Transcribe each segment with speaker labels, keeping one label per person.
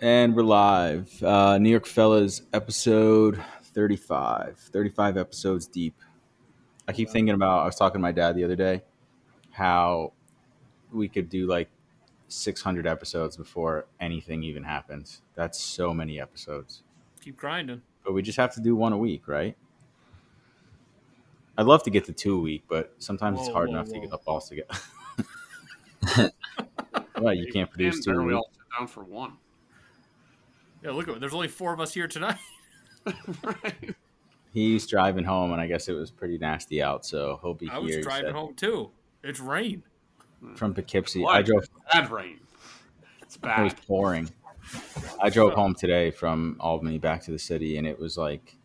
Speaker 1: And we're live. Uh, New York Fellas, episode 35. 35 episodes deep. I keep thinking about, I was talking to my dad the other day, how we could do like 600 episodes before anything even happens. That's so many episodes.
Speaker 2: Keep grinding.
Speaker 1: But we just have to do one a week, right? I'd love to get to two a week, but sometimes it's
Speaker 2: Whoa,
Speaker 1: hard
Speaker 2: whoa,
Speaker 1: enough to
Speaker 2: whoa.
Speaker 1: get the balls to get. well, you can't produce two
Speaker 3: Better
Speaker 1: a
Speaker 3: we
Speaker 1: week.
Speaker 3: all sit down for one.
Speaker 2: Yeah, look at there's only four of us here tonight.
Speaker 3: right?
Speaker 1: He's driving home, and I guess it was pretty nasty out, so he'll be
Speaker 2: I
Speaker 1: here.
Speaker 2: was
Speaker 1: he
Speaker 2: driving
Speaker 1: said,
Speaker 2: home too. It's rain.
Speaker 1: from Poughkeepsie.
Speaker 3: Why?
Speaker 1: I drove.
Speaker 3: Bad rain. It's
Speaker 1: It was
Speaker 3: bad.
Speaker 1: pouring. I drove home today from Albany back to the city, and it was like,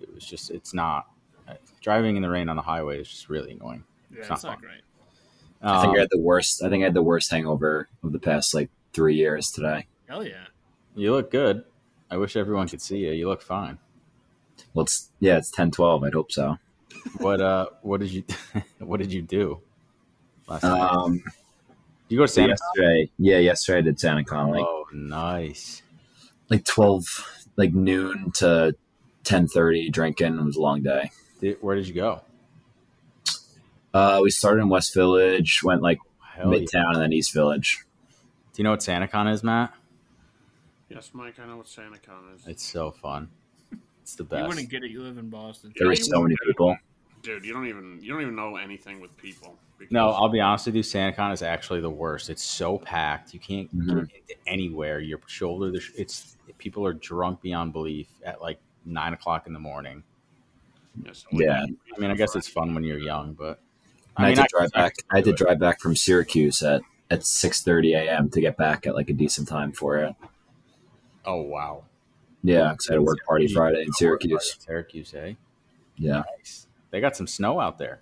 Speaker 1: it was just. It's not uh, driving in the rain on the highway is just really annoying.
Speaker 2: Yeah,
Speaker 1: It's
Speaker 2: it's
Speaker 1: not
Speaker 2: not,
Speaker 1: fun.
Speaker 2: great.
Speaker 4: I think
Speaker 1: Um,
Speaker 4: I had the worst. I think I had the worst hangover of the past like three years today.
Speaker 2: Hell yeah.
Speaker 1: you look good. I wish everyone could see you. You look fine.
Speaker 4: Well, it's yeah, it's ten twelve. I'd hope so.
Speaker 1: What uh? What did you? what did you do? Last night?
Speaker 4: Um,
Speaker 1: Did you go to
Speaker 4: so
Speaker 1: Santa?
Speaker 4: yesterday, yeah, yesterday I did SantaCon like
Speaker 1: oh, nice.
Speaker 4: like twelve, like noon to ten thirty. Drinking it was a long day.
Speaker 1: Did, where did you go?
Speaker 4: Uh, we started in West Village, went like
Speaker 1: Hell yeah.
Speaker 4: Midtown, and then East Village.
Speaker 1: Do you know what SantaCon is, Matt?
Speaker 3: Yes, Mike, I know what SantaCon is.
Speaker 1: It's so fun. It's the
Speaker 2: You
Speaker 1: best.
Speaker 2: wouldn't get it. You live in Boston.
Speaker 4: There were so many people.
Speaker 3: Dude, you don't even you don't even know anything with people. because-
Speaker 1: No, I'll be honest with you. SantaCon is actually the worst. It's so packed. You can't
Speaker 4: Mhm.
Speaker 1: get into anywhere. Your shoulder, the sh- it's people are drunk beyond belief at like nine o'clock in the morning.
Speaker 3: Yeah, so, like,
Speaker 4: Yeah.
Speaker 3: you-
Speaker 1: I mean, I guess it's fun when you're young, but
Speaker 4: I, had to drive
Speaker 1: I-
Speaker 4: back. I had to drive back from Syracuse at at six thirty a.m. to get back at like a decent time for it.
Speaker 1: Oh wow,
Speaker 4: Yeah, because I had a work party Friday in Syracuse.
Speaker 1: Syracuse, eh?
Speaker 4: Yeah.
Speaker 1: Nice. They got some snow out there.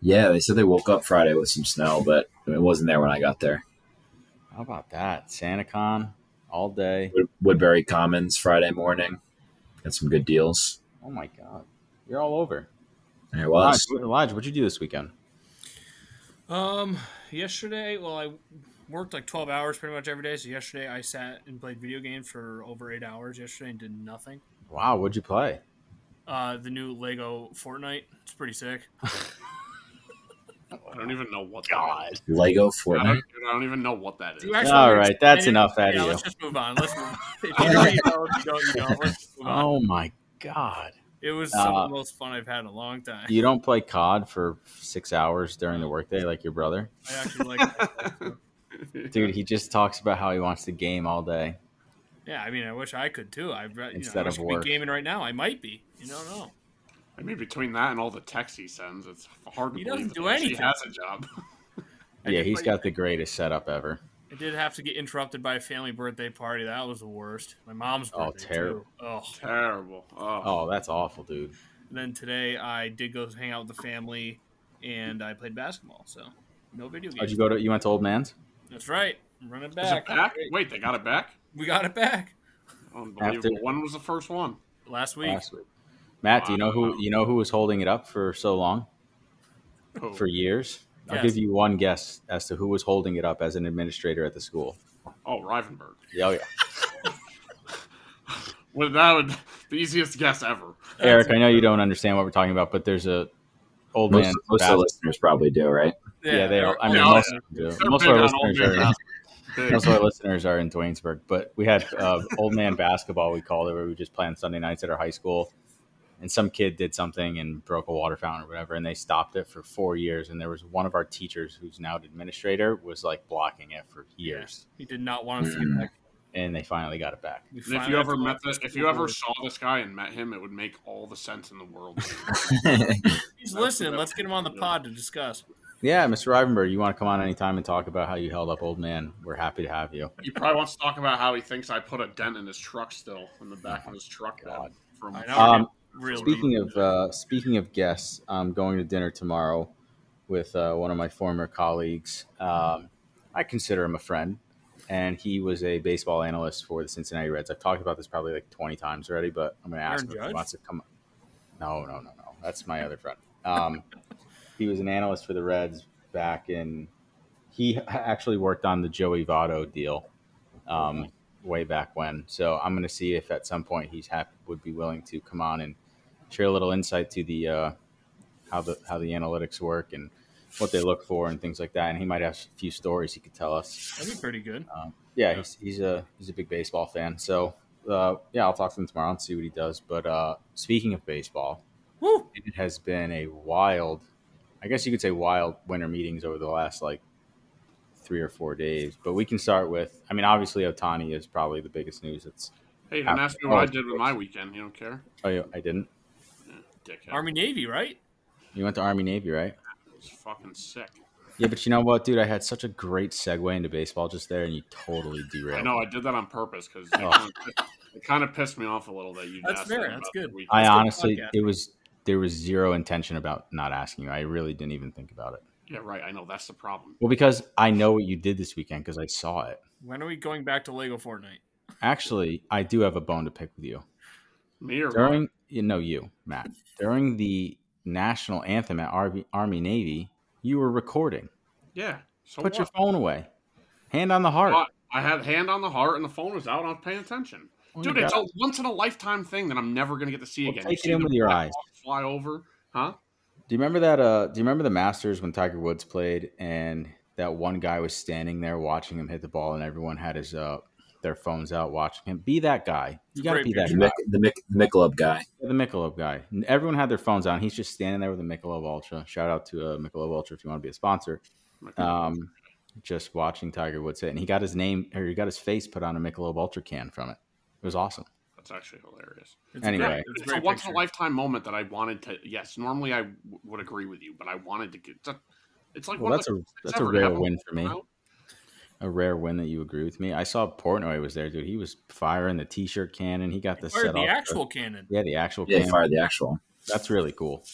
Speaker 4: Yeah, they said they woke up Friday with some snow, but it wasn't there when I got there.
Speaker 1: How about that? SantaCon all day.
Speaker 4: Wood- Woodbury Commons Friday morning. Got some good deals.
Speaker 1: Oh my god, you're all over.
Speaker 4: There
Speaker 1: Lodge,
Speaker 4: was.
Speaker 1: what- Lodge, what'd you do this weekend?
Speaker 2: Um, yesterday, well, I worked like 12 hours pretty much every day. So yesterday, I sat and played video games for over eight hours yesterday and did nothing.
Speaker 1: Wow, what'd you play?
Speaker 2: Uh, the new Lego Fortnite. It's pretty sick.
Speaker 3: I don't even know what that is.
Speaker 4: Lego
Speaker 3: I don't,
Speaker 4: Fortnite.
Speaker 3: dude, I don't even know what that is.
Speaker 2: Do you actually
Speaker 1: All
Speaker 2: understand
Speaker 1: right, that's
Speaker 2: any-
Speaker 1: enough out
Speaker 2: Yeah,
Speaker 1: of you.
Speaker 2: let's just move on. Let's move on. If you know, you know. If you don't, you don't. Let's just move on.
Speaker 1: Oh my god.
Speaker 2: It was some
Speaker 1: Uh,
Speaker 2: of the most fun I've had in a long time.
Speaker 1: You don't play COD for six hours during the workday like your brother?
Speaker 2: I actually like it.
Speaker 1: Dude, he just talks about how he wants to game all day.
Speaker 2: Yeah, I mean, I wish I could too. I you know,
Speaker 1: Instead
Speaker 2: I
Speaker 1: of
Speaker 2: wish I could
Speaker 1: work.
Speaker 2: be gaming right now. I might be. You don't know.
Speaker 3: I mean, between that and all the texts he sends, it's hard to
Speaker 2: He
Speaker 3: believe
Speaker 2: doesn't
Speaker 3: that
Speaker 2: do
Speaker 3: he
Speaker 2: anything.
Speaker 3: actually has a job.
Speaker 1: yeah,
Speaker 2: I did
Speaker 1: he's
Speaker 2: play-
Speaker 1: got the greatest setup ever.
Speaker 2: I did have to get interrupted by a family birthday party. That was the worst. My mom's
Speaker 1: Oh,
Speaker 2: birthday
Speaker 1: terrible.
Speaker 2: too. Oh,
Speaker 3: Terrible. Oh,
Speaker 1: Oh, that's awful, dude.
Speaker 2: and then today I did go hang out with the family, and I played basketball. So no video
Speaker 1: Oh,
Speaker 2: games.
Speaker 1: did you go to you went to old man's?
Speaker 2: That's right. Run it
Speaker 3: is it
Speaker 2: back.
Speaker 3: back? Wait, they got it back?
Speaker 2: We got it back
Speaker 3: Unbelievable.
Speaker 1: After-
Speaker 3: When was the first one?
Speaker 2: last week.
Speaker 1: Last week. Matt, do you know
Speaker 3: Wow.
Speaker 1: who you know who was holding it up for so long?
Speaker 3: Oh,
Speaker 1: For years? I'll
Speaker 2: Yes.
Speaker 1: give you one guess as to who was holding it up as an administrator at the school.
Speaker 3: oh Rivenberg.
Speaker 1: Yeah, Oh yeah.
Speaker 3: Well, that would the easiest guess ever.
Speaker 1: Eric, I know you don't understand what we're talking about, but there's a old man.
Speaker 4: Most, most of the listeners probably do, right?
Speaker 1: yeah, they
Speaker 2: Eric-
Speaker 1: all, I mean,
Speaker 3: yeah,
Speaker 1: most, of them do.
Speaker 3: They're
Speaker 1: most of our
Speaker 3: big on old
Speaker 1: listeners
Speaker 3: man
Speaker 1: are
Speaker 3: basketball. Big.
Speaker 1: Most of our listeners are in Dwaynesburg, but we had uh, old man basketball. We called it where we would just play on Sunday nights at our high school, and some kid did something and broke a water fountain or whatever, and they stopped it for four years. And there was one of our teachers, who's now an administrator, was like blocking it for years,
Speaker 2: He did not want us to get
Speaker 4: Mm.
Speaker 2: back.
Speaker 1: and they finally got it back.
Speaker 2: We
Speaker 3: And if
Speaker 2: finally
Speaker 3: you ever
Speaker 2: got
Speaker 3: met
Speaker 2: to-
Speaker 3: this, if you ever saw this guy and met him, it would make all the sense in the world.
Speaker 2: he's listening. Let's get him on the pod to discuss.
Speaker 1: Yeah, Mr. Rivenberg, you want to come on anytime and talk about how you held up old man? We're happy to have you.
Speaker 3: he probably wants to talk about how he thinks I put a dent in his truck still in the back of his truck. then
Speaker 1: God.
Speaker 3: From
Speaker 2: I know.
Speaker 1: Um,
Speaker 2: Really,
Speaker 1: Speaking of uh, speaking of guests, I'm going to dinner tomorrow with uh, one of my former colleagues. Um, I consider him a friend, and he was a baseball analyst for the Cincinnati Reds. I've talked about this probably like 20 times already, but I'm going to ask
Speaker 2: Aaron
Speaker 1: him if he
Speaker 2: Judge?
Speaker 1: wants to come. No, no, no, no. That's my other friend. Um, he was an analyst for the Reds back in. He actually worked on the Joey Votto deal um, way back when. So I'm going to see if at some point he's happy would be willing to come on and share a little insight to the uh, how the how the analytics work and what they look for and things like that. And he might have a few stories he could tell us.
Speaker 2: That'd be pretty good.
Speaker 1: Um, yeah, he's, he's a he's a big baseball fan. So uh, yeah, I'll talk to him tomorrow and see what he does. But uh, speaking of baseball,
Speaker 2: Woo!
Speaker 1: it has been a wild, I guess you could say wild winter meetings over the last like three or four days. But we can start with, I mean, obviously Otani is probably the biggest news. It's
Speaker 3: Hey,
Speaker 1: uh,
Speaker 3: you didn't ask me what I did with my weekend. You don't care,
Speaker 1: oh, you- I didn't.
Speaker 3: dickhead.
Speaker 2: Army Navy, right?
Speaker 1: You went to Army Navy, right?
Speaker 3: It was fucking sick.
Speaker 1: Yeah, but you know what, dude? I had such a great segue into baseball just there, and you totally derailed.
Speaker 3: I
Speaker 1: me.
Speaker 3: know I did that on purpose because
Speaker 1: Oh.
Speaker 3: it kind of pissed me off a little that you.
Speaker 2: That's
Speaker 3: asked
Speaker 2: fair,
Speaker 3: me
Speaker 2: that's
Speaker 3: about the
Speaker 2: good.
Speaker 3: weekend.
Speaker 1: I uh,
Speaker 2: That's good
Speaker 1: honestly,
Speaker 2: podcast.
Speaker 1: it was there was zero intention about not asking you. I really didn't even think about it.
Speaker 3: yeah, right. I know that's the problem.
Speaker 1: Well, because I know what you did this weekend because I saw it.
Speaker 2: When are we going back to Lego Fortnite?
Speaker 1: Actually, I do have a bone to pick with you.
Speaker 3: Me or
Speaker 1: During, you know, you, Matt, during the national anthem at Army, Army Navy, you were recording.
Speaker 3: yeah. So
Speaker 1: Put your
Speaker 3: what?
Speaker 1: phone away. Hand on the heart.
Speaker 3: What? I had hand on the heart and the phone was out. and I was paying attention.
Speaker 1: Well,
Speaker 3: Dude,
Speaker 1: you
Speaker 3: it's
Speaker 1: got-
Speaker 3: a once in a lifetime thing that I'm never gonna get to see
Speaker 1: Well,
Speaker 3: again.
Speaker 1: take
Speaker 3: You
Speaker 1: it
Speaker 3: see
Speaker 1: in
Speaker 3: the
Speaker 1: with your
Speaker 3: black
Speaker 1: eyes.
Speaker 3: hawk Fly over, huh?
Speaker 1: Do you remember that? Uh, do you remember the Masters when Tiger Woods played and that one guy was standing there watching him hit the ball and everyone had his uh their phones out watching him? Be that guy. You got to
Speaker 2: Great
Speaker 1: be that
Speaker 4: The
Speaker 1: guy.
Speaker 4: Mick, the Mick, the Michelob guy.
Speaker 1: Yeah, The Michelob guy. And Everyone had their phones on. He's just standing there with a Michelob Ultra. Shout out to uh, Michelob Ultra if you want to be a sponsor. Um, just watching Tiger Woods hit, and he got his name or he got his face put on a Michelob Ultra can from it. It was awesome.
Speaker 3: That's actually hilarious.
Speaker 2: It's
Speaker 1: Anyway.
Speaker 2: a
Speaker 3: Yeah,
Speaker 2: great, it's a
Speaker 3: it's a
Speaker 2: great
Speaker 3: once in
Speaker 2: picture.
Speaker 3: a lifetime moment that I wanted to. Yes, normally I w- would agree with you, but I wanted to get. It's like
Speaker 1: Well,
Speaker 3: one
Speaker 1: that's
Speaker 3: of
Speaker 1: a
Speaker 3: the,
Speaker 1: that's a rare win for me. A rare win that you agree with me. I saw Portnoy was there, dude. He was firing the T-shirt cannon. He got the
Speaker 2: Or
Speaker 1: set
Speaker 2: the
Speaker 1: off.
Speaker 2: actual cannon.
Speaker 1: yeah, the actual
Speaker 4: Yeah,
Speaker 1: cannon.
Speaker 4: fire the actual one.
Speaker 1: That's really cool.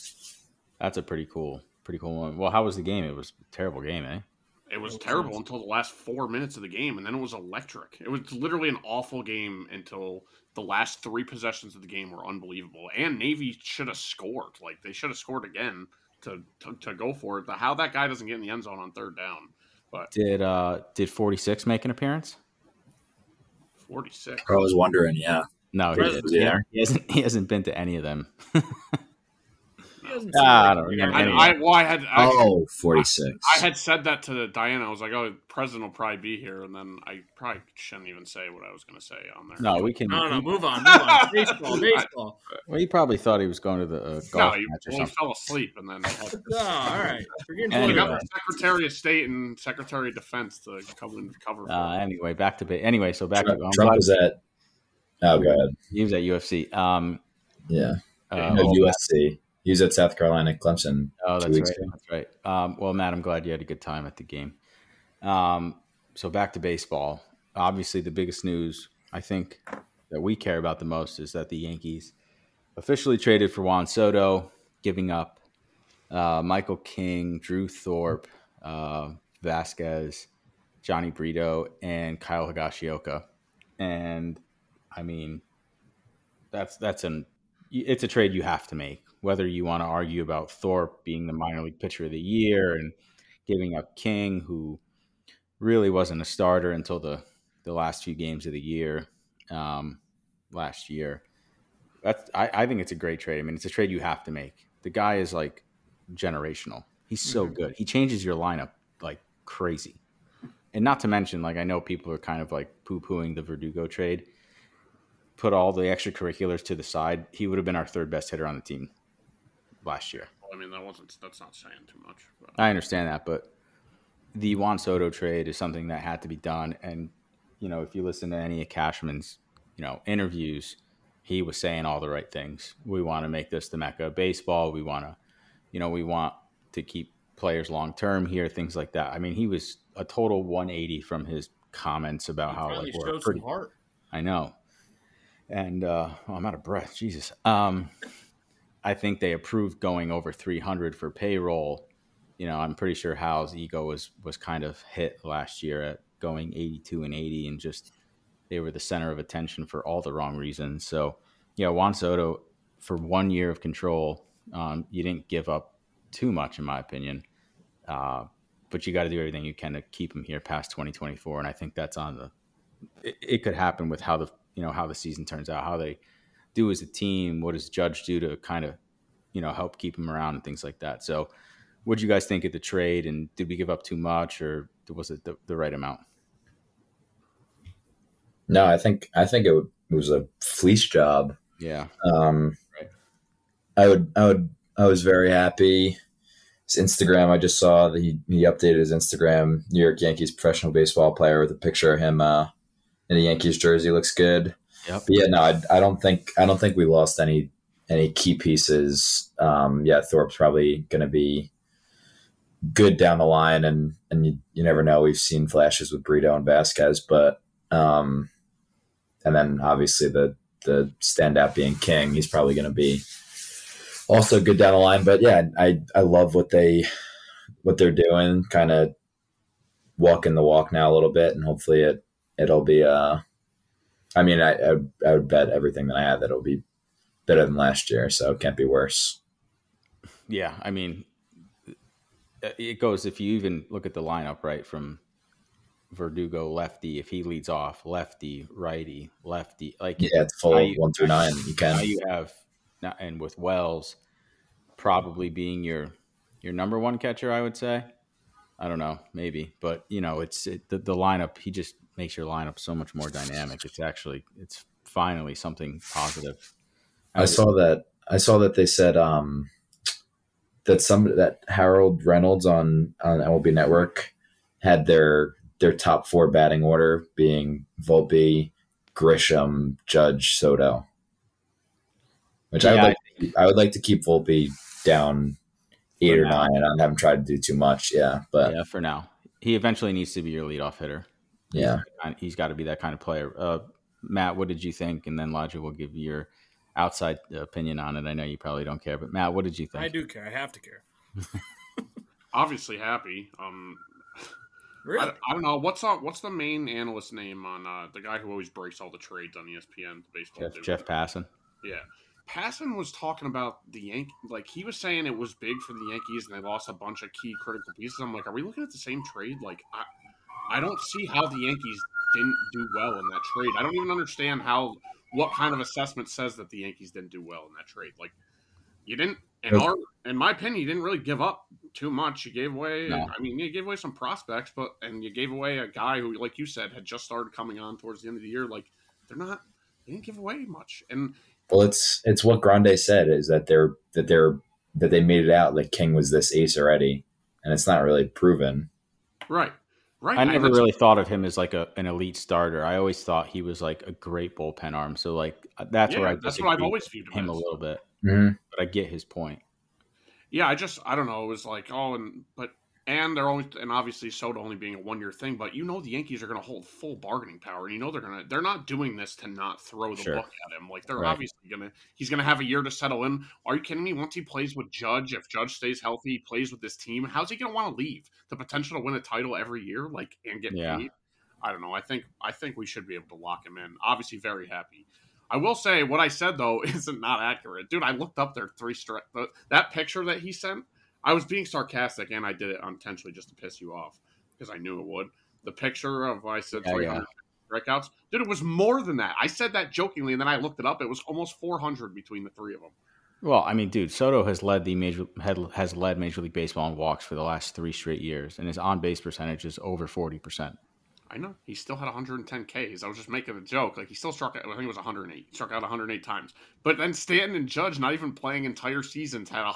Speaker 1: That's a pretty cool, pretty cool one. Well, how was the game? It was a terrible game, eh?
Speaker 3: It was
Speaker 2: Makes
Speaker 3: terrible
Speaker 2: sense.
Speaker 3: until the last four minutes of the game, and then it was electric. It was literally an awful game until the last three possessions of the game were unbelievable. And Navy should have scored; like they should have scored again to, to to go for it. The how that guy doesn't get in the end zone on third down,
Speaker 1: Did uh did forty six make an appearance?
Speaker 3: forty six.
Speaker 4: I was wondering, yeah.
Speaker 1: No, he,
Speaker 2: Was
Speaker 1: didn't.
Speaker 4: he there?
Speaker 1: he hasn't. He hasn't been to any of them.
Speaker 2: He doesn't
Speaker 1: Ah,
Speaker 2: seem
Speaker 1: I don't
Speaker 2: like-
Speaker 1: remember
Speaker 3: I,
Speaker 1: any of
Speaker 3: I, well, I had I,
Speaker 4: oh, 46.
Speaker 3: I had said that to Diana. I was like, "Oh, president will probably be here," and then I probably shouldn't even say what I was going to say on there.
Speaker 1: No, we can.
Speaker 2: No, no, no, move on, move on. Baseball, baseball.
Speaker 1: Well, he probably thought he was going to the uh, golf
Speaker 3: no,
Speaker 1: match
Speaker 3: you
Speaker 1: or
Speaker 3: well, he
Speaker 1: something.
Speaker 3: fell asleep, and then
Speaker 2: Oh, all right. We're getting
Speaker 3: We
Speaker 1: Anyway.
Speaker 2: political.
Speaker 3: got the Secretary of State and Secretary of Defense to come and cover. For
Speaker 1: Uh,
Speaker 3: it.
Speaker 1: anyway, back to ba- anyway. So back
Speaker 4: Trump,
Speaker 1: to I'm
Speaker 4: Trump
Speaker 1: glad
Speaker 4: was at. Oh, God.
Speaker 1: he was at UFC. Um,
Speaker 4: Yeah.
Speaker 1: uh,
Speaker 3: Yeah,
Speaker 4: At
Speaker 1: well,
Speaker 4: USC. He was at South Carolina, Clemson.
Speaker 1: Oh, that's
Speaker 4: two
Speaker 1: right.
Speaker 4: weeks ago.
Speaker 1: That's right. Um, well, Matt, I'm glad you had a good time at the game. Um, so back to baseball. Obviously, the biggest news I think that we care about the most is that the Yankees officially traded for Juan Soto, giving up uh, Michael King, Drew Thorpe, uh, Vasquez, Johnny Brito, and Kyle Higashioka. And I mean, that's that's an it's a trade you have to make. Whether you want to argue about Thorpe being the minor league pitcher of the year and giving up King, who really wasn't a starter until the the last few games of the year um, last year, that's I, I think it's a great trade. I mean, it's a trade you have to make. The guy is like generational. He's so good. He changes your lineup like crazy. And not to mention, like I know people are kind of like poo pooing the Verdugo trade put all the extracurriculars to the side, he would have been our third best hitter on the team last year.
Speaker 3: Well, I mean, that wasn't. That's not saying too much. But
Speaker 1: I understand that, but the Juan Soto trade is something that had to be done. And, you know, if you listen to any of Cashman's, you know, interviews, he was saying all the right things. We want to make this the mecca of baseball. We want to, you know, we want to keep players long term here, things like that. I mean, he was a total 180 from his comments about how
Speaker 2: Finally
Speaker 1: like we're a
Speaker 2: showed
Speaker 1: pretty
Speaker 2: some heart.
Speaker 1: I know. And uh, oh, I'm out of breath. Jesus. Um, I think they approved going over 300 for payroll. You know, I'm pretty sure Hal's ego was was kind of hit last year at going 82 and 80, and just they were the center of attention for all the wrong reasons. So, yeah, Juan Soto for one year of control, um, you didn't give up too much, in my opinion. Uh, but you got to do everything you can to keep him here past 2024, and I think that's on the it, it could happen with how the you know how the season turns out, how they do as a team, what does Judge do to kind of you know help keep him around and things like that. So, what do you guys think of the trade, and did we give up too much, or was it the, the right amount?
Speaker 4: No, I think I think it, w- it was a fleece job.
Speaker 1: Yeah,
Speaker 4: Um,
Speaker 1: Right.
Speaker 4: I would, I would, I was very happy. His Instagram, I just saw that he, he updated his Instagram. New York Yankees professional baseball player with a picture of him uh, in a Yankees jersey looks good.
Speaker 1: yep,
Speaker 4: But yeah, no, I, I don't think I don't think we lost any any key pieces. Um, yeah, Thorpe's probably going to be good down the line, and and you, you never know. We've seen flashes with Brito and Vasquez, but um, and then obviously the the standout being King, he's probably going to be also good down the line. But yeah, I I love what they what they're doing, kind of walking the walk now a little bit, and hopefully it it'll be uh I mean, I, I would- I would bet everything that I have that it'll be better than last year, so it can't be worse.
Speaker 1: yeah. I mean, it goes if you even look at the lineup right from Verdugo lefty. If he leads off, lefty, righty, lefty, like
Speaker 4: Yeah, it's full
Speaker 1: Now you-
Speaker 4: one through nine. You
Speaker 1: now
Speaker 4: can.
Speaker 1: you have now- and with Wells probably being your your number one catcher, I would say. I don't know, maybe, but you know, it's it, the, the lineup. He just makes your lineup so much more dynamic. It's actually it's finally something positive.
Speaker 4: I saw that. I saw that they said um, that some that Harold Reynolds on on MLB Network had their their top four batting order being Volpe, Grisham, Judge, Soto. Which I would
Speaker 1: Yeah,
Speaker 4: like. I would like to keep Volpe down eight
Speaker 1: For
Speaker 4: or
Speaker 1: now.
Speaker 4: nine. I haven't tried to do too much. Yeah, but
Speaker 1: yeah, for now, he eventually needs to be your leadoff hitter.
Speaker 4: yeah.
Speaker 1: And He's got to be that kind of player. Uh, Matt, what did you think? And then Lodger will give your outside opinion on it. I know you probably don't care, but Matt, what did you think?
Speaker 2: I do care. I have to care.
Speaker 3: Obviously happy. Um, I,
Speaker 2: Really?
Speaker 3: I don't know what's on, what's the main analyst name on uh, the guy who always breaks all the trades on E ESPN, the baseball
Speaker 1: Jeff,
Speaker 3: dude?
Speaker 1: Jeff Passan.
Speaker 3: Yeah. Passon was talking about the Yankees. Like, he was saying it was big for the Yankees and they lost a bunch of key critical pieces. I'm like, are we looking at the same trade? Like, I, I don't see how the Yankees didn't do well in that trade. I don't even understand how, what kind of assessment says that the Yankees didn't do well in that trade. Like, you didn't, in,
Speaker 4: Okay.
Speaker 3: our, in my opinion, you didn't really give up too much. You gave away,
Speaker 1: No.
Speaker 3: I mean, you gave away some prospects, but, and you gave away a guy who, like you said, had just started coming on towards the end of the year. Like, they're not, they didn't give away much. And,
Speaker 4: Well, it's it's what Grande said is that they're that they're that they made it out that King was this ace already, and it's not really proven.
Speaker 3: Right. Right.
Speaker 1: I never
Speaker 3: that's-
Speaker 1: really thought of him as like a, an elite starter. I always thought he was like a great bullpen arm. So like uh, that's
Speaker 3: yeah,
Speaker 1: where I
Speaker 3: that's what I've
Speaker 1: disagree
Speaker 3: always viewed
Speaker 1: with
Speaker 3: him,
Speaker 1: him a
Speaker 3: as.
Speaker 1: little bit,
Speaker 4: Mm-hmm.
Speaker 1: but I get his point.
Speaker 3: Yeah, I just I don't know. It was like oh, and but and they're always and obviously Soto only being a one year thing, but you know the Yankees are going to hold full bargaining power, and you know they're going to they're not doing this to not throw the
Speaker 1: Sure.
Speaker 3: book at him. Like they're
Speaker 1: Right.
Speaker 3: obviously going to he's going to have a year to settle in. Are you kidding me? Once he plays with Judge, if Judge stays healthy, he plays with this team. How's he going to want to leave? The potential to win a title every year, like and get
Speaker 1: Yeah.
Speaker 3: paid. I don't know. I think I think we should be able to lock him in. Obviously, very happy. I will say what I said though isn't not accurate, dude. I looked up their three strike that picture that he sent. I was being sarcastic, and I did it intentionally just to piss you off because I knew it would. The picture of I said
Speaker 1: Yeah,
Speaker 3: three
Speaker 1: yeah.
Speaker 3: hundred strikeouts, dude. It was more than that. I said that jokingly, and then I looked it up. It was almost four hundred between the three of them.
Speaker 1: Well, I mean, dude, Soto has led the major had, has led Major League Baseball in walks for the last three straight years, and his on base percentage is over forty percent.
Speaker 3: I know he still had 110 Ks. I was just making a joke. Like he still struck. out I think it was 108. He struck out 108 times. But then Stanton and Judge, not even playing entire seasons, had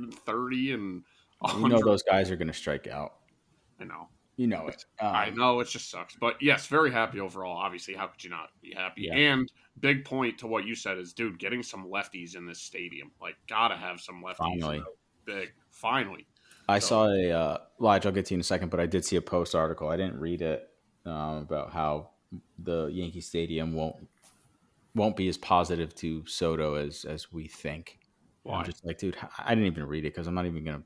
Speaker 3: 130 and
Speaker 1: You know
Speaker 3: 100.
Speaker 1: those guys are going to strike out.
Speaker 3: I know.
Speaker 1: You know it. Um,
Speaker 3: I know it just sucks, but yes, very happy overall. Obviously, how could you not be happy?
Speaker 1: Yeah.
Speaker 3: And big point to what you said is, dude, getting some lefties in this stadium, like gotta have some lefties.
Speaker 1: Finally.
Speaker 3: big, finally.
Speaker 1: I
Speaker 3: So-
Speaker 1: saw a uh, Lige. I'll get to you in a second, but I did see a post article. I didn't read it um, about how the Yankee Stadium won't won't be as positive to Soto as as we think. And
Speaker 3: Why?
Speaker 1: I'm just like, dude, h- I didn't even read it because I'm not even gonna.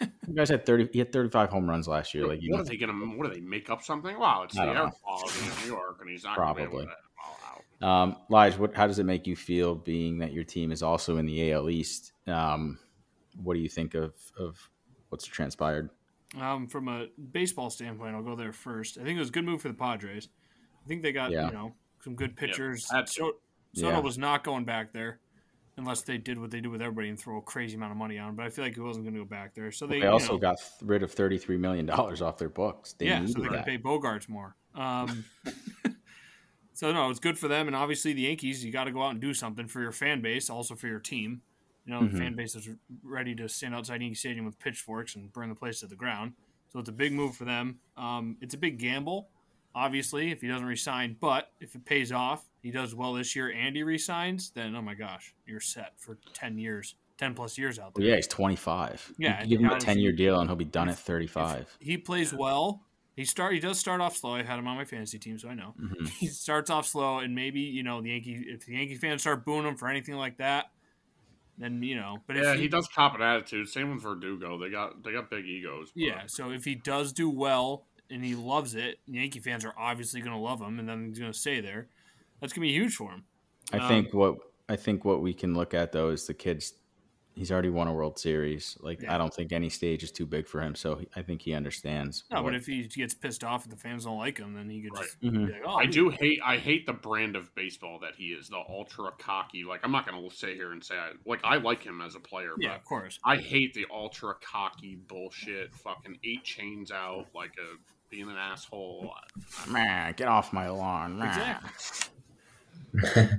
Speaker 1: You guys had thirty. He had thirty five home runs last year. Like, you
Speaker 3: what
Speaker 1: know,
Speaker 3: are they gonna? What are they make up something? Wow, it's the
Speaker 1: I don't
Speaker 3: air
Speaker 1: know.
Speaker 3: quality in New York, and he's not gonna be able
Speaker 1: Probably.
Speaker 3: to- wow.
Speaker 1: um, Lige, what? How does it make you feel being that your team is also in the AL East? Um, what do you think of of what's transpired?
Speaker 2: Um, from a baseball standpoint, I'll go there first. I think it was a good move for the Padres. I think they got
Speaker 1: Yeah.
Speaker 2: you know some good pitchers.
Speaker 3: had to.
Speaker 2: so, Soto
Speaker 1: Yeah.
Speaker 2: was not going back there unless they did what they do with everybody and throw a crazy amount of money on. him. But I feel like he wasn't going to go back there. So they,
Speaker 1: They
Speaker 2: you
Speaker 1: also
Speaker 2: know,
Speaker 1: got rid of $33 million off their books. They
Speaker 2: yeah,
Speaker 1: needed
Speaker 2: so they can
Speaker 1: that.
Speaker 2: pay Bogarts more. Um, so no, it's good for them, and obviously the Yankees. You got to go out and do something for your fan base, also for your team. You know,
Speaker 1: Mhm.
Speaker 2: the fan base is ready to stand outside Yankee Stadium with pitchforks and burn the place to the ground. So it's a big move for them. Um, it's a big gamble, obviously, if he doesn't resign. But if it pays off, he does well this year, and he resigns, then oh my gosh, you're set for ten years, ten plus years out there.
Speaker 1: Well, yeah, he's 25. You
Speaker 2: Yeah, and
Speaker 1: give him a
Speaker 2: Giannis-
Speaker 1: 10 year deal and he'll be done at 35.
Speaker 2: He plays well. He start he does start off slow. I had him on my fantasy team, so I know.
Speaker 1: Mhm.
Speaker 2: He starts off slow, and maybe you know the Yankee if the Yankee fans start booing him for anything like that, then you know. But if
Speaker 3: Yeah, he does cop an attitude. Same with Verdugo. They got they got big egos. but-
Speaker 2: Yeah, so if he does do well and he loves it, Yankee fans are obviously going to love him, and then he's going to stay there. That's going to be huge for him. Um,
Speaker 1: I think what I think what we can look at though is the kid's. He's already won a World Series. Like
Speaker 2: Yeah.
Speaker 1: I don't think any stage is too big for him. So he- I think he understands.
Speaker 2: No,
Speaker 1: what-
Speaker 2: but if he gets pissed off and the fans don't like him, then he could just
Speaker 1: Mhm.
Speaker 2: be like, "Oh,
Speaker 3: I do hate I hate the brand of baseball that he is, the ultra cocky. Like I'm not gonna sit here and say I like I like him as a player,
Speaker 2: Yeah,
Speaker 3: but
Speaker 2: of course.
Speaker 3: I hate the ultra cocky bullshit. Fucking eight chains out, like a being an asshole.
Speaker 1: man, get off my lawn. man."
Speaker 2: Exactly.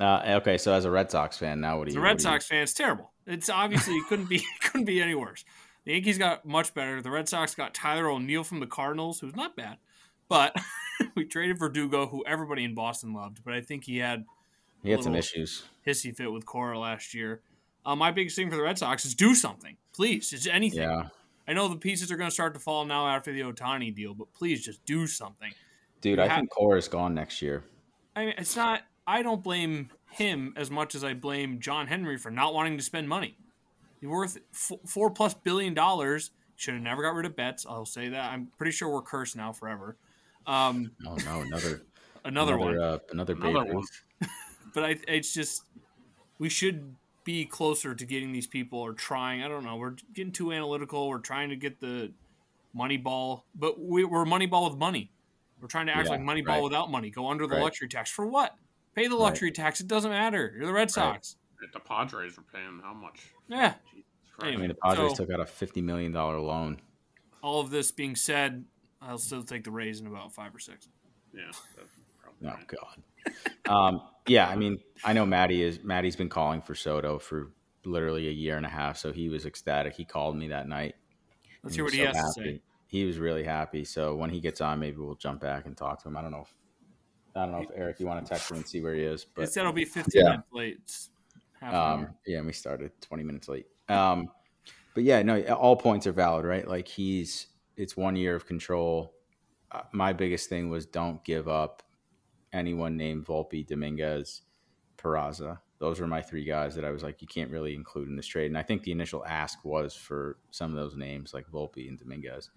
Speaker 1: Uh, okay, so as a Red Sox fan, now what do
Speaker 2: As
Speaker 1: you?
Speaker 2: a
Speaker 1: what
Speaker 2: Red
Speaker 1: do you-
Speaker 2: Sox fan, it's terrible. It's obviously it couldn't be it couldn't be any worse. The Yankees got much better. The Red Sox got Tyler O'Neill from the Cardinals, who's not bad, but we traded Verdugo, who everybody in Boston loved, but I think he had
Speaker 1: he had some
Speaker 2: little-
Speaker 1: issues.
Speaker 2: hissy fit with Cora last year. Uh, my biggest thing for the Red Sox is do something, please, just anything.
Speaker 1: Yeah,
Speaker 2: I know the pieces are going to start to fall now after the Otani deal, but please just do something.
Speaker 1: dude,
Speaker 2: You
Speaker 1: I
Speaker 2: ha-
Speaker 1: think Core is gone next year.
Speaker 2: I mean, it's not. I don't blame him as much as I blame John Henry for not wanting to spend money. You're worth f- four plus billion dollars. Should have never got rid of bets. I'll say that. I'm pretty sure we're cursed now forever. Um,
Speaker 1: Oh no, another
Speaker 2: another, one,
Speaker 1: uh, another Babe
Speaker 3: Another one.
Speaker 1: Ruth.
Speaker 2: but I, it's just we should be closer to getting these people or trying. I don't know. We're getting too analytical. We're trying to get the money ball, but we, we're money ball with money. We're trying to act
Speaker 1: Yeah,
Speaker 2: like money
Speaker 1: right.
Speaker 2: ball without money. Go under the
Speaker 1: Right.
Speaker 2: luxury tax for what? Pay the luxury tax. It doesn't matter. You're the Red Sox.
Speaker 3: If the Padres are paying how much?
Speaker 2: Yeah.
Speaker 3: Jesus Christ.
Speaker 1: I
Speaker 2: Anyway.
Speaker 1: mean, the Padres
Speaker 2: So-
Speaker 1: took out a fifty million dollar loan.
Speaker 2: All of this being said, I'll still take the Rays in about five or six.
Speaker 3: Yeah. that's probably
Speaker 1: Oh
Speaker 3: right.
Speaker 1: God. Um, yeah, I mean, I know Maddie is Maddie's been calling for Soto for literally a year and a half, so he was ecstatic. He called me that night.
Speaker 2: Let's hear
Speaker 1: was
Speaker 2: what he
Speaker 1: so
Speaker 2: has to
Speaker 1: happy.
Speaker 2: say.
Speaker 1: He was really happy. So when he gets on, maybe we'll jump back and talk to him. I don't know. If, I don't know if Eric, you want to text him and see where he is,
Speaker 2: It
Speaker 1: but
Speaker 2: said it'll be 15
Speaker 4: Yeah.
Speaker 2: minutes late. It's half an hour.
Speaker 1: um, yeah, and we started 20 minutes late. Um, but yeah, no, all points are valid, right? Like he's, it's one year of control. Uh, my biggest thing was don't give up anyone named Volpe, Dominguez, Peraza. Those were my three guys that I was like, you can't really include in this trade. And I think the initial ask was for some of those names like Volpe and Dominguez.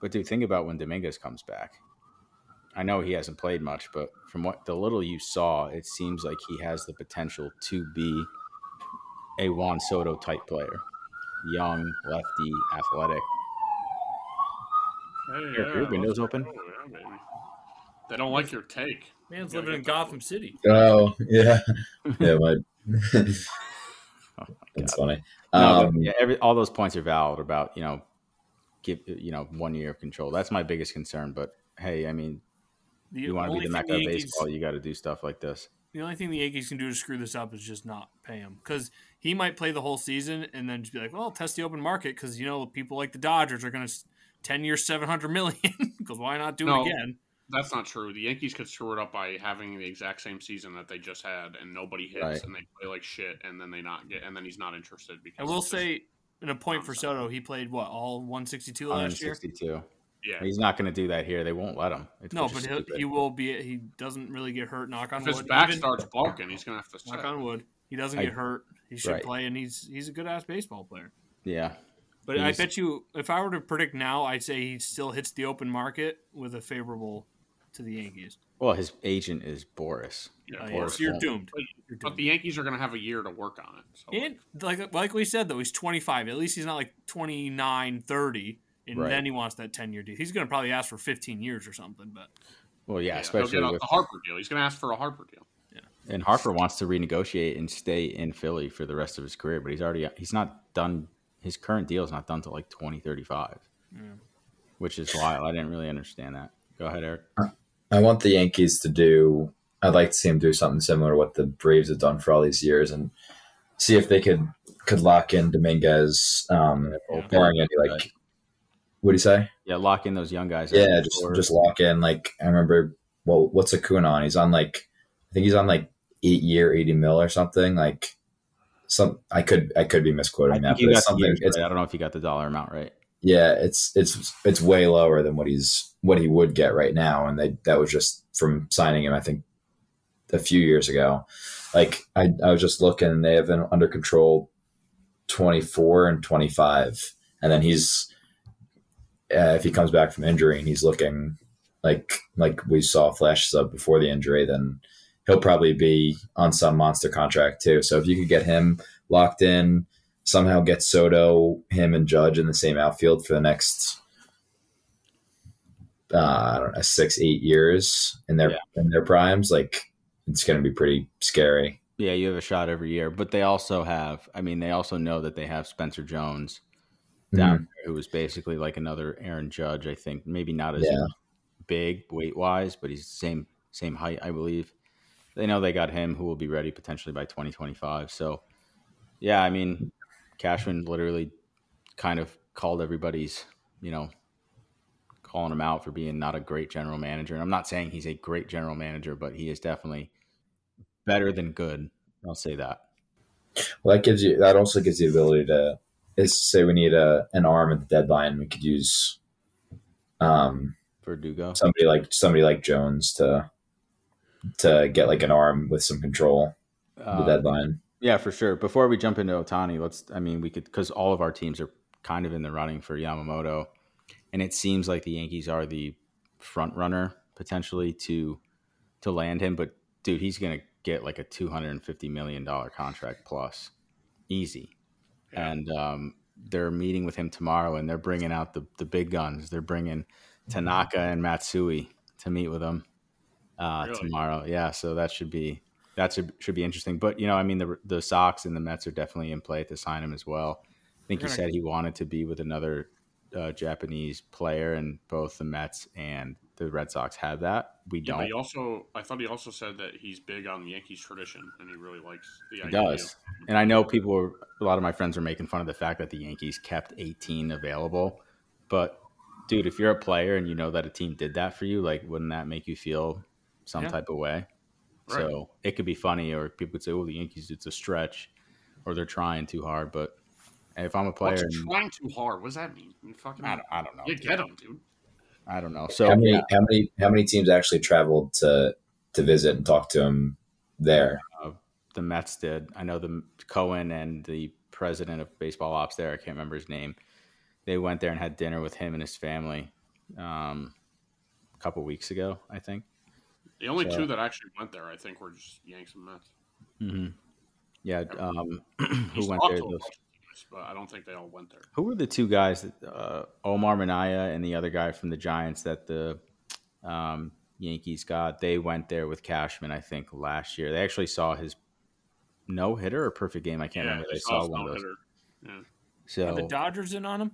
Speaker 1: But dude, think about when Dominguez comes back. I know he hasn't played much, but from what the little you saw, it seems like he has the potential to be a Juan Soto type player. Young, lefty, athletic.
Speaker 3: Hey,
Speaker 1: Here, your
Speaker 3: yeah,
Speaker 1: window's
Speaker 3: let's
Speaker 1: open.
Speaker 3: go, Oh, yeah, baby. They don't like your take.
Speaker 2: Man's
Speaker 3: Yeah,
Speaker 2: living
Speaker 3: I
Speaker 2: in
Speaker 3: got that.
Speaker 2: Gotham City.
Speaker 4: Oh yeah, yeah, but that's funny.
Speaker 1: No,
Speaker 4: Um,
Speaker 1: but yeah, every, all those points are valid about you know, give you know one year of control. That's my biggest concern. But hey, I mean,
Speaker 2: The
Speaker 1: you want to
Speaker 2: only
Speaker 1: be the
Speaker 2: thing
Speaker 1: mecca of
Speaker 2: Yankees-
Speaker 1: baseball, you got to do stuff like this.
Speaker 2: The only thing the Yankees can do to screw this up is just not pay him because he might play the whole season and then just be like, "Well, I'll test the open market because you know people like the Dodgers are going to ten year seven hundred million because why not do
Speaker 3: No.
Speaker 2: it again?"
Speaker 3: That's not true. The Yankees could screw it up by having the exact same season that they just had, and nobody hits,
Speaker 1: Right.
Speaker 3: and they play like shit, and then they not get, and then he's not interested. Because
Speaker 2: I will
Speaker 3: it's just-
Speaker 2: say, in a point for Soto, he played what all one sixty two last year.
Speaker 1: 162.
Speaker 3: yeah,
Speaker 1: He's not going to do that here. They won't let him. It's
Speaker 2: No,
Speaker 1: which
Speaker 2: but
Speaker 1: is
Speaker 2: he'll,
Speaker 1: stupid.
Speaker 2: he will be. He doesn't really get hurt. Knock on
Speaker 3: if his
Speaker 2: wood.
Speaker 3: back
Speaker 2: Even-
Speaker 3: starts barking, he's gonna have to.
Speaker 2: knock
Speaker 3: sit.
Speaker 2: on wood. He doesn't
Speaker 1: I-
Speaker 2: get hurt. He should
Speaker 1: Right.
Speaker 2: play, and he's he's a good ass baseball player.
Speaker 1: yeah,
Speaker 2: But
Speaker 1: He's-
Speaker 2: I bet you, if I were to predict now, I'd say he still hits the open market with a favorable to the Yankees.
Speaker 1: well, his agent is Boris.
Speaker 2: Uh,
Speaker 3: Yeah,
Speaker 1: yeah,
Speaker 2: yes,
Speaker 1: so
Speaker 3: Boris.
Speaker 2: you're
Speaker 1: yeah.
Speaker 2: doomed.
Speaker 3: But-
Speaker 2: You're doomed.
Speaker 3: But the Yankees are gonna have a year to work on it. So
Speaker 2: and like like we said though, he's 25. At least he's not like 29, 30, and
Speaker 1: Right.
Speaker 2: then he wants that 10 year deal. He's going to probably ask for 15 years or something. But
Speaker 1: Well, yeah,
Speaker 3: Yeah, they'll
Speaker 1: especially
Speaker 3: get off
Speaker 1: with,
Speaker 3: the Harper deal. He's going to ask for a Harper deal.
Speaker 1: and Harper wants to renegotiate and stay in Philly for the rest of his career, but he's already he's not done his current deal is not done till like twenty thirty five,
Speaker 2: Yeah.
Speaker 1: which is wild. I didn't really understand that. Go ahead, Eric.
Speaker 4: I want the Yankees to do. I'd like to see them do something similar to what the Braves have done for all these years, and see if they could could lock in Dominguez, um,
Speaker 2: Yeah.
Speaker 4: barring any like. What do you say?
Speaker 1: Yeah, lock in those young guys.
Speaker 4: Yeah, just just lock in. Like I remember, well, what's Acuna on? He's on like, I think he's on like eight year, eighty mil or something. Like, some I could I could be
Speaker 1: I, think
Speaker 4: misquoting that,
Speaker 1: you
Speaker 4: but
Speaker 1: got
Speaker 4: it's
Speaker 1: the
Speaker 4: something.
Speaker 1: years
Speaker 4: It's,
Speaker 1: right. I don't know if you got the dollar amount right.
Speaker 4: yeah, it's it's it's way lower than what he's what he would get right now, and they that was just from signing him. I think a few years ago. Like I I was just looking, and they have him under control twenty four and twenty five, and then he's uh, if he comes back from injury and he's looking like like we saw flashes of before the injury, then he'll probably be on some monster contract too. So if you could get him locked in, somehow get Soto, him, and Judge in the same outfield for the next uh, I don't know six eight years in their
Speaker 1: Yeah.
Speaker 4: in their primes, like it's going to be pretty scary.
Speaker 1: Yeah, you have a shot every year, but they also have. I mean, they also know that they have Spencer Jones
Speaker 4: Mm.
Speaker 1: down there, who was basically like another Aaron Judge. I think maybe not as
Speaker 4: Yeah.
Speaker 1: big weight wise, but he's the same same height, I believe. They know they got him, who will be ready potentially by 2025. So, yeah, I mean, Cashman literally kind of called everybody's, you know, calling him out for being not a great general manager. And I'm not saying he's a great general manager, but he is definitely better than good. I'll say that.
Speaker 4: Well, that gives you that also gives you the ability to is say we need a an arm at the deadline. We could use um,
Speaker 1: Verdugo.
Speaker 4: somebody like somebody like Jones to to get like an arm with some control at the
Speaker 1: Uh,
Speaker 4: deadline.
Speaker 1: Yeah, for sure. Before we jump into Otani, let's, I mean, we could, because all of our teams are kind of in the running for Yamamoto. And it seems like the Yankees are the front runner potentially to to land him. But dude, he's going to get like a $250 million contract plus easy.
Speaker 3: Yeah.
Speaker 1: And um, they're meeting with him tomorrow and they're bringing out the, the big guns. They're bringing Tanaka and Matsui to meet with him uh,
Speaker 3: Really?
Speaker 1: tomorrow. Yeah. So that should be, that should, should be interesting. But you know, I mean, the the Sox and the Mets are definitely in play to sign him as well. I think he
Speaker 2: Correct.
Speaker 1: said he wanted to be with another uh, Japanese player, and both the Mets and the Red Sox have that. We
Speaker 3: Yeah, but
Speaker 1: don't.
Speaker 3: he also, I thought he also said that he's big on Yankees tradition and he really likes the
Speaker 1: He
Speaker 3: idea.
Speaker 1: does. And I know people, were, a lot of my friends are making fun of the fact that the Yankees kept 18 available. But dude, if you're a player and you know that a team did that for you, like, wouldn't that make you feel some
Speaker 2: Yeah.
Speaker 1: type of way?
Speaker 3: Right.
Speaker 1: So it could be funny, or people could say, "Oh, the Yankees, it's a stretch," or they're trying too hard. But if I'm a player,
Speaker 3: What's
Speaker 1: and,
Speaker 3: trying too hard? What does that mean? You fucking,
Speaker 1: I, don't, I don't know.
Speaker 3: you
Speaker 1: dude.
Speaker 3: get him, dude.
Speaker 1: I don't know. So
Speaker 4: how many
Speaker 1: yeah,
Speaker 4: how many how many teams actually traveled to to visit and talk to him there?
Speaker 1: the Mets did. I know the Cohen and the president of baseball ops there. I can't remember his name. They went there and had dinner with him and his family um, a couple weeks ago, I think.
Speaker 3: The only
Speaker 1: So-
Speaker 3: two that actually went there, I think, were just Yanks and Mets.
Speaker 1: Mm-hmm. Yeah. Um, who
Speaker 3: He's
Speaker 1: went
Speaker 3: talked
Speaker 1: there?
Speaker 3: to a
Speaker 1: Those,
Speaker 3: bunch of teams, But I don't think they all went there.
Speaker 1: who were the two guys? That, uh, Omar Minaya and the other guy from the Giants that the um, Yankees got. They went there with Cashman, I think, last year. They actually saw his no hitter or perfect game. I can't remember. They saw
Speaker 3: us
Speaker 1: one of those.
Speaker 3: no-hitter.
Speaker 1: So
Speaker 2: Are the Dodgers in on him?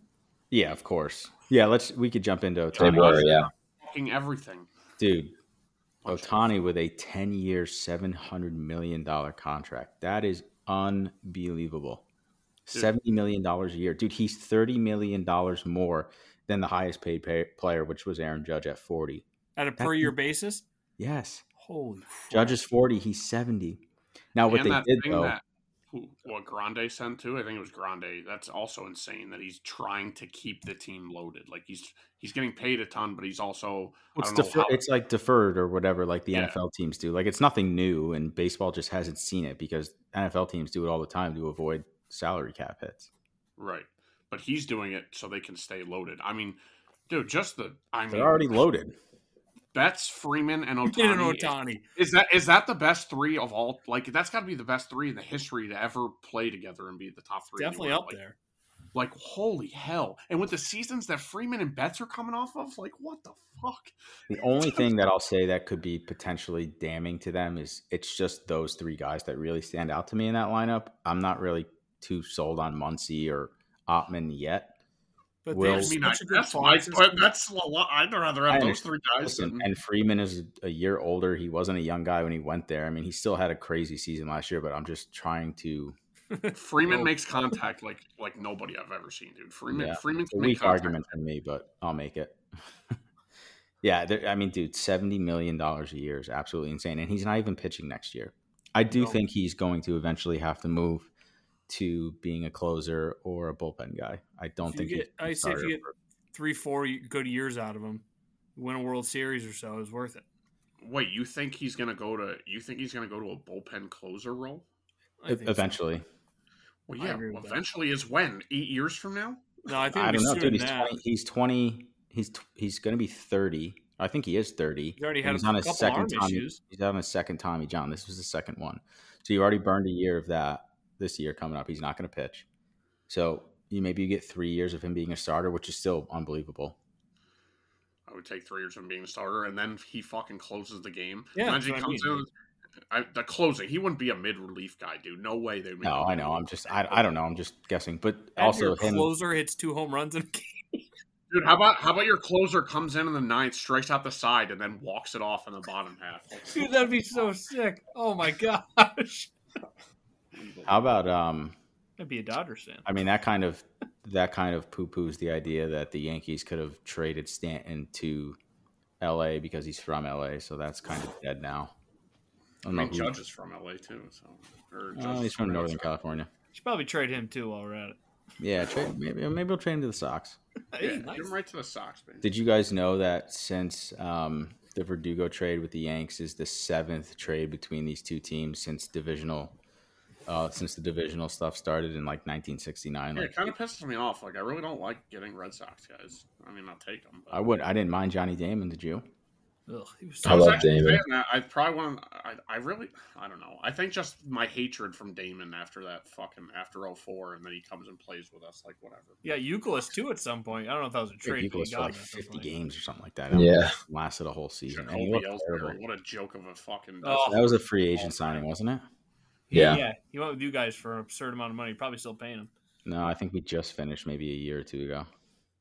Speaker 1: Yeah, of course. Yeah, let's we could jump into
Speaker 4: They
Speaker 1: Otani.
Speaker 4: were, yeah.
Speaker 3: Fucking everything.
Speaker 1: Dude,
Speaker 3: Bunch of-
Speaker 1: Otani with a 10 year, $700 million contract. That is unbelievable.
Speaker 3: Dude.
Speaker 1: $70 million a year. Dude, he's $30 million more than the highest paid pay- player, which was Aaron Judge at 40.
Speaker 2: At a per year basis?
Speaker 1: Yes.
Speaker 2: Holy crap.
Speaker 1: Judge is 40. He's 70. Now, what
Speaker 3: and
Speaker 1: they
Speaker 3: that
Speaker 1: did,
Speaker 3: thing
Speaker 1: though,
Speaker 3: that who, what Grande sent to, I think it was Grande. That's also insane that he's trying to keep the team loaded. Like he's he's getting paid a ton, but he's also I
Speaker 1: it's,
Speaker 3: don't know
Speaker 1: defer-
Speaker 3: how-
Speaker 1: it's like deferred or whatever, like the
Speaker 3: Yeah.
Speaker 1: NFL teams do. Like, it's nothing new, and baseball just hasn't seen it because NFL teams do it all the time to avoid salary cap hits.
Speaker 3: right. But he's doing it so they can stay loaded. I mean, dude, just the I mean,
Speaker 1: They're already loaded.
Speaker 3: Betts, Freeman, and
Speaker 2: Get an
Speaker 3: Otani.
Speaker 2: Otani.
Speaker 3: Is that is that the best three of all? Like that's got to be the best three in the history to ever play together and be at the top three.
Speaker 2: Definitely
Speaker 3: anywhere.
Speaker 2: up
Speaker 3: Like,
Speaker 2: there.
Speaker 3: Like holy hell! And with the seasons that Freeman and Betts are coming off of, like what the fuck?
Speaker 1: The only thing that I'll say that could be potentially damning to them is it's just those three guys that really stand out to me in that lineup. I'm not really too sold on Muncie or Ottman yet.
Speaker 2: But
Speaker 1: Will- I
Speaker 2: they have
Speaker 3: I mean, I,
Speaker 2: such a good
Speaker 3: that's my,
Speaker 2: farm system.
Speaker 3: that's a lot. I'd rather
Speaker 1: I
Speaker 3: have those three guys.
Speaker 1: Listen,
Speaker 3: than-
Speaker 1: and Freeman is a year older. He wasn't a young guy when he went there. I mean, he still had a crazy season last year, but I'm just trying to
Speaker 3: Freeman
Speaker 2: Well-
Speaker 3: makes contact like like nobody I've ever seen, dude. Freeman
Speaker 1: Yeah.
Speaker 3: Freeman
Speaker 1: a
Speaker 3: can make
Speaker 1: weak
Speaker 3: contact.
Speaker 1: argument from me, but I'll make it. yeah, there- I mean, dude, seventy million dollars a year is absolutely insane, and he's not even pitching next year. I do
Speaker 2: No.
Speaker 1: think he's going to eventually have to move to being a closer or a bullpen guy. I don't
Speaker 2: If you
Speaker 1: think.
Speaker 2: get-
Speaker 1: he's a
Speaker 2: I say if you
Speaker 1: starter
Speaker 2: get- Three, four good years out of him, win a World Series or so is worth it.
Speaker 3: Wait, you think he's gonna go to? You think he's gonna go to a bullpen closer role?
Speaker 2: I think
Speaker 1: for- E,
Speaker 2: so.
Speaker 1: eventually.
Speaker 3: Well,
Speaker 2: I
Speaker 3: yeah.
Speaker 2: agree with that.
Speaker 3: Eventually is when eight years from now.
Speaker 2: No, I think
Speaker 1: I don't
Speaker 2: it'd be
Speaker 1: know,
Speaker 2: sooner
Speaker 1: dude. He's
Speaker 2: than that.
Speaker 1: twenty. He's twenty. He's tw- he's going to be thirty. I think he is thirty.
Speaker 2: He's already
Speaker 1: And
Speaker 2: had
Speaker 1: he's
Speaker 2: a
Speaker 1: on
Speaker 2: couple
Speaker 1: his second
Speaker 2: arm
Speaker 1: Tommy.
Speaker 2: issues.
Speaker 1: He's on his second Tommy John. This was the second one. So you already burned a year of that this year coming up. He's not going to pitch. So you maybe you get three years of him being a starter, which is still unbelievable.
Speaker 3: I would take three years from being a starter, and then he fucking closes the game.
Speaker 2: Yeah,
Speaker 3: Imagine
Speaker 2: that's
Speaker 3: he
Speaker 2: what I
Speaker 3: comes in. I, the closing, he wouldn't be a mid relief guy, dude. No way they.
Speaker 1: No, I know. I'm just. I, I don't know. I'm just guessing. But
Speaker 2: After
Speaker 1: also
Speaker 2: your
Speaker 1: him.
Speaker 2: closer hits two home runs in a game.
Speaker 3: dude. How about how about your closer comes in in the ninth, strikes out the side, and then walks it off in the bottom half?
Speaker 2: Dude, that'd be so sick. Oh my gosh.
Speaker 1: How about um?
Speaker 2: I'd be a Dodgers fan.
Speaker 1: I mean, that kind of that kind of poo poos the idea that the Yankees could have traded Stanton to L.A. because he's from L.A. So that's kind of dead now. I
Speaker 3: I
Speaker 1: don't know
Speaker 3: mean,
Speaker 1: who-
Speaker 3: Judge is from LA too, so or
Speaker 1: Oh,
Speaker 3: Judge is
Speaker 1: he's from Northern
Speaker 3: California.
Speaker 1: California.
Speaker 2: Should probably trade him too while we're at it.
Speaker 1: Yeah, trade, maybe maybe we'll trade him to the Sox.
Speaker 2: Hey,
Speaker 3: Yeah,
Speaker 2: nice.
Speaker 3: give him right to the Sox, man.
Speaker 1: Did you guys know that since um, the Verdugo trade with the Yanks is the seventh trade between these two teams since divisional, uh, since the divisional stuff started in like 1969?
Speaker 3: Yeah,
Speaker 1: Like,
Speaker 3: it kind of pisses me off. Like, I really don't like getting Red Sox guys. I mean, I'll take them. But
Speaker 1: I would, I didn't mind Johnny Damon. Did you?
Speaker 2: Ugh, he was
Speaker 4: I
Speaker 2: so
Speaker 3: was
Speaker 4: love
Speaker 3: actually
Speaker 4: Damon.
Speaker 3: saying that, I probably want. I, I really. I don't know. I think just my hatred from Damon after that fucking after 04, and then he comes and plays with us. Like, whatever.
Speaker 2: Yeah, Euclid too at some point. I don't know if that was a
Speaker 1: Verdugo
Speaker 2: trade. but
Speaker 1: was
Speaker 2: he
Speaker 1: for
Speaker 2: got
Speaker 1: like
Speaker 2: him at some
Speaker 1: 50
Speaker 2: point.
Speaker 1: games or something like that. and
Speaker 4: Yeah,
Speaker 1: lasted a whole season. And he
Speaker 3: Jacoby
Speaker 1: looked
Speaker 3: Ellsbury,
Speaker 1: terrible.
Speaker 3: what a joke of a fucking.
Speaker 2: Oh.
Speaker 1: That was a free agent signing, wasn't it?
Speaker 4: Yeah.
Speaker 2: yeah. He went with you guys for an absurd amount of money. Probably still paying him.
Speaker 1: No, I think we just finished maybe a year or two ago.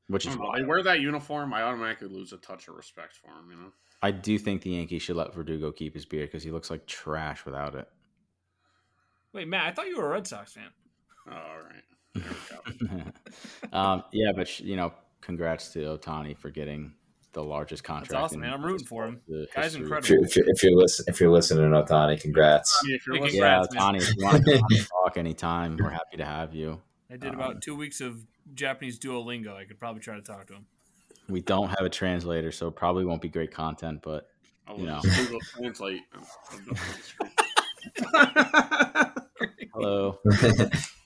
Speaker 1: Which
Speaker 3: Oh, I
Speaker 1: is
Speaker 3: don't know,
Speaker 1: why
Speaker 3: they wear that uniform. I automatically lose a touch of respect for him. You know.
Speaker 1: I do think the Yankees should let Verdugo keep his beard because he looks like trash without it.
Speaker 2: Wait, Matt, I thought you were a Red Sox fan.
Speaker 3: Oh, all right. There we go.
Speaker 1: um, yeah, but sh- you know, congrats to Otani for getting the largest contract.
Speaker 2: awesome, man. I'm rooting for him.
Speaker 1: the
Speaker 2: Guy's
Speaker 1: history.
Speaker 4: if
Speaker 2: incredible.
Speaker 4: you're, if you're, if you're, listen, if you're listening, Otani, congrats.
Speaker 3: If you're
Speaker 2: Yeah,
Speaker 3: listening-
Speaker 1: Yeah,
Speaker 2: Congrats, man.
Speaker 1: Otani, if you want to come on and talk anytime, we're happy to have you.
Speaker 2: I did
Speaker 1: Um,
Speaker 2: about two weeks of Japanese Duolingo. I could probably try to talk to him.
Speaker 1: We don't have a translator, so probably won't be great content, but
Speaker 3: I will
Speaker 1: You know.
Speaker 3: just Google Translate.
Speaker 1: hello.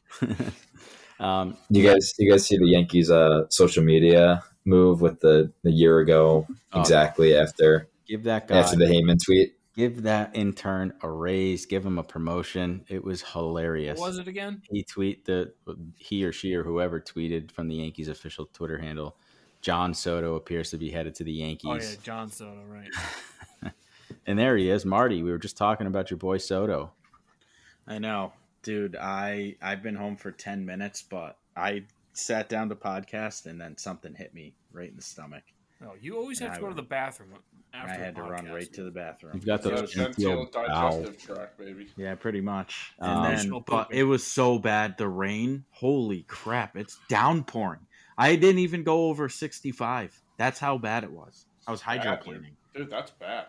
Speaker 1: um,
Speaker 4: You guys, you guys see the Yankees' uh, social media move with the the year ago
Speaker 1: Oh.
Speaker 4: exactly after
Speaker 1: give that guy
Speaker 4: after the Heyman tweet.
Speaker 1: give that intern a raise, give him a promotion. It was hilarious.
Speaker 2: What was it again?
Speaker 1: He tweet the he or she or whoever tweeted from the Yankees official Twitter handle. John Soto appears to be headed to the
Speaker 2: Oh yeah,
Speaker 1: Yankees,
Speaker 2: John Soto, right?
Speaker 1: and there he is, Marty. We were just talking about your boy Soto.
Speaker 5: I know, dude. I I've been home for ten minutes, but I sat down to podcast and then something hit me right in the stomach.
Speaker 2: No, you always have
Speaker 5: Nah,
Speaker 2: to go
Speaker 5: I
Speaker 2: to the bathroom after.
Speaker 5: And I had
Speaker 2: a
Speaker 5: to run
Speaker 2: podcast.
Speaker 5: right to the bathroom.
Speaker 1: You've got those empty old bowels.
Speaker 3: tract, baby.
Speaker 5: Yeah, pretty much. And
Speaker 1: Um,
Speaker 5: then,
Speaker 2: Emotional
Speaker 5: but
Speaker 2: pooping.
Speaker 5: it was so bad. The rain, holy crap! It's downpouring. I didn't even go over sixty-five. That's how bad it was. I was
Speaker 3: Yeah, dude.
Speaker 5: hydroplaning,
Speaker 3: Dude, that's bad.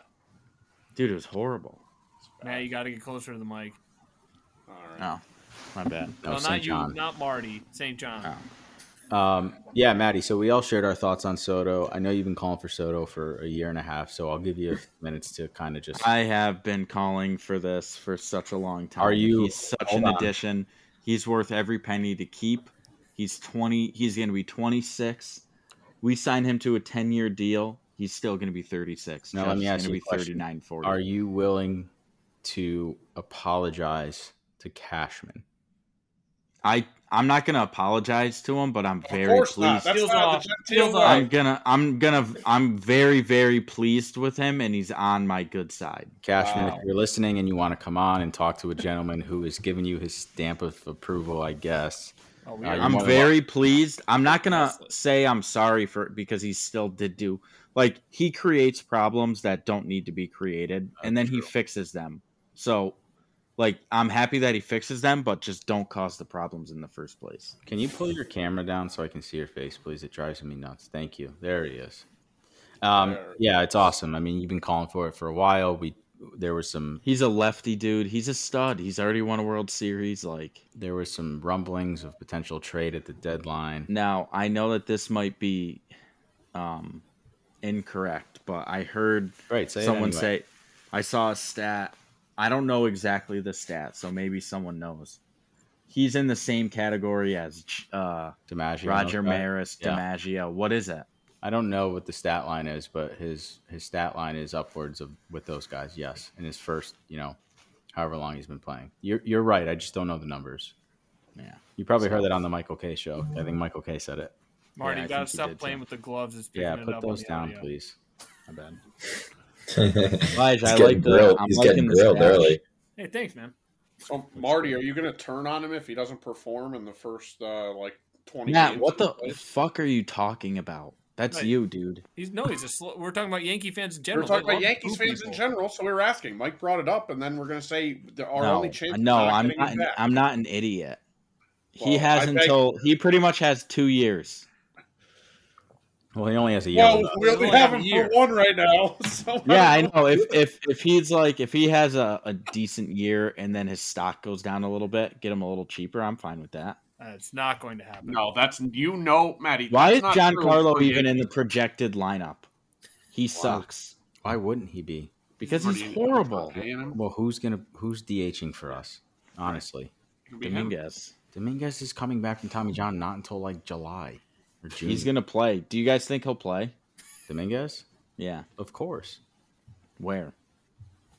Speaker 5: dude. It was horrible.
Speaker 3: That's bad.
Speaker 2: Now you got to get closer to the mic.
Speaker 3: All right.
Speaker 5: No, my bad.
Speaker 1: No,
Speaker 2: no,
Speaker 1: St.
Speaker 2: not
Speaker 1: John.
Speaker 2: you, not Marty, St. John.
Speaker 5: Oh.
Speaker 1: Um, yeah, Maddie. So we all shared our thoughts on Soto. I know you've been calling for Soto for a year and a half, so I'll give you a few minutes to kind of just.
Speaker 5: I have been calling for this for such a long time.
Speaker 1: Are you-
Speaker 5: He's such
Speaker 1: hold
Speaker 5: an
Speaker 1: on.
Speaker 5: addition. He's worth every penny to keep. He's twenty. He's going to be twenty six. We sign him to a ten year deal. He's still going to be thirty six.
Speaker 1: Now, let me ask
Speaker 5: going
Speaker 1: you a
Speaker 5: to be
Speaker 1: question.
Speaker 5: thirty nine forty.
Speaker 1: Are you willing to apologize to Cashman?
Speaker 5: I I'm not gonna apologize to him, but I'm very
Speaker 3: of course not.
Speaker 5: pleased.
Speaker 3: That's
Speaker 2: Steals
Speaker 3: not how
Speaker 2: off.
Speaker 3: the Jets
Speaker 2: Steals
Speaker 3: team
Speaker 2: off.
Speaker 5: I'm
Speaker 3: works.
Speaker 5: gonna, I'm gonna, I'm very, very pleased with him, and he's on my good side.
Speaker 1: Cashman,
Speaker 4: Wow.
Speaker 1: if you're listening and you want to come on and talk to a gentleman who is giving you his stamp of approval, I guess.
Speaker 2: Oh,
Speaker 1: Uh,
Speaker 2: weird.
Speaker 1: you
Speaker 5: I'm
Speaker 1: wanna
Speaker 5: very pleased. I'm not gonna
Speaker 3: Wrestling.
Speaker 5: say I'm sorry for because he still did do like he creates problems that don't need to be created, and then he
Speaker 3: true.
Speaker 5: fixes them. So, like, I'm happy that he fixes them, but just don't cause the problems in the first place.
Speaker 1: Can you pull your camera down so I can see your face, please? It drives me nuts. Thank you. There he is. Um,
Speaker 3: There.
Speaker 1: yeah, it's awesome. I mean, you've been calling for it for a while. We there was some
Speaker 5: He's a lefty dude. He's a stud. He's already won a World Series. Like,
Speaker 1: there was some rumblings of potential trade at the deadline.
Speaker 5: Now, I know that this might be um, incorrect, but I heard
Speaker 1: Right, say it
Speaker 5: someone
Speaker 1: anyway.
Speaker 5: say, I saw a stat. I don't know exactly the stat, so maybe someone knows. He's in the same category as uh,
Speaker 1: DiMaggio.
Speaker 5: Roger
Speaker 1: okay?
Speaker 5: Maris,
Speaker 1: Yeah.
Speaker 5: DiMaggio. What is it?
Speaker 1: I don't know what the stat line is, but his his stat line is upwards of with those guys. Yes, in his first, you know, however long he's been playing. You're you're right. I just don't know the numbers.
Speaker 5: Yeah.
Speaker 1: You probably heard that on the Michael K show. I think Michael K said it.
Speaker 2: Marty,
Speaker 5: Yeah, I
Speaker 2: you gotta
Speaker 5: think he
Speaker 2: stop
Speaker 5: did,
Speaker 2: playing
Speaker 5: too.
Speaker 2: with the gloves. It's picking
Speaker 1: Yeah,
Speaker 2: it
Speaker 1: put
Speaker 2: up on
Speaker 1: those
Speaker 2: the
Speaker 1: down,
Speaker 2: audio.
Speaker 1: please. My bad.
Speaker 5: Elijah,
Speaker 4: He's
Speaker 5: I
Speaker 4: getting
Speaker 5: like the-
Speaker 4: grilled.
Speaker 5: I'm
Speaker 4: He's getting
Speaker 5: liking the
Speaker 4: grilled
Speaker 5: stat.
Speaker 4: early.
Speaker 2: Hey, thanks, man.
Speaker 3: So, Oh, Marty, are you going to turn on him if he doesn't perform in the first uh, like twenty?
Speaker 5: Matt,
Speaker 3: games
Speaker 5: what
Speaker 3: that he
Speaker 5: the
Speaker 3: plays?
Speaker 5: fuck are you talking about? That's
Speaker 2: Right.
Speaker 5: you, dude.
Speaker 2: He's no, he's a slow. We're talking about Yankee fans in
Speaker 3: We We're
Speaker 2: general.
Speaker 3: talking
Speaker 2: They
Speaker 3: about
Speaker 2: love to
Speaker 3: Yankees
Speaker 2: boo
Speaker 3: fans in
Speaker 2: people.
Speaker 3: general, so we were asking. Mike brought it up, and then we're going to say the- our
Speaker 5: no,
Speaker 3: only chance.
Speaker 5: no,
Speaker 3: is
Speaker 5: I'm
Speaker 3: getting
Speaker 5: not.
Speaker 3: him
Speaker 5: An,
Speaker 3: back.
Speaker 5: I'm not an idiot. he
Speaker 3: Well,
Speaker 5: has
Speaker 3: I beg-
Speaker 5: until he pretty much has two years.
Speaker 1: Well, he only has a year.
Speaker 3: Well,
Speaker 1: left.
Speaker 3: we
Speaker 2: only
Speaker 3: only
Speaker 2: have
Speaker 3: have
Speaker 2: a
Speaker 3: him
Speaker 2: year.
Speaker 3: for one right now. So
Speaker 1: Oh,
Speaker 5: Yeah, I know. If if if he's like if he has a, a decent year and then his stock goes down a little bit, get him a little cheaper. I'm fine with that.
Speaker 2: Uh, it's not going to happen.
Speaker 3: No, that's you know, Matty.
Speaker 5: Why
Speaker 3: that's
Speaker 5: is
Speaker 3: not
Speaker 5: John
Speaker 3: true
Speaker 1: Oh,
Speaker 5: Carlo
Speaker 3: for
Speaker 5: even
Speaker 3: Yankees.
Speaker 5: in the projected lineup? He sucks
Speaker 1: Why wouldn't he be?
Speaker 5: because
Speaker 3: What
Speaker 5: he's
Speaker 3: do you-
Speaker 5: horrible.
Speaker 3: paying him?
Speaker 1: Well, who's gonna who's DHing for us? Honestly,
Speaker 3: It could be him.
Speaker 5: Dominguez,
Speaker 1: Dominguez is coming back from Tommy John not until like July or June.
Speaker 5: he's gonna play. Do you guys think he'll play?
Speaker 1: Dominguez,
Speaker 5: Yeah,
Speaker 1: of course.
Speaker 5: where?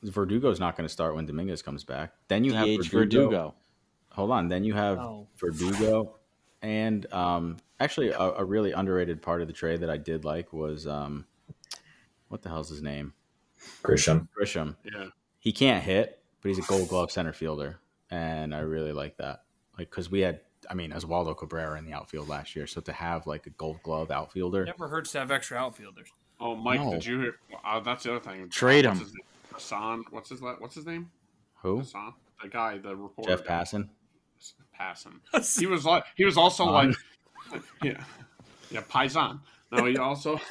Speaker 1: Verdugo's not going to start when Dominguez comes back. Then you have
Speaker 5: DH
Speaker 1: Verdugo.
Speaker 5: Verdugo.
Speaker 1: Hold on. Then you have
Speaker 2: Oh.
Speaker 1: Verdugo, and um, actually a, a really underrated part of the trade that I did like was um, what the hell's his name?
Speaker 4: Grisham.
Speaker 1: Grisham.
Speaker 3: Yeah,
Speaker 1: He can't hit, but he's a Gold Glove center fielder, and I really like that. Like because we had, I mean, Oswaldo Cabrera in the outfield last year, so to have like a Gold Glove outfielder,
Speaker 2: Never hurts to have extra outfielders.
Speaker 3: Oh, Mike,
Speaker 1: No.
Speaker 3: did you hear? Uh, that's the other thing.
Speaker 5: Trade
Speaker 3: What's
Speaker 5: him.
Speaker 3: his name? Hassan. What's his la- What's his name?
Speaker 1: who?
Speaker 3: Hassan. The guy, the reporter.
Speaker 1: Jeff Passan.
Speaker 3: Passan. He was like. He was also
Speaker 1: Hassan.
Speaker 3: like. Yeah, yeah, Paisan. No, he also.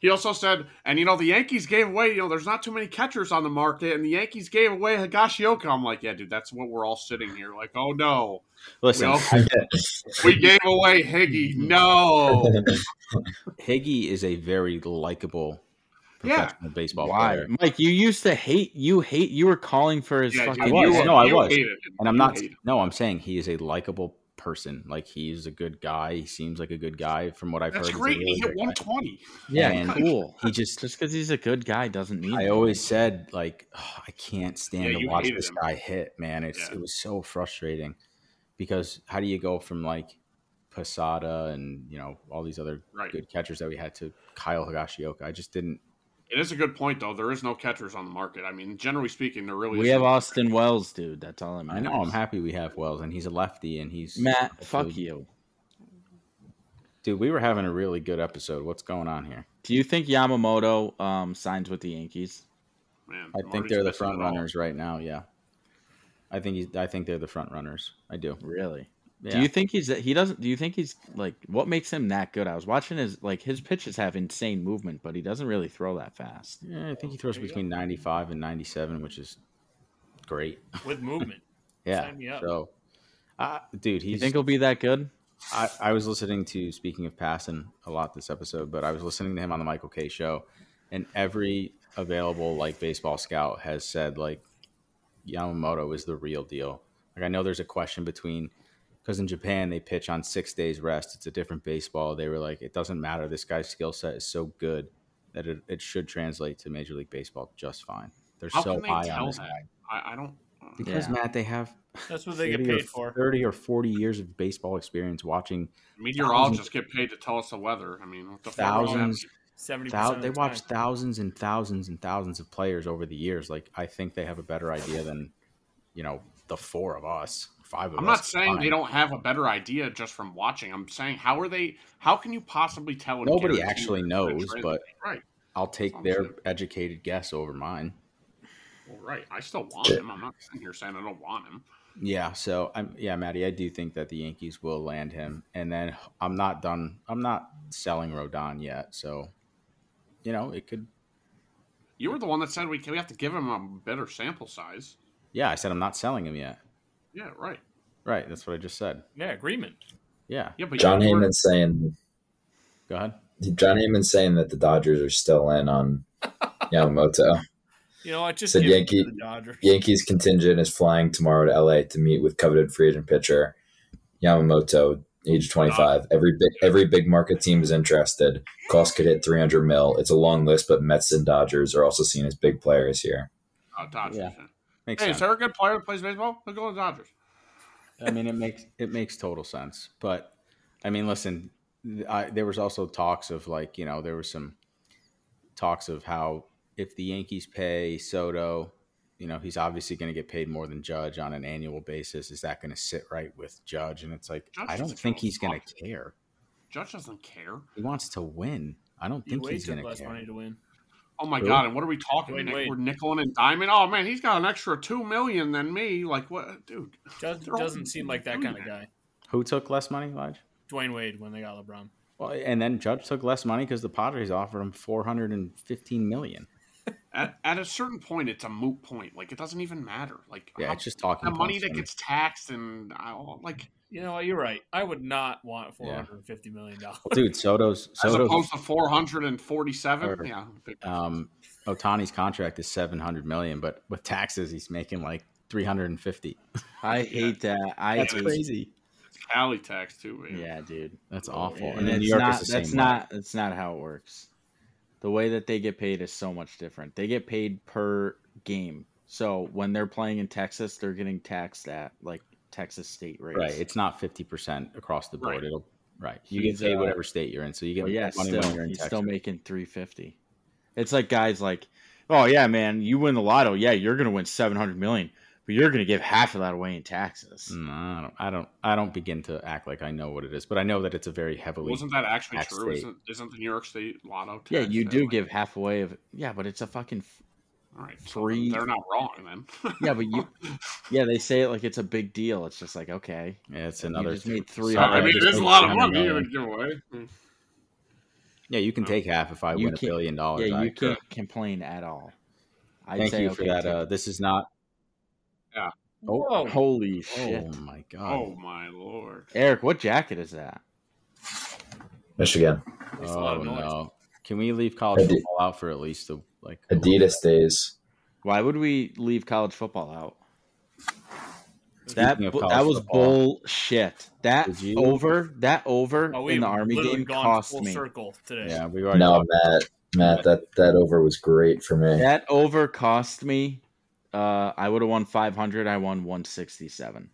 Speaker 3: He also said, and you know, the Yankees gave away. You know, there's not too many catchers on the market, and the Yankees gave away Higashioka. I'm like, yeah, dude, that's what we're all sitting here like. Oh no,
Speaker 1: Listen,
Speaker 3: Well, we gave away Higgy. No,
Speaker 1: Higgy is a very likable
Speaker 3: Yeah.
Speaker 1: professional baseball
Speaker 5: Why,
Speaker 1: player.
Speaker 5: Mike? You used to hate. You hate. You were calling for his
Speaker 3: yeah,
Speaker 5: fucking.
Speaker 3: dude,
Speaker 1: was.
Speaker 3: you
Speaker 1: No, I
Speaker 3: you
Speaker 1: was.
Speaker 3: hated him.
Speaker 1: And I'm
Speaker 3: You
Speaker 1: not.
Speaker 3: hated him.
Speaker 1: No, I'm saying he is a likable person. Like he's a good guy. He seems like a good guy from what I've
Speaker 3: That's
Speaker 1: heard.
Speaker 3: great.
Speaker 1: He's a really great
Speaker 3: he hit
Speaker 1: guy.
Speaker 3: 120.
Speaker 5: yeah,
Speaker 1: And
Speaker 5: cool.
Speaker 1: He just.
Speaker 5: Just because he's a good guy doesn't mean
Speaker 1: I
Speaker 5: that.
Speaker 1: always said like "Ugh, I can't stand
Speaker 3: Yeah,
Speaker 1: to
Speaker 3: you
Speaker 1: watch
Speaker 3: hated
Speaker 1: this
Speaker 3: him.
Speaker 1: guy hit. Man, it's
Speaker 3: Yeah.
Speaker 1: it was so frustrating because how do you go from like Posada and you know all these other
Speaker 3: Right.
Speaker 1: good catchers that we had to Kyle Higashioka? I just didn't.
Speaker 3: It is a good point, though. There is no catchers on the market. I mean, generally speaking, there really
Speaker 5: We
Speaker 3: isn't.
Speaker 5: have Austin Wells, dude. That's all I'm.
Speaker 1: I know. I'm happy we have Wells, and he's a lefty, and he's
Speaker 5: Matt,
Speaker 1: a
Speaker 5: fuck
Speaker 1: good-
Speaker 5: you.
Speaker 1: Dude, we were having a really good episode. What's going on here?
Speaker 5: Do you think Yamamoto um, signs with the Yankees?
Speaker 3: Man,
Speaker 1: I think
Speaker 3: Marty's
Speaker 1: they're the
Speaker 3: missing
Speaker 1: front
Speaker 3: it all.
Speaker 1: runners right now. Yeah, I think he's, I think they're the front runners. I do.
Speaker 5: Really?
Speaker 1: Yeah.
Speaker 5: Do you think he's he doesn't? Do you think he's like what makes him that good? I was watching his like his pitches have insane movement, but he doesn't really throw that fast.
Speaker 1: yeah, I think he throws
Speaker 2: There you
Speaker 1: between 95 and 97, which is great.
Speaker 2: With movement.
Speaker 1: Yeah.
Speaker 2: Sign me up.
Speaker 1: So, uh, dude,
Speaker 5: Do you
Speaker 1: he's.
Speaker 5: think he'll be that good?
Speaker 1: I, I was listening to speaking of passing a lot this episode, but I was listening to him on the Michael K show, and every available like baseball scout has said like Yamamoto is the real deal. Like I know there's a question between because in Japan they pitch on six days rest. It's a different baseball. They were like, it doesn't matter. This guy's skill set is so good that it, it should translate to Major League Baseball just fine. They're
Speaker 3: How
Speaker 1: so
Speaker 3: can they
Speaker 1: high on
Speaker 3: tell
Speaker 1: this
Speaker 3: that?
Speaker 1: guy
Speaker 3: I, I don't.
Speaker 1: because
Speaker 5: Yeah.
Speaker 1: Matt, they have
Speaker 2: That's what they get paid
Speaker 1: or,
Speaker 2: for.
Speaker 1: 30 or 40 years of baseball experience watching
Speaker 3: Meteorologists get paid to tell us the weather. I mean, what the fuck? is
Speaker 1: thousands
Speaker 3: that?
Speaker 2: Seventy
Speaker 1: thou-
Speaker 2: percent.
Speaker 1: they watch thousands and thousands and thousands of players over the years like i think they have a better idea than you know the four of us five of
Speaker 3: I'm
Speaker 1: us
Speaker 3: not saying they
Speaker 1: combined.
Speaker 3: don't have a better idea just from watching. I'm saying how are they? How can you possibly tell? and
Speaker 1: Nobody
Speaker 3: guarantee
Speaker 1: actually
Speaker 3: that
Speaker 1: knows,
Speaker 3: it's right?
Speaker 1: but-
Speaker 3: right,
Speaker 1: i'll take their educated guess over mine
Speaker 3: well, right. I still want
Speaker 4: Shit.
Speaker 3: him. I'm not sitting here saying I don't want him.
Speaker 1: Yeah, so I'm yeah, Maddie, I do think that the Yankees will land him. And then I'm not done I'm not selling Rodon yet, so you know, it could
Speaker 3: You were the one that said we we have to give him a better sample size.
Speaker 1: yeah, I said I'm not selling him yet.
Speaker 3: Yeah, right.
Speaker 1: Right, that's what I just said.
Speaker 2: Yeah, agreement.
Speaker 1: Yeah.
Speaker 3: Yeah, but
Speaker 4: John
Speaker 3: you were-
Speaker 4: Heyman's saying
Speaker 1: Go ahead.
Speaker 4: John Heyman's saying that the Dodgers are still in on Yamamoto.
Speaker 2: You know, I just
Speaker 4: Said
Speaker 2: give it
Speaker 4: Yankee-
Speaker 2: to the Dodgers.
Speaker 4: Yankees contingent is flying tomorrow to LA to meet with coveted free agent pitcher Yamamoto, age 25. Every big every big market team is interested. Cost could hit 300 mil. It's a long list, but Mets and Dodgers are also seen as big players here.
Speaker 3: Oh, Dodgers.
Speaker 1: Yeah.
Speaker 3: yeah.
Speaker 1: Makes
Speaker 3: Hey, is
Speaker 1: sense.
Speaker 3: there a good player that plays baseball? Let's go to the Dodgers.
Speaker 1: I mean, it makes it makes total sense. But I mean, listen, I, there was also talks of like you know there was some talks of how if the Yankees pay Soto, you know he's obviously going to get paid more than Judge on an annual basis. Is that going to sit right with Judge? And it's like
Speaker 3: Judge
Speaker 1: I don't
Speaker 3: doesn't
Speaker 1: think
Speaker 3: give a
Speaker 1: he's going to
Speaker 3: fuck.
Speaker 1: care.
Speaker 3: Judge doesn't care.
Speaker 1: He wants to win. I don't
Speaker 2: You
Speaker 1: think
Speaker 2: way
Speaker 1: he's
Speaker 2: too
Speaker 1: going to
Speaker 2: less money
Speaker 1: care.
Speaker 2: to win.
Speaker 3: Oh my
Speaker 1: Who?
Speaker 3: god! And what are we talking?
Speaker 2: Wait,
Speaker 3: Nick?
Speaker 2: wait.
Speaker 3: We're nickeling and diming. Oh man, he's got an extra two million than me. Like what, dude?
Speaker 2: Does,
Speaker 3: They're all-
Speaker 2: doesn't seem like that kind of guy.
Speaker 1: Who took less money, Lige?
Speaker 2: Dwayne Wade when they got LeBron.
Speaker 1: Well, and then Judge took less money because the Padres offered him four hundred and fifteen million.
Speaker 3: At, at a certain point, it's a moot point. Like it doesn't even matter. Like
Speaker 1: Yeah,
Speaker 3: how-
Speaker 1: it's just talking
Speaker 3: the money
Speaker 1: points
Speaker 3: that
Speaker 1: and-
Speaker 3: gets taxed and oh, like
Speaker 2: You know what? You're right. I would not want four
Speaker 1: Yeah.
Speaker 2: hundred and fifty million dollars.
Speaker 1: dude. Soto's
Speaker 3: as
Speaker 1: Soto's
Speaker 3: opposed to four hundred and
Speaker 1: Or-
Speaker 3: forty-seven. Yeah, big-
Speaker 5: Uh,
Speaker 1: um, Otani's contract is seven hundred million, but with taxes, he's making like three hundred and fifty.
Speaker 5: I hate that. I
Speaker 1: That's
Speaker 5: hate
Speaker 1: crazy.
Speaker 3: it's Cali tax too. Man.
Speaker 5: Yeah, dude.
Speaker 1: That's awful.
Speaker 5: And
Speaker 1: And then
Speaker 5: that's
Speaker 1: New York
Speaker 5: not
Speaker 1: is the
Speaker 5: that's
Speaker 1: same. way.
Speaker 5: not that's not how it works. The way that they get paid is so much different. They get paid per game. So when they're playing in Texas, they're getting taxed at like Texas state rates.
Speaker 1: right. It's not fifty percent across the board.
Speaker 3: Right.
Speaker 1: It'll right. You
Speaker 5: He's,
Speaker 1: get paid
Speaker 5: uh,
Speaker 1: whatever state you're in, so you get
Speaker 5: But yeah,
Speaker 1: money
Speaker 5: still,
Speaker 1: when you're in
Speaker 5: he's
Speaker 1: Texas.
Speaker 5: still making three fifty. It's like guys like, oh yeah, man, you win the lotto, yeah, you're gonna win seven hundred million, but you're gonna give half of that away in taxes.
Speaker 1: Mm, I don't. I don't. I don't begin to act like I know what it is, but I know that it's a very heavily.
Speaker 3: Wasn't that actually
Speaker 1: Tax
Speaker 3: true?
Speaker 1: state.
Speaker 3: Isn't, isn't the New York State lotto? Tax
Speaker 5: Yeah, you do
Speaker 3: Like,
Speaker 5: give half away of yeah, but it's a fucking f-
Speaker 3: all right. So
Speaker 5: free-
Speaker 3: They're not wrong then.
Speaker 5: yeah, but you yeah they say it like it's a big deal. It's just like okay,
Speaker 1: Yeah, it's
Speaker 5: You
Speaker 1: another.
Speaker 5: just made three
Speaker 1: So,
Speaker 5: hundred.
Speaker 3: I mean, it
Speaker 5: just
Speaker 3: is a
Speaker 5: made
Speaker 3: lot of
Speaker 5: 300
Speaker 3: money you
Speaker 5: million.
Speaker 3: would give away. Mm,
Speaker 1: yeah, you can take half if I
Speaker 5: You
Speaker 1: win a
Speaker 5: can't-
Speaker 1: billion dollars.
Speaker 5: Yeah,
Speaker 1: I-
Speaker 5: you can't complain at all. I'd
Speaker 1: Thank
Speaker 5: say,
Speaker 1: you for
Speaker 5: okay,
Speaker 1: that.
Speaker 5: take-
Speaker 1: Uh, this is not.
Speaker 5: oh, holy shit,
Speaker 1: Oh my
Speaker 5: Uh,
Speaker 1: god.
Speaker 3: Oh my lord!
Speaker 5: Eric, what jacket is that?
Speaker 4: Michigan.
Speaker 2: Makes a lot of
Speaker 1: Oh,
Speaker 2: noise.
Speaker 1: no. Can we leave college
Speaker 4: Adi-
Speaker 1: football out for at least a, like a little
Speaker 4: Adidas days.
Speaker 5: Why would we leave college football out? That
Speaker 1: Speaking of
Speaker 5: bu-
Speaker 1: college
Speaker 5: that was
Speaker 1: football.
Speaker 5: bullshit. That
Speaker 1: Did you-
Speaker 5: over that over
Speaker 2: Oh,
Speaker 5: in
Speaker 2: we've
Speaker 5: the army
Speaker 2: literally
Speaker 5: game
Speaker 2: gone
Speaker 5: cost
Speaker 2: full
Speaker 5: me.
Speaker 2: circle today.
Speaker 1: Yeah, we already.
Speaker 4: No, Matt. Matt, that, that over was great for me.
Speaker 5: That over cost me. Uh, I would have won five hundred. I won one sixty seven.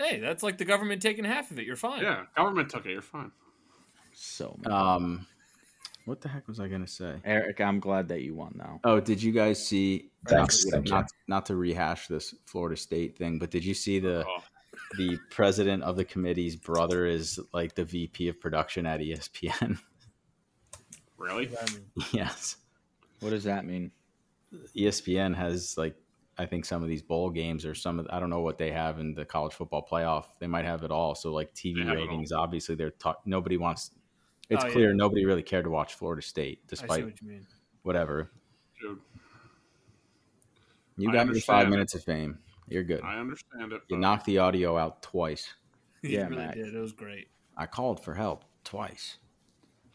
Speaker 2: Hey, that's like the government taking half of it. You're fine.
Speaker 3: Yeah, government took it. You're fine.
Speaker 5: So mad.
Speaker 1: Um, what the heck was I gonna say?
Speaker 5: Eric, I'm glad that you won now.
Speaker 1: Oh, did you guys see?
Speaker 4: Thanks,
Speaker 1: Not,
Speaker 4: thank you.
Speaker 1: not, not to rehash this Florida State thing, but did you see the
Speaker 3: Oh.
Speaker 1: the president of the committee's brother is like the VP of production at E ESPN?
Speaker 3: Really?
Speaker 2: I mean,
Speaker 1: yes,
Speaker 5: What does that mean?
Speaker 1: ESPN has like I think some of these bowl games or some of I don't know what they have in the college football playoff. They might have it all. So like
Speaker 3: They
Speaker 1: TV
Speaker 3: have it all.
Speaker 1: ratings, obviously they're ta- nobody wants. It's
Speaker 2: Oh, yeah.
Speaker 1: clear nobody really cared to watch Florida State,
Speaker 2: I see
Speaker 1: despite
Speaker 2: what you mean.
Speaker 1: whatever.
Speaker 3: Dude,
Speaker 1: You
Speaker 3: I
Speaker 1: got your five
Speaker 3: understand.
Speaker 1: minutes of fame. You're good.
Speaker 3: I understand it.
Speaker 1: You
Speaker 3: but-
Speaker 1: knocked the audio out twice.
Speaker 2: You
Speaker 5: Yeah,
Speaker 2: really
Speaker 5: Mac.
Speaker 2: did. It was great.
Speaker 1: I called for help twice.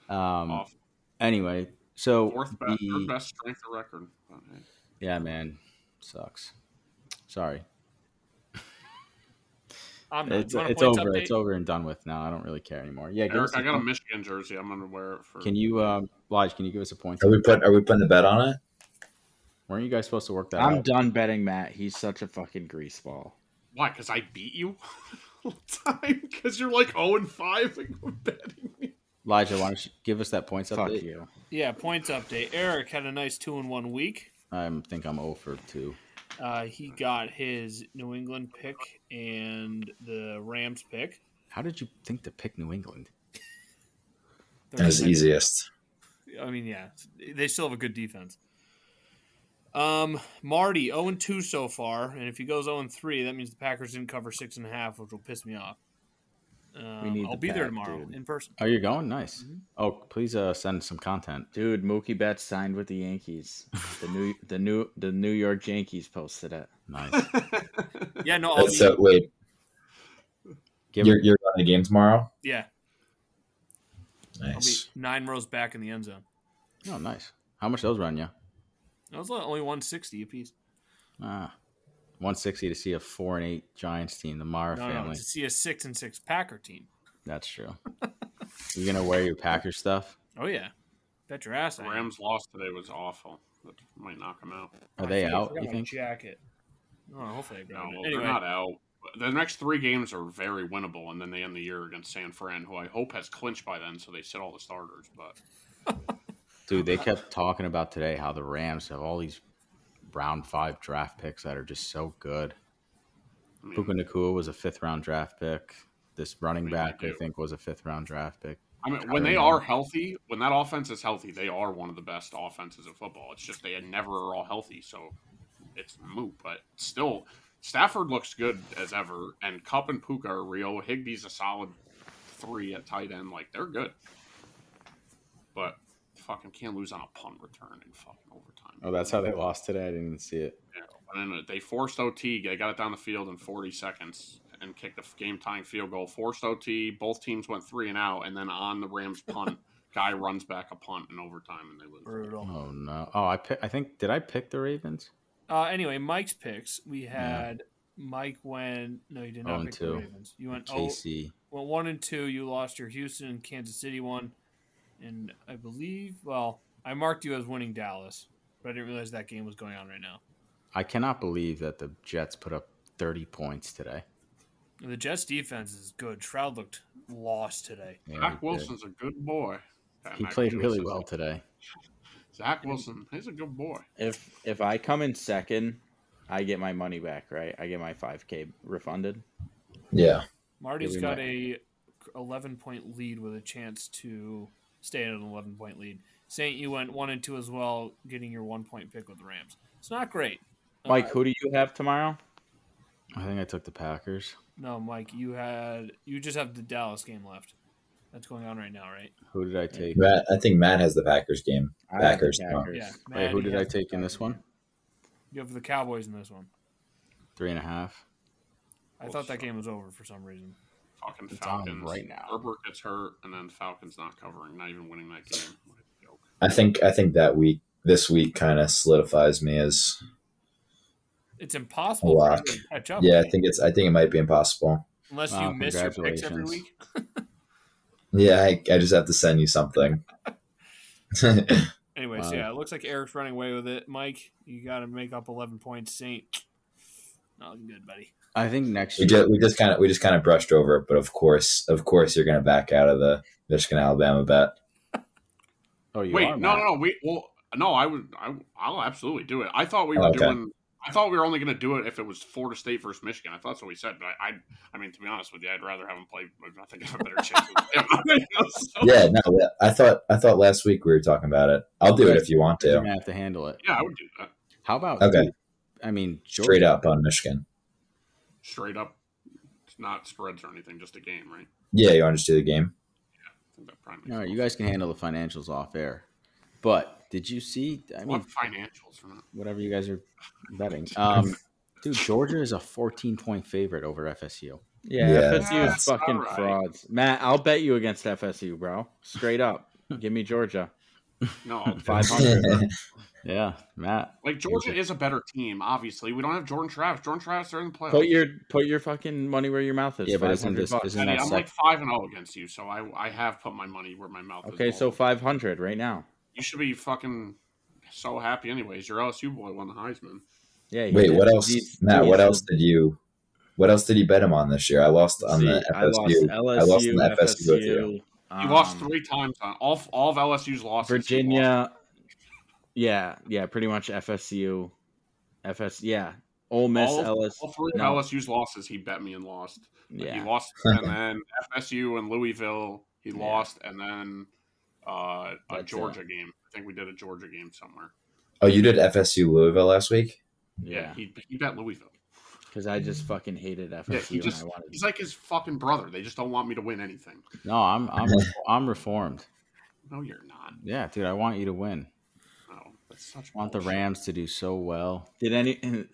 Speaker 1: Um.
Speaker 3: Off.
Speaker 1: Anyway, so
Speaker 3: Fourth best,
Speaker 1: the-
Speaker 3: third best strength of record. Okay.
Speaker 1: yeah, man, sucks. Sorry,
Speaker 2: I'm not.
Speaker 1: it's
Speaker 2: you want a
Speaker 1: it's
Speaker 2: points
Speaker 1: over.
Speaker 2: update?
Speaker 1: It's over and done with now. I don't really care anymore. Yeah, give
Speaker 3: Eric,
Speaker 1: us a
Speaker 3: I got a
Speaker 1: point.
Speaker 3: Michigan jersey. I'm gonna wear it for.
Speaker 1: Can you, um, Lige? Can you give us a point?
Speaker 4: Are we put? Are we putting the bet on it?
Speaker 1: Weren't you guys supposed to work that?
Speaker 5: I'm
Speaker 1: out?
Speaker 5: done betting Matt. He's such a fucking greaseball.
Speaker 3: Why? Because I beat you all the time? Because you're like 0 and 5 and betting me.
Speaker 1: Elijah, why don't you give us that points
Speaker 5: Fuck
Speaker 1: update?
Speaker 5: you.
Speaker 2: Yeah, points update. Eric had a nice two in one week.
Speaker 1: I think I'm 0 for 2.
Speaker 2: Uh, he got his New England pick and the Rams pick.
Speaker 1: How did you think to pick New England?
Speaker 4: As easiest.
Speaker 2: I mean, yeah, they still have a good defense. Um, Marty, 0 and 2 so far. And if he goes 0 and 3, that means the Packers didn't cover 6.5, which will piss me off. Um,
Speaker 5: need
Speaker 2: I'll
Speaker 5: the
Speaker 2: be there
Speaker 5: pack,
Speaker 2: tomorrow
Speaker 5: dude.
Speaker 2: in person.
Speaker 1: Oh, you're going? Nice.
Speaker 2: Mhm.
Speaker 1: Oh, please uh, send some content.
Speaker 5: Dude, Mookie Betts signed with the Yankees. The new the new the New York Yankees posted it.
Speaker 1: Nice.
Speaker 2: Yeah, no, I'll
Speaker 4: That's
Speaker 2: be,
Speaker 4: so wait,
Speaker 1: Give
Speaker 4: you're you're running the game tomorrow?
Speaker 2: yeah, I'll be
Speaker 4: Nice.
Speaker 2: nine rows back in the end zone.
Speaker 1: Oh, nice. How much those run you?
Speaker 2: That was only 160 apiece.
Speaker 1: Ah, 160 to see a 4 and 8 Giants team, the Mara
Speaker 2: No, no,
Speaker 1: family.
Speaker 2: to see a 6 and 6 Packer team.
Speaker 1: That's true. you're going to wear your Packer stuff?
Speaker 2: Oh, yeah. Bet your ass. I
Speaker 3: The
Speaker 2: am.
Speaker 3: Rams loss today was awful. That might knock them out.
Speaker 1: Are
Speaker 2: I
Speaker 1: they
Speaker 2: think I
Speaker 1: out,
Speaker 2: forgot
Speaker 1: you
Speaker 2: my
Speaker 1: think?
Speaker 2: jacket. Oh, hopefully I
Speaker 3: No,
Speaker 2: grabbed it.
Speaker 3: well,
Speaker 2: Anyway,
Speaker 3: they're not out. The next three games are very winnable, and then they end the year against San Fran, who I hope has clinched by then, so they sit all the starters. But
Speaker 1: Dude, they kept talking about today how the Rams have all these round five draft picks that are just so good.
Speaker 3: I mean,
Speaker 1: Puka Nakua was a fifth round draft pick. This running
Speaker 3: I mean, they
Speaker 1: back, I
Speaker 3: do.
Speaker 1: think, was a fifth round draft pick.
Speaker 3: I mean, when they are healthy, when that offense is healthy, they are one of the best offenses of football. It's just they never are all healthy, so it's moot. But still, Stafford looks good as ever, and Cup and Puka are real. Higby's a solid three at tight end. Like they're good, but fucking can't lose on a punt return in fucking overtime.
Speaker 1: Oh, they lost today. I didn't even see it.
Speaker 3: And then they forced OT. They got it down the field in 40 seconds and kicked a game tying field goal. Forced OT. Both teams went three and out. And then on the Rams punt, guy runs back a punt in overtime and they lose.
Speaker 2: brutal.
Speaker 1: Oh no! Oh, I pick, I think did I pick the Ravens?
Speaker 2: Uh, anyway, Mike's picks. We
Speaker 1: Yeah.
Speaker 2: had Mike went. No, you did
Speaker 1: Oh,
Speaker 2: not
Speaker 1: and
Speaker 2: pick
Speaker 1: two.
Speaker 2: the Ravens. You went oh,
Speaker 1: KC.
Speaker 2: well, one and two. You lost your Houston and Kansas City one, and I believe. Well, I marked you as winning Dallas, but I didn't realize that game was going on right now.
Speaker 1: I cannot believe that the Jets put up thirty points today.
Speaker 2: The Jets defense is good. Shroud looked lost today.
Speaker 1: Yeah, he
Speaker 3: Zach
Speaker 1: did.
Speaker 3: Wilson's a good boy.
Speaker 1: He played really well today.
Speaker 3: Zach Wilson, he's a good boy.
Speaker 5: If if I come in second, I get my money back, right? I get my 5k refunded.
Speaker 4: Yeah.
Speaker 2: Marty's
Speaker 1: we
Speaker 2: got a eleven point lead with a chance to stay at an eleven point lead. Saint, you went one and two as well, getting your one point pick with the Rams. It's not great.
Speaker 3: Uh,
Speaker 2: Uh,
Speaker 5: Mike, who do you have tomorrow?
Speaker 1: I think I took the Packers.
Speaker 2: No, Mike, you had you just have the Dallas game left. That's going on right now, right?
Speaker 1: Who did I take?
Speaker 4: Matt, I think Matt has the Packers game.
Speaker 5: I have the
Speaker 4: Packers tomorrow.
Speaker 5: Packers.
Speaker 2: Yeah.
Speaker 1: Wait, who
Speaker 2: Maddie
Speaker 1: did I
Speaker 2: has the
Speaker 1: take in this
Speaker 2: Cowboys.
Speaker 1: one?
Speaker 2: You have the Cowboys in this one.
Speaker 1: Three and a half.
Speaker 2: I thought that game was over for some reason.
Speaker 3: Fucking
Speaker 1: It's on
Speaker 3: Falcons.
Speaker 1: right now.
Speaker 3: Herbert gets hurt, and then Falcons not covering, not even winning that game. What a joke.
Speaker 4: I think I think that week this week kind of solidifies me as
Speaker 2: It's impossible for
Speaker 4: Lock.
Speaker 2: you to
Speaker 5: Oh.
Speaker 2: catch up.
Speaker 4: yeah. I
Speaker 2: with
Speaker 4: think it's I think it might be impossible.
Speaker 2: unless
Speaker 1: Wow,
Speaker 2: you miss your picks every
Speaker 1: uh, congratulations.
Speaker 2: week.
Speaker 4: Yeah, I, I just have to send you something.
Speaker 2: Anyway, so
Speaker 1: Wow.
Speaker 2: yeah, it looks like Eric's running away with it. Mike, you got to make up 11 points. Saint, not looking good, buddy.
Speaker 1: I think next
Speaker 4: we
Speaker 1: year.
Speaker 4: just we just kind of we just kind of brushed over it, but of course, of course, you're going to back out of the Michigan Alabama bet.
Speaker 1: oh, you
Speaker 3: Wait,
Speaker 1: are,
Speaker 3: no,
Speaker 1: Matt.
Speaker 3: no, no. We well, no, I would, I, I'll absolutely do it. I thought we
Speaker 4: Oh,
Speaker 3: were
Speaker 4: okay.
Speaker 3: doing. I thought we were only going to do it if it was Florida State versus Michigan. I thought that's what we said, but I, I, I mean, to be honest with you, I'd rather have them play. I think I have a better chance. With them.
Speaker 5: Oh.
Speaker 3: So,
Speaker 4: Yeah, no, yeah, I thought I thought last week we were talking about it. I'll do it if you want
Speaker 1: You're
Speaker 4: to.
Speaker 1: gonna have to handle it.
Speaker 3: yeah, I would do that
Speaker 1: How about?
Speaker 4: Okay.
Speaker 1: dude, I mean, Georgia,
Speaker 4: Straight up on Michigan.
Speaker 3: straight up. It's not spreads or anything, just a game, right?
Speaker 4: Yeah, you want to just do the game?
Speaker 3: I think that probably
Speaker 1: All right,
Speaker 3: makes
Speaker 1: you
Speaker 3: sense.
Speaker 1: guys can handle the financials off air. But did you see? I mean,
Speaker 3: What financials? Or not?
Speaker 1: whatever you guys are betting. Um, dude, Georgia is a 14 point favorite over FSU.
Speaker 5: Yeah,
Speaker 4: Yeah.
Speaker 5: FSU is
Speaker 3: That's
Speaker 5: fucking
Speaker 3: all right.
Speaker 5: frauds. Matt, I'll bet you against FSU, bro. Straight up. Give me Georgia.
Speaker 3: No, I'll do it.
Speaker 5: 500.
Speaker 1: Yeah, Matt.
Speaker 3: Like Georgia is a better team, obviously. We don't have Jordan Travis. Jordan Travis, they're in the playoffs.
Speaker 5: Put your put your fucking money where your mouth is.
Speaker 1: Yeah, but isn't
Speaker 5: 500
Speaker 1: this
Speaker 5: bucks.
Speaker 1: isn't
Speaker 3: Eddie,
Speaker 1: that
Speaker 3: I'm
Speaker 1: sec-
Speaker 3: like five and zero against you, so I I have put my money where my mouth is.
Speaker 5: Okay, so
Speaker 3: also.
Speaker 5: 500 right now.
Speaker 3: You should be fucking so happy, anyways. Your LSU boy won the Heisman.
Speaker 5: Yeah. he
Speaker 4: Wait,
Speaker 5: did.
Speaker 4: what else,
Speaker 5: He's-
Speaker 4: Matt?
Speaker 5: he's
Speaker 4: What
Speaker 5: the-
Speaker 4: else did you? What else did you bet him on this year? I lost on
Speaker 5: See,
Speaker 4: the
Speaker 5: I lost
Speaker 4: FSU.
Speaker 5: LSU,
Speaker 4: I lost on the FSU with
Speaker 5: FSU.
Speaker 3: He lost
Speaker 5: um,
Speaker 3: three times on all. All of LSU's losses. he lost.
Speaker 5: Virginia. Yeah, yeah, pretty much FSU, FS. Yeah, Ole Miss,
Speaker 3: all,
Speaker 5: Ellis.
Speaker 3: all three
Speaker 5: no.
Speaker 3: of LSU's losses, he bet me and lost. He
Speaker 5: Yeah,
Speaker 3: lost, and then FSU and Louisville, he
Speaker 5: Yeah.
Speaker 3: lost, and then uh, a
Speaker 5: That's
Speaker 3: Georgia game. I think we did a Georgia game somewhere.
Speaker 4: Oh, you did FSU Louisville last week.
Speaker 5: yeah,
Speaker 3: he, he bet Louisville.
Speaker 5: because I just fucking hated FSU.
Speaker 3: Yeah, he
Speaker 5: and
Speaker 3: just
Speaker 5: I wanted
Speaker 3: he's like his fucking brother. They just don't want me to win anything.
Speaker 5: No, I'm I'm I'm reformed.
Speaker 3: No, you're not.
Speaker 1: Yeah, dude, I want you to win.
Speaker 3: No, that's such
Speaker 1: I want the
Speaker 3: bullshit.
Speaker 1: Rams to do so well.
Speaker 5: Did any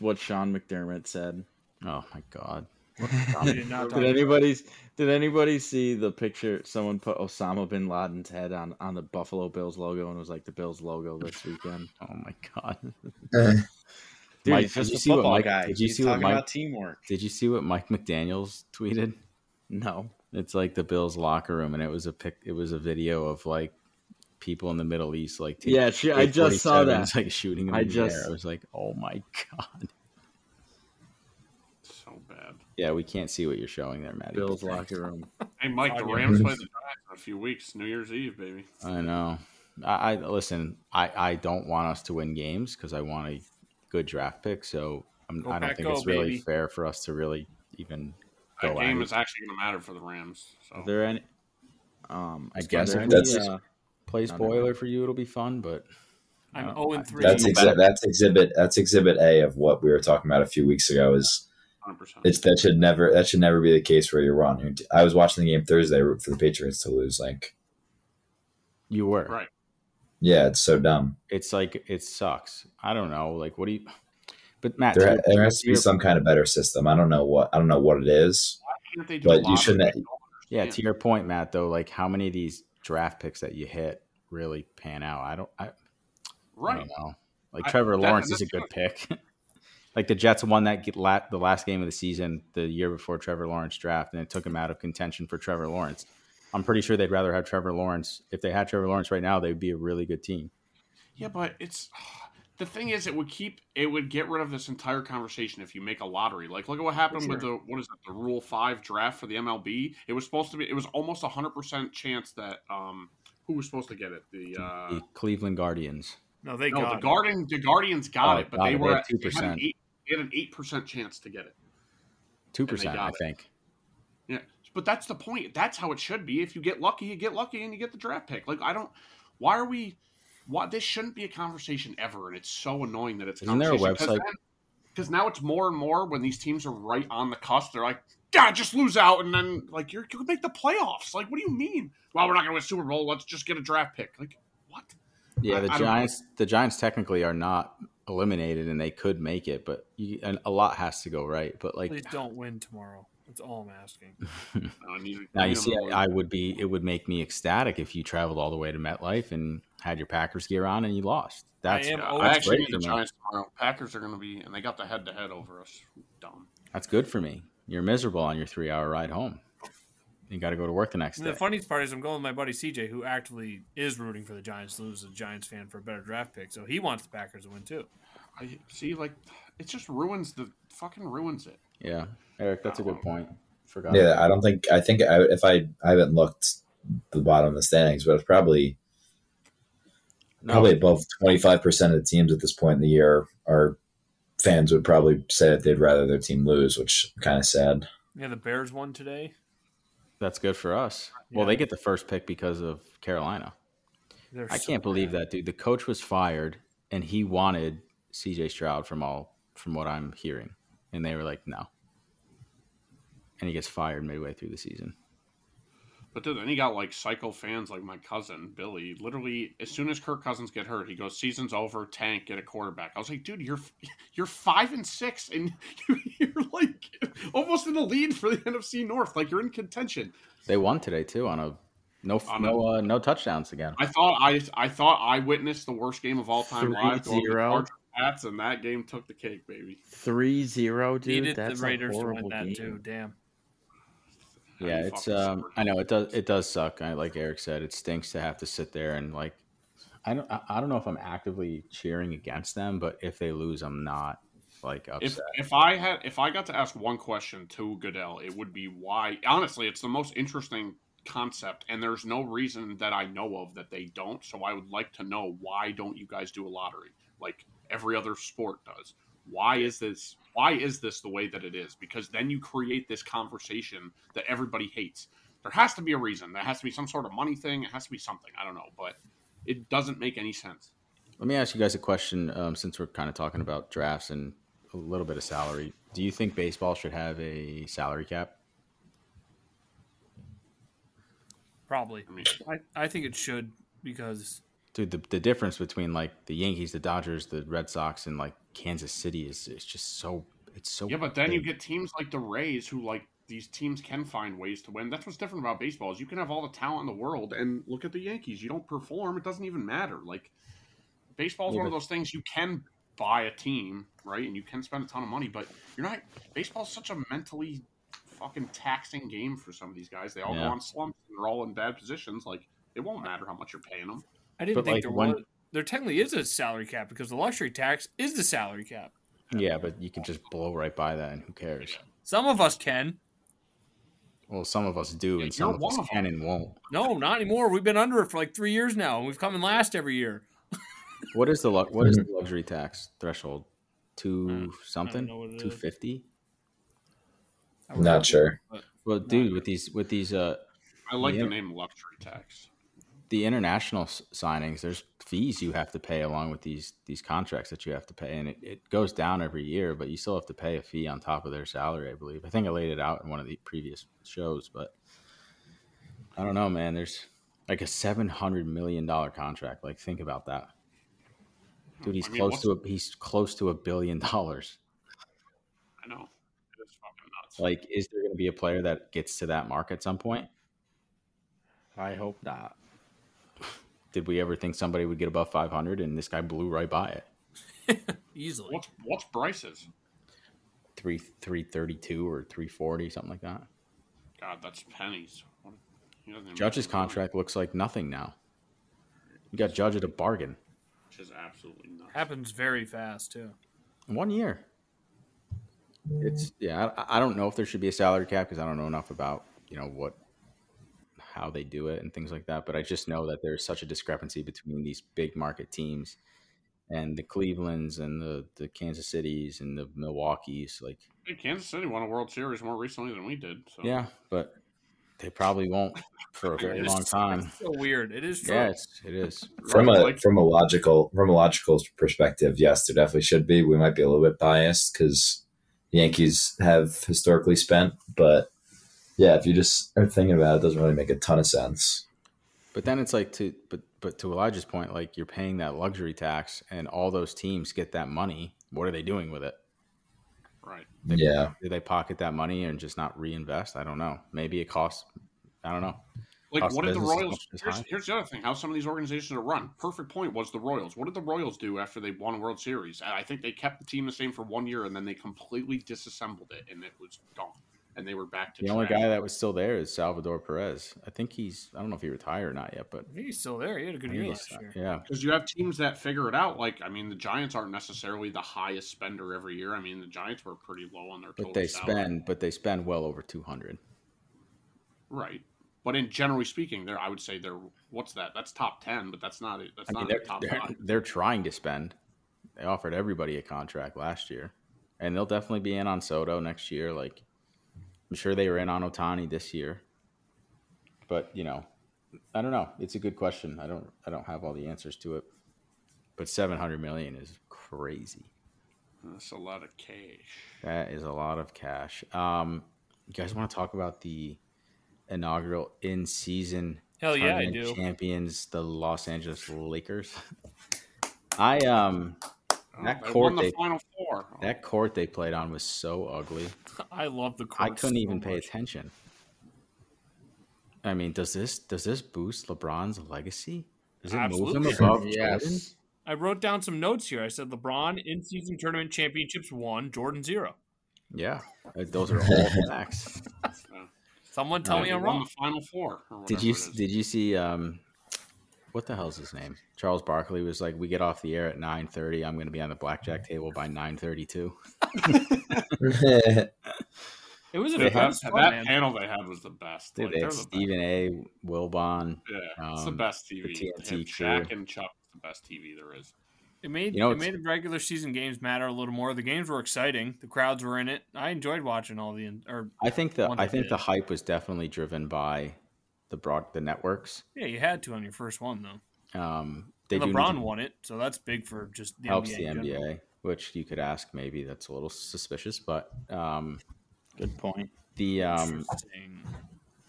Speaker 5: what Sean McDermott said?
Speaker 1: Oh my god.
Speaker 2: We did not talk
Speaker 5: Did anybody did anybody see the picture? Someone put Osama bin Laden's head on on the Buffalo Bills logo and it was like the Bills logo this weekend.
Speaker 1: Oh my god.
Speaker 5: Dude,
Speaker 1: Mike,
Speaker 5: he's just
Speaker 1: did you
Speaker 5: a
Speaker 1: see what
Speaker 5: football
Speaker 1: Mike-
Speaker 5: guy.
Speaker 1: did you
Speaker 5: he's
Speaker 1: see what
Speaker 5: talking
Speaker 1: Mike-
Speaker 5: about teamwork.
Speaker 1: Did you see what Mike McDaniels tweeted?
Speaker 5: No,
Speaker 1: It's like the Bills locker room, and it was a pic. It was a video of like people in the Middle East, like taking
Speaker 5: yeah, she, I just saw
Speaker 1: AK-47s,
Speaker 5: that.
Speaker 1: like shooting. Them
Speaker 5: I
Speaker 1: I just.
Speaker 5: just-
Speaker 1: I was like, oh my god.
Speaker 3: So bad.
Speaker 1: Yeah, we can't see what you're showing there, Maddie.
Speaker 5: Bills
Speaker 1: but
Speaker 5: locker room.
Speaker 3: Hey, Mike, the
Speaker 2: Fuck yeah.
Speaker 3: Rams play the Giants in a few weeks, New Year's Eve, baby.
Speaker 1: I know. I, I listen. I I don't want us to win games because I want a good draft pick. So I'm,
Speaker 2: Go
Speaker 1: I don't
Speaker 2: Pack
Speaker 1: think
Speaker 2: Go,
Speaker 1: it's really
Speaker 2: baby.
Speaker 1: fair for us to really even.
Speaker 3: That
Speaker 1: Go
Speaker 3: game
Speaker 1: at it.
Speaker 3: is actually going to matter for the Rams.
Speaker 5: Are
Speaker 3: So
Speaker 5: there any? Um,
Speaker 1: I
Speaker 5: are
Speaker 1: guess
Speaker 5: there
Speaker 1: if
Speaker 5: any,
Speaker 4: that's-
Speaker 5: uh,
Speaker 1: Play
Speaker 5: No, no, no.
Speaker 1: spoiler for you. It'll be fun, but
Speaker 2: I'm
Speaker 1: No,
Speaker 2: 0 and 3.
Speaker 4: That's
Speaker 3: Reasonable
Speaker 4: exhi- that's exhibit that's exhibit A of what we were talking about a few weeks ago. Is
Speaker 3: 100.
Speaker 4: it's that should never that should never be the case where you're wrong. I was watching the game Thursday I root for the Patriots to lose. Like,
Speaker 1: you were
Speaker 3: Right.
Speaker 4: yeah, it's so dumb.
Speaker 1: It's like it sucks. I don't know. Like, what do you? But Matt, to
Speaker 4: There,
Speaker 1: your-
Speaker 4: there has to be
Speaker 1: your-
Speaker 4: some kind of better system. I don't know what I don't know what it is.
Speaker 3: Why can't they do
Speaker 4: But
Speaker 3: a
Speaker 4: you
Speaker 3: lot
Speaker 4: shouldn't-
Speaker 1: yeah, to your point, Matt. Though, like, how many of these draft picks that you hit really pan out? I don't. I, I
Speaker 3: right.
Speaker 1: don't know. Like
Speaker 3: I-
Speaker 1: Trevor
Speaker 3: that-
Speaker 1: Lawrence is
Speaker 3: that's
Speaker 1: a good pick. like the Jets won that get la- the last game of the season the year before Trevor Lawrence draft, and it took him out of contention for Trevor Lawrence. I'm pretty sure they'd rather have Trevor Lawrence. If they had Trevor Lawrence right now, they'd be a really good team.
Speaker 3: Yeah, but it's the thing is, it would keep it would get rid of this entire conversation if you make a lottery. Like, look at what happened with the what is it, the Rule Five draft for the MLB. It was supposed to be, it was almost a hundred percent chance that um, who was supposed to get it? The uh,
Speaker 1: the Cleveland Guardians.
Speaker 2: No, they
Speaker 3: no,
Speaker 2: got
Speaker 3: the
Speaker 2: it.
Speaker 3: Guardian, the Guardians got
Speaker 1: Oh,
Speaker 3: it, but
Speaker 1: got
Speaker 3: they
Speaker 1: it. They
Speaker 3: were
Speaker 1: had
Speaker 3: at they had an
Speaker 1: 2%.
Speaker 3: eight, they had an eight percent chance to get it.
Speaker 1: Two percent,
Speaker 3: got
Speaker 1: I
Speaker 3: it.
Speaker 1: think.
Speaker 3: Yeah, but that's the point. That's how it should be. If you get lucky, you get lucky, and you get the draft pick. Like I don't. Why are we? Why this shouldn't be a conversation ever, and it's so annoying that it's.
Speaker 1: Isn't there a website?
Speaker 3: Because now it's more and more when these teams are right on the cusp, they're like, "God, just lose out," and then like you're, you could make the playoffs. Like, what do you mean? Well, we're not going to win Super Bowl. Let's just get a draft pick. Like, what? I-
Speaker 1: Yeah,
Speaker 3: I
Speaker 1: the
Speaker 3: don't know.
Speaker 1: Giants. The Giants technically are not eliminated, and they could make it, but you, and a lot has to go right. But like
Speaker 2: Please don't win tomorrow. That's all I'm asking.
Speaker 3: No, I need-
Speaker 1: Now
Speaker 3: I
Speaker 1: you
Speaker 3: need
Speaker 1: see,
Speaker 3: another one.
Speaker 1: I, I would be. It would make me ecstatic if you traveled all the way to MetLife and had your Packers gear on and you lost. That's
Speaker 2: am-
Speaker 3: Yeah,
Speaker 2: oh,
Speaker 3: I
Speaker 1: that's
Speaker 3: actually
Speaker 1: great
Speaker 3: need the
Speaker 1: for me.
Speaker 3: Giants tomorrow. Packers are going to be, and they got the head to head over us. Dumb.
Speaker 1: that's good for me. You're miserable on your three hour ride home. You got to go to work the next
Speaker 2: And
Speaker 1: day.
Speaker 2: the funniest part is I'm going with my buddy CJ, who actively is rooting for the Giants to lose a Giants fan for a better draft pick. So he wants the Packers to win too.
Speaker 3: I see, like, it just ruins the fucking ruins it.
Speaker 1: yeah, Eric, that's a good point. Forgot.
Speaker 4: Yeah, I don't think I think I, if I I haven't looked the bottom of the standings, but it's probably
Speaker 1: No,
Speaker 4: probably above twenty five percent of the teams at this point in the year are fans would probably say that they'd rather their team lose, which kind of sad.
Speaker 2: Yeah, the Bears won today.
Speaker 1: that's good for us. Well,
Speaker 2: Yeah.
Speaker 1: they get the first pick because of Carolina.
Speaker 2: They're
Speaker 1: I
Speaker 2: so
Speaker 1: can't believe
Speaker 2: bad.
Speaker 1: that, dude. The coach was fired, and he wanted C.J. Stroud from all from what I'm hearing, and they were like, no. And he gets fired midway through the season.
Speaker 3: But dude, then he got like psycho fans like my cousin Billy. Literally, as soon as Kirk Cousins get hurt, he goes, "Season's over. Tank, get a quarterback." I was like, "Dude, you're you're five and six, and you're like almost in the lead for the NFC North. Like you're in contention."
Speaker 1: They won today too on a no
Speaker 3: On a-
Speaker 1: no uh, no touchdowns again.
Speaker 3: I thought I I thought I witnessed the worst game of all time live. going to the
Speaker 5: 3-0.
Speaker 3: Chargers Pats, and that game took the cake, baby.
Speaker 5: 3-0, dude.
Speaker 2: Needed
Speaker 5: that's
Speaker 2: the Raiders
Speaker 5: a
Speaker 2: to win
Speaker 5: horrible
Speaker 2: that
Speaker 5: game.
Speaker 2: too. Damn.
Speaker 3: How
Speaker 1: yeah,
Speaker 3: you
Speaker 1: it's
Speaker 3: fucking
Speaker 1: um
Speaker 3: score?
Speaker 1: I know it does it does suck. I like Eric said, it stinks to have to sit there and like I don't I, I don't know if I'm actively cheering against them, but if they lose, I'm not. like
Speaker 3: If
Speaker 1: upset.
Speaker 3: if I had if I got to ask one question to Goodell, it would be why. Honestly, it's the most interesting concept, and there's no reason that I know of that they don't. So I would like to know why don't you guys do a lottery like every other sport does? Why is this? Why is this the way that it is? Because then you create this conversation that everybody hates. There has to be a reason. There has to be some sort of money thing. It has to be something. I don't know, but it doesn't make any sense.
Speaker 1: Let me ask you guys a question. Um, since we're kind of talking about drafts and a little bit of salary, do you think baseball should have a salary cap?
Speaker 2: Probably.
Speaker 3: I mean,
Speaker 2: I, I think it should because
Speaker 1: Dude, the, the difference between like the Yankees, the Dodgers, the Red Sox, and like Kansas City is it's just so it's so
Speaker 3: Yeah, but then you
Speaker 1: big.
Speaker 3: get teams like the Rays who like these teams can find ways to win. That's what's different about baseball is you can have all the talent in the world and look at the Yankees. You don't perform, it doesn't even matter. Like baseball is
Speaker 1: Yeah,
Speaker 3: one of
Speaker 1: but-
Speaker 3: those things you can buy a team, right? And you can spend a ton of money, but you're not baseball's such a mentally fucking taxing game for some of these guys. They all
Speaker 1: Yeah.
Speaker 3: go on slumps and they're all in bad positions. Like it won't matter how much you're paying them.
Speaker 2: I didn't
Speaker 1: But,
Speaker 2: think
Speaker 1: like,
Speaker 2: there
Speaker 1: one-
Speaker 2: was. There technically is a salary cap because the luxury tax is the salary cap.
Speaker 1: yeah, but you can just blow right by that, and who cares?
Speaker 2: Some of us can.
Speaker 1: Well, some of us do, and
Speaker 3: Yeah, you're
Speaker 1: some of
Speaker 3: one
Speaker 1: us
Speaker 3: of 'em.
Speaker 1: can and won't.
Speaker 2: No, not anymore. We've been under it for like three years now, and we've come in last every year.
Speaker 1: What is the lu- what is the
Speaker 2: Mm-hmm.
Speaker 1: luxury tax threshold? Two something,
Speaker 2: know what it is.
Speaker 1: two fifty.
Speaker 2: I would hope
Speaker 4: Not
Speaker 2: so.
Speaker 4: sure.
Speaker 1: Well, dude, with these with these uh
Speaker 3: I like
Speaker 1: Yeah.
Speaker 3: the name luxury tax.
Speaker 1: the international s- signings, there's fees you have to pay along with these these contracts that you have to pay, and it, it goes down every year, but you still have to pay a fee on top of their salary, I believe. I think I laid it out in one of the previous shows, but I don't know, man. There's like a seven hundred million dollar contract. Like, think about that, dude. He's
Speaker 3: I mean,
Speaker 1: close
Speaker 3: what's-
Speaker 1: to a he's close to a billion dollars.
Speaker 3: I know. It is fucking nuts.
Speaker 1: Like, is there going to be a player that gets to that mark at some point?
Speaker 5: I hope not.
Speaker 1: Did we ever think somebody would get above five hundred, and this guy blew right by it?
Speaker 2: Easily.
Speaker 3: What's what's Bryce's?
Speaker 1: three three thirty two or three forty, something like that.
Speaker 3: God, that's pennies. What- he doesn't even
Speaker 1: Judge's
Speaker 3: make a
Speaker 1: contract looks like nothing now. You got Judge at a bargain.
Speaker 3: living, Which is absolutely nuts.
Speaker 2: Happens very fast too.
Speaker 1: One year. It's yeah, I, I don't know if there should be a salary cap because I don't know enough about, you know, what how they do it and things like that. But I just know that there's such a discrepancy between these big market teams and the Clevelands and the, the Kansas Cities and the Milwaukee's like
Speaker 3: Hey, Kansas City won a World Series more recently than we did. So.
Speaker 1: yeah, but they probably won't for a very long time.
Speaker 2: It's so weird. It is true.
Speaker 1: Yes, it is.
Speaker 4: From
Speaker 3: Right,
Speaker 4: a
Speaker 3: like-
Speaker 4: from a logical from a logical perspective, yes, there definitely should be. We might be a little bit biased because Yankees have historically spent, but yeah, if you just are thinking about it, it doesn't really make a ton of sense.
Speaker 1: But then it's like to but but to Elijah's point, like you're paying that luxury tax, and all those teams get that money. What are they doing with it?
Speaker 3: Right.
Speaker 4: Yeah,
Speaker 1: Do they pocket that money and just not reinvest? I don't know. Maybe it costs. I don't know.
Speaker 3: Like,
Speaker 1: Cost
Speaker 3: what
Speaker 1: of
Speaker 3: did the
Speaker 1: business is
Speaker 3: Royals?
Speaker 1: almost as
Speaker 3: Here's,
Speaker 1: high.
Speaker 3: here's the other thing: how some of these organizations are run. Perfect point was the Royals. What did the Royals do after they won World Series? And I think they kept the team the same for one year, and then they completely disassembled it, and it was gone. And they were back to
Speaker 1: The only
Speaker 3: trash.
Speaker 1: guy that was still there is Salvador Perez. I think he's. I don't know if he retired or not yet, but
Speaker 2: I think He's still there. He had a
Speaker 1: I
Speaker 2: good
Speaker 1: think
Speaker 2: year
Speaker 1: he's-
Speaker 2: last year.
Speaker 1: yeah.
Speaker 3: Because you have teams that figure it out. Like, I mean, the Giants aren't necessarily the highest spender every year. I mean, the Giants were pretty low on their total
Speaker 1: But they
Speaker 3: salary.
Speaker 1: spend. But they spend well over two hundred.
Speaker 3: Right. But in generally speaking, there I would say they're what's that? That's top ten, but that's not it. That's
Speaker 1: I mean,
Speaker 3: not
Speaker 1: they're,
Speaker 3: top
Speaker 1: they're,
Speaker 3: five.
Speaker 1: they're trying to spend. They offered everybody a contract last year, and they'll definitely be in on Soto next year. Like, I'm sure they were in on Otani this year, but you know, I don't know. It's a good question. I don't. I don't have all the answers to it, but 700 million is crazy.
Speaker 3: That's a lot of cash.
Speaker 1: That is a lot of cash. Um, you guys want to talk about the inaugural in season
Speaker 2: Hell Oh, yeah, I
Speaker 1: tournament
Speaker 2: do.
Speaker 1: champions, the Los Angeles Lakers. I um
Speaker 3: Oh,
Speaker 1: That
Speaker 3: they
Speaker 1: court
Speaker 3: won the
Speaker 1: they-
Speaker 3: final four. Oh,
Speaker 1: that court they played on was so ugly.
Speaker 2: I love the.
Speaker 1: I
Speaker 2: courts
Speaker 1: couldn't
Speaker 2: so
Speaker 1: even pay
Speaker 2: much.
Speaker 1: attention. I mean, does this does this boost LeBron's legacy? Does it move
Speaker 2: Absolutely.
Speaker 1: him above Jordan?
Speaker 5: Yes.
Speaker 2: I wrote down some notes here. I said LeBron in season tournament championships one, Jordan zero.
Speaker 1: Yeah, uh, those are all facts.
Speaker 3: yeah.
Speaker 2: Someone tell
Speaker 1: Uh,
Speaker 2: me
Speaker 3: They
Speaker 2: I'm
Speaker 3: won
Speaker 2: wrong.
Speaker 3: the final four. or
Speaker 1: Did
Speaker 3: whatever
Speaker 1: you
Speaker 3: it is.
Speaker 1: did you see um what the hell's his name? Charles Barkley was like, "We get off the air at nine thirty. I'm going to be on the blackjack table by nine thirty-two.
Speaker 2: It was a
Speaker 3: They
Speaker 2: it
Speaker 3: had,
Speaker 2: was
Speaker 3: that
Speaker 2: fun, man.
Speaker 3: panel they had was the best.
Speaker 1: Dude,
Speaker 3: Like, they're
Speaker 1: it's
Speaker 3: the best.
Speaker 1: Stephen A. Wilbon.
Speaker 3: Yeah, it's the
Speaker 1: Um,
Speaker 3: best TV.
Speaker 1: the TNT
Speaker 3: And Shaq
Speaker 1: crew.
Speaker 3: and Chuck, the best TV there is.
Speaker 2: It made
Speaker 1: You know,
Speaker 2: it
Speaker 1: it's-
Speaker 2: made the regular season games matter a little more. The games were exciting. The crowds were in it. I enjoyed watching all the in- or
Speaker 1: I think the
Speaker 2: One
Speaker 1: I
Speaker 2: that
Speaker 1: think the
Speaker 2: did.
Speaker 1: hype was definitely driven by the broad the networks.
Speaker 2: yeah, you had to on your first one though.
Speaker 1: Um, they
Speaker 2: And
Speaker 1: do need
Speaker 2: LeBron
Speaker 1: to-
Speaker 2: won it, so that's big for just the
Speaker 1: helps
Speaker 2: NBA.
Speaker 1: the
Speaker 2: in
Speaker 1: NBA,
Speaker 2: general.
Speaker 1: which you could ask. Maybe that's a little suspicious, but um,
Speaker 5: Good point.
Speaker 1: the um,
Speaker 2: Interesting.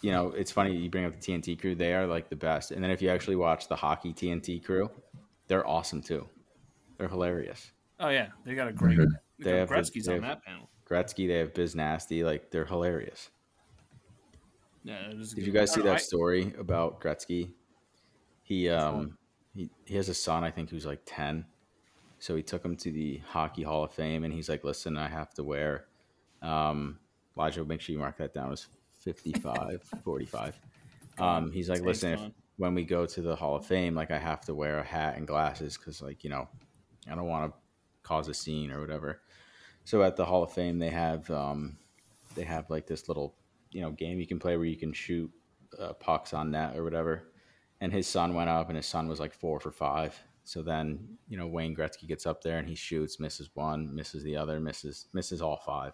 Speaker 1: you know, it's funny you bring up the TNT crew. They are like the best. And then if you actually watch the hockey TNT crew, they're awesome too. They're hilarious.
Speaker 2: Oh yeah, they got a great.
Speaker 4: Mhm.
Speaker 2: They
Speaker 1: They
Speaker 2: got
Speaker 1: have the-
Speaker 2: Gretzky's
Speaker 1: they
Speaker 2: on
Speaker 1: have-
Speaker 2: that panel.
Speaker 1: Gretzky, they have Biz Nasty. Like they're hilarious.
Speaker 2: Yeah, that is a
Speaker 1: Did
Speaker 2: good
Speaker 1: you
Speaker 2: one.
Speaker 1: guys
Speaker 2: Oh, I
Speaker 1: see
Speaker 2: don't know,
Speaker 1: that story about Gretzky? He um he, he has a son, I think, who's like ten. So he took him to the hockey hall of fame and he's like, Listen, I have to wear um Lajo, make sure you mark that down as 55, 45. Um he's like,
Speaker 2: Thanks,
Speaker 1: Listen, if,
Speaker 2: Don.
Speaker 1: when we go to the Hall of Fame, like I have to wear a hat and glasses because like, you know, I don't want to cause a scene or whatever. So at the Hall of Fame they have um they have like this little you know game you can play where you can shoot uh, pucks on net or whatever. And his son went up, and his son was like four for five. So then you know Wayne Gretzky gets up there and he shoots, misses one, misses the other, misses misses all five.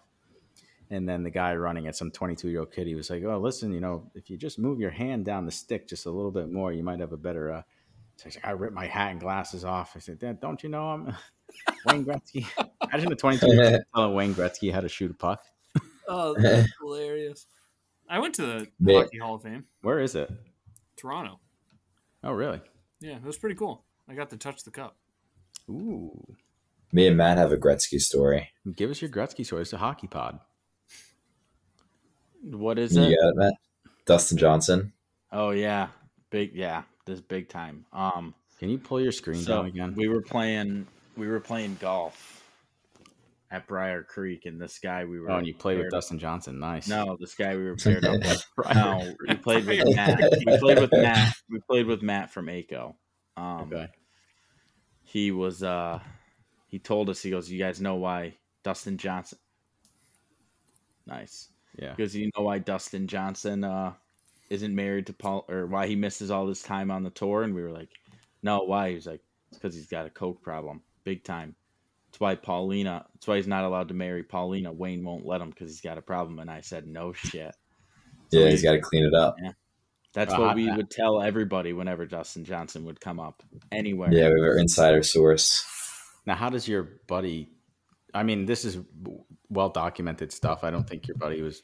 Speaker 1: And then the guy running at some 22 year old kid, he was like, "Oh, listen, you know, if you just move your hand down the stick just a little bit more, you might have a better." Uh, so he's like, "I ripped my hat and glasses off." I said, "Dad, don't you know I'm Wayne Gretzky?" Imagine a 22 year old kid telling Wayne Gretzky how to shoot a puck.
Speaker 2: Oh, that's hilarious. I went to the
Speaker 4: They-
Speaker 2: Hockey Hall of Fame,
Speaker 1: Where is it?
Speaker 2: Toronto.
Speaker 1: Oh, really?
Speaker 2: Yeah, it was pretty cool. I got to touch the cup.
Speaker 1: Ooh.
Speaker 4: Me and Matt have a Gretzky story.
Speaker 1: Give us your Gretzky story. It's a hockey pod.
Speaker 5: What is
Speaker 4: You
Speaker 5: it?
Speaker 4: got it, Matt? Dustin Johnson.
Speaker 5: Oh yeah, big yeah, this big time. Um,
Speaker 1: Can you pull your screen
Speaker 5: so
Speaker 1: down again?
Speaker 5: we were playing, we were playing golf at Briar Creek, and this guy we were.
Speaker 1: oh, and you played with
Speaker 5: paired up-
Speaker 1: Dustin Johnson. Nice.
Speaker 5: No, this guy we were paired up with. No, we played with Matt. We played with Matt. We played with Matt from ACO. Um,
Speaker 1: Okay.
Speaker 5: he was uh he told us he goes you guys know why dustin johnson nice
Speaker 1: Yeah.
Speaker 5: because you know why dustin johnson uh isn't married to paul or why he misses all this time on the tour and we were like no why he's like it's because he's got a coke problem big time that's why paulina that's why he's not allowed to marry paulina wayne won't let him because he's got a problem and i said no shit
Speaker 4: Yeah, he's got to clean it up.
Speaker 5: that's
Speaker 1: Uh-huh.
Speaker 5: what we would tell everybody whenever dustin johnson would come up anywhere
Speaker 4: Yeah, we have our insider source.
Speaker 1: Now, how does your buddy? I mean, this is well documented stuff. I don't think your buddy was.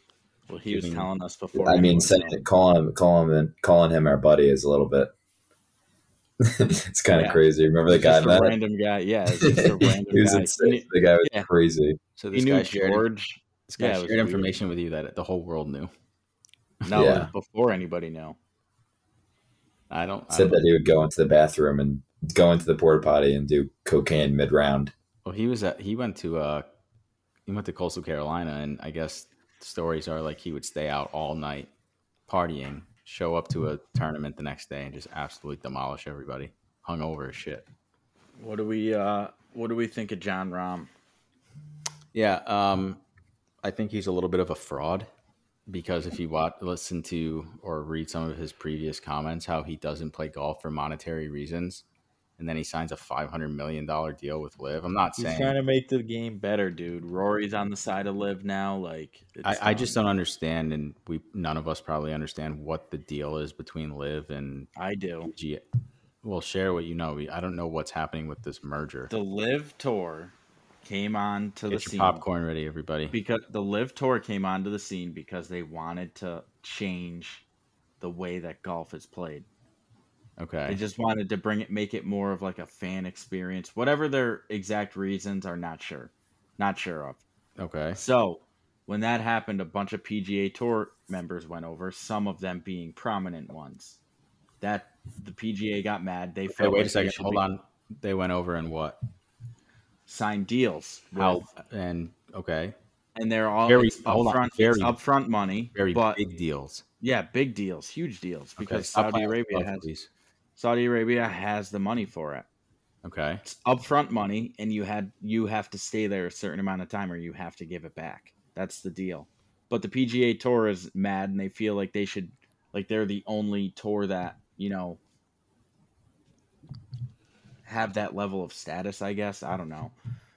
Speaker 5: well he was
Speaker 1: Giving-
Speaker 5: telling us before
Speaker 4: I
Speaker 5: anyone
Speaker 4: mean, saying,
Speaker 5: else.
Speaker 4: calling him, calling him, calling him our buddy is a little bit. it's kind of
Speaker 5: Yeah.
Speaker 4: crazy. Remember the
Speaker 5: It's
Speaker 4: guy?
Speaker 5: just
Speaker 4: Matt?
Speaker 5: a random guy. Yeah, it's just a random
Speaker 4: he was
Speaker 5: guy.
Speaker 4: insane.
Speaker 5: He
Speaker 4: The guy was
Speaker 5: yeah.
Speaker 4: crazy.
Speaker 1: So
Speaker 5: knew, he
Speaker 1: this
Speaker 5: knew
Speaker 1: guy shared,
Speaker 5: George.
Speaker 1: this guy
Speaker 5: Yeah, it was
Speaker 1: shared
Speaker 5: weird.
Speaker 1: information with you that the whole world knew.
Speaker 5: No, it was
Speaker 4: Yeah.
Speaker 5: before anybody knew.
Speaker 1: I don't. I
Speaker 4: Said
Speaker 1: don't-
Speaker 4: that he would go into the bathroom and go into the porta potty and do cocaine mid round.
Speaker 1: Well, he was at. He went to. uh He went to coastal Carolina, and I guess stories are like he would stay out all night, partying, show up to a tournament the next day, and just absolutely demolish everybody, hungover as shit.
Speaker 5: What do we uh what do we think of John Rom?
Speaker 1: Yeah, um, I think he's a little bit of a fraud because if you watch, listen to or read some of his previous comments, how he doesn't play golf for monetary reasons, and then he signs a five hundred million dollar deal with Live. I'm not
Speaker 5: He's
Speaker 1: saying
Speaker 5: trying to make the game better, dude. Rory's on the side of live now. Like it's
Speaker 1: I, I just
Speaker 5: done.
Speaker 1: don't understand, and we none of us probably understand what the deal is between Live and
Speaker 5: I do.
Speaker 1: G. Well, share what you know. We- I don't know what's happening with this merger.
Speaker 5: The live tour came on to the
Speaker 1: Get
Speaker 5: scene
Speaker 1: your popcorn ready, everybody.
Speaker 5: because the live tour came onto the scene because they wanted to change the way that golf is played.
Speaker 1: Okay.
Speaker 5: They just wanted to bring it, make it more of like a fan experience. Whatever their exact reasons are, not sure, not sure of.
Speaker 1: okay.
Speaker 5: So when that happened, a bunch of PGA Tour members went over. Some of them being prominent ones. That the PGA got mad. They
Speaker 1: Hey,
Speaker 5: felt
Speaker 1: wait
Speaker 5: like
Speaker 1: a
Speaker 5: they
Speaker 1: second.
Speaker 5: should
Speaker 1: Hold
Speaker 5: be-
Speaker 1: on. They went over and what?
Speaker 5: Sign deals.
Speaker 1: How
Speaker 5: with-
Speaker 1: and okay.
Speaker 5: and they're all
Speaker 1: Very-
Speaker 5: it's
Speaker 1: hold on,
Speaker 5: upfront, it's
Speaker 1: very-
Speaker 5: upfront money.
Speaker 1: very
Speaker 5: but
Speaker 1: big deals
Speaker 5: yeah, big deals, huge deals
Speaker 1: Okay,
Speaker 5: because
Speaker 1: stop
Speaker 5: Saudi
Speaker 1: playing with
Speaker 5: Arabia
Speaker 1: love,
Speaker 5: has
Speaker 1: please.
Speaker 5: Saudi Arabia has the money for it.
Speaker 1: Okay.
Speaker 5: It's upfront money, and you had you have to stay there a certain amount of time, or you have to give it back. That's the deal. But the PGA Tour is mad, and they feel like they should, like they're the only tour that you know have that level of status. I guess I don't know.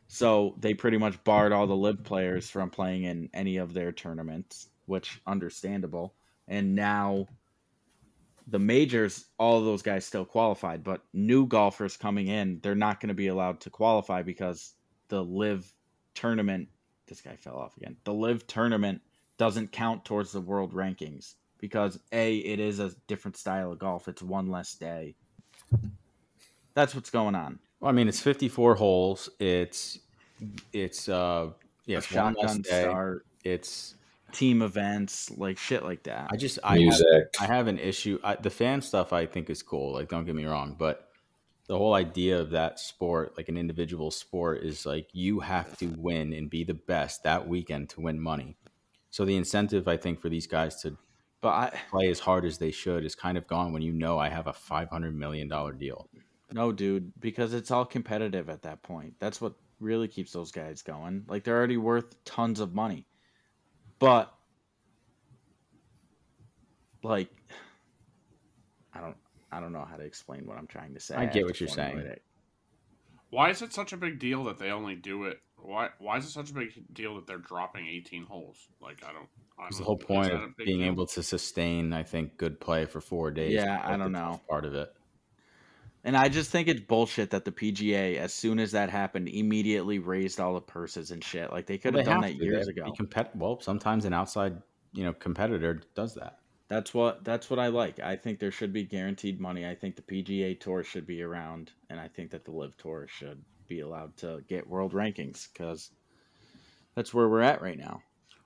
Speaker 5: So they pretty much barred all the live players from playing in any of their tournaments, which understandable. And now the majors, all those guys still qualified, but new golfers coming in, they're not going to be allowed to qualify because the live tournament, this guy fell off again. The live tournament doesn't count towards the world rankings because A, it is a different style of golf. It's one less day. That's what's going on.
Speaker 1: Well, I mean, it's 54 holes. It's it's uh yeah,
Speaker 5: A
Speaker 1: it's one less
Speaker 5: shotgun
Speaker 1: day.
Speaker 5: start,
Speaker 1: It's
Speaker 5: team events, like shit like that.
Speaker 1: I just I have,
Speaker 4: Music.
Speaker 1: I have an issue. I, the fan stuff I think is cool. Like, don't get me wrong, but the whole idea of that sport, like an individual sport, is like you have to win and be the best that weekend to win money. So the incentive I think for these guys to
Speaker 5: but I,
Speaker 1: play as hard as they should is kind of gone when you know I have a five hundred million dollar deal.
Speaker 5: No, dude, because it's all competitive at that point. That's what really keeps those guys going. Like they're already worth tons of money. But like I don't I don't know how to explain what I'm trying to say.
Speaker 1: I get
Speaker 5: have
Speaker 1: what
Speaker 5: to
Speaker 1: you're saying.
Speaker 5: formulate it.
Speaker 3: Why is it such a big deal that they only do it? Why Why is it such a big deal that they're dropping eighteen holes? Like I don't. I don't
Speaker 5: Mm-hmm.
Speaker 1: It's the whole
Speaker 3: is
Speaker 1: point
Speaker 3: that
Speaker 1: of
Speaker 3: a big
Speaker 1: being
Speaker 3: deal?
Speaker 1: able to sustain, I think, good play for four days.
Speaker 5: Yeah,
Speaker 1: That's
Speaker 5: I don't
Speaker 1: the tough
Speaker 5: know.
Speaker 1: Part of it.
Speaker 5: And I just think it's bullshit that the PGA, as soon as that happened, immediately raised all the purses and shit. Like they could
Speaker 1: Well,
Speaker 5: have
Speaker 1: they
Speaker 5: done
Speaker 1: have
Speaker 5: that
Speaker 1: to. They have
Speaker 5: years
Speaker 1: to be
Speaker 5: ago.
Speaker 1: compet- well, sometimes an outside you know competitor does that.
Speaker 5: That's what that's what I like. I think there should be guaranteed money. I think the PGA Tour should be around, and I think that the Live Tour should be allowed to get world rankings because that's where we're at right now.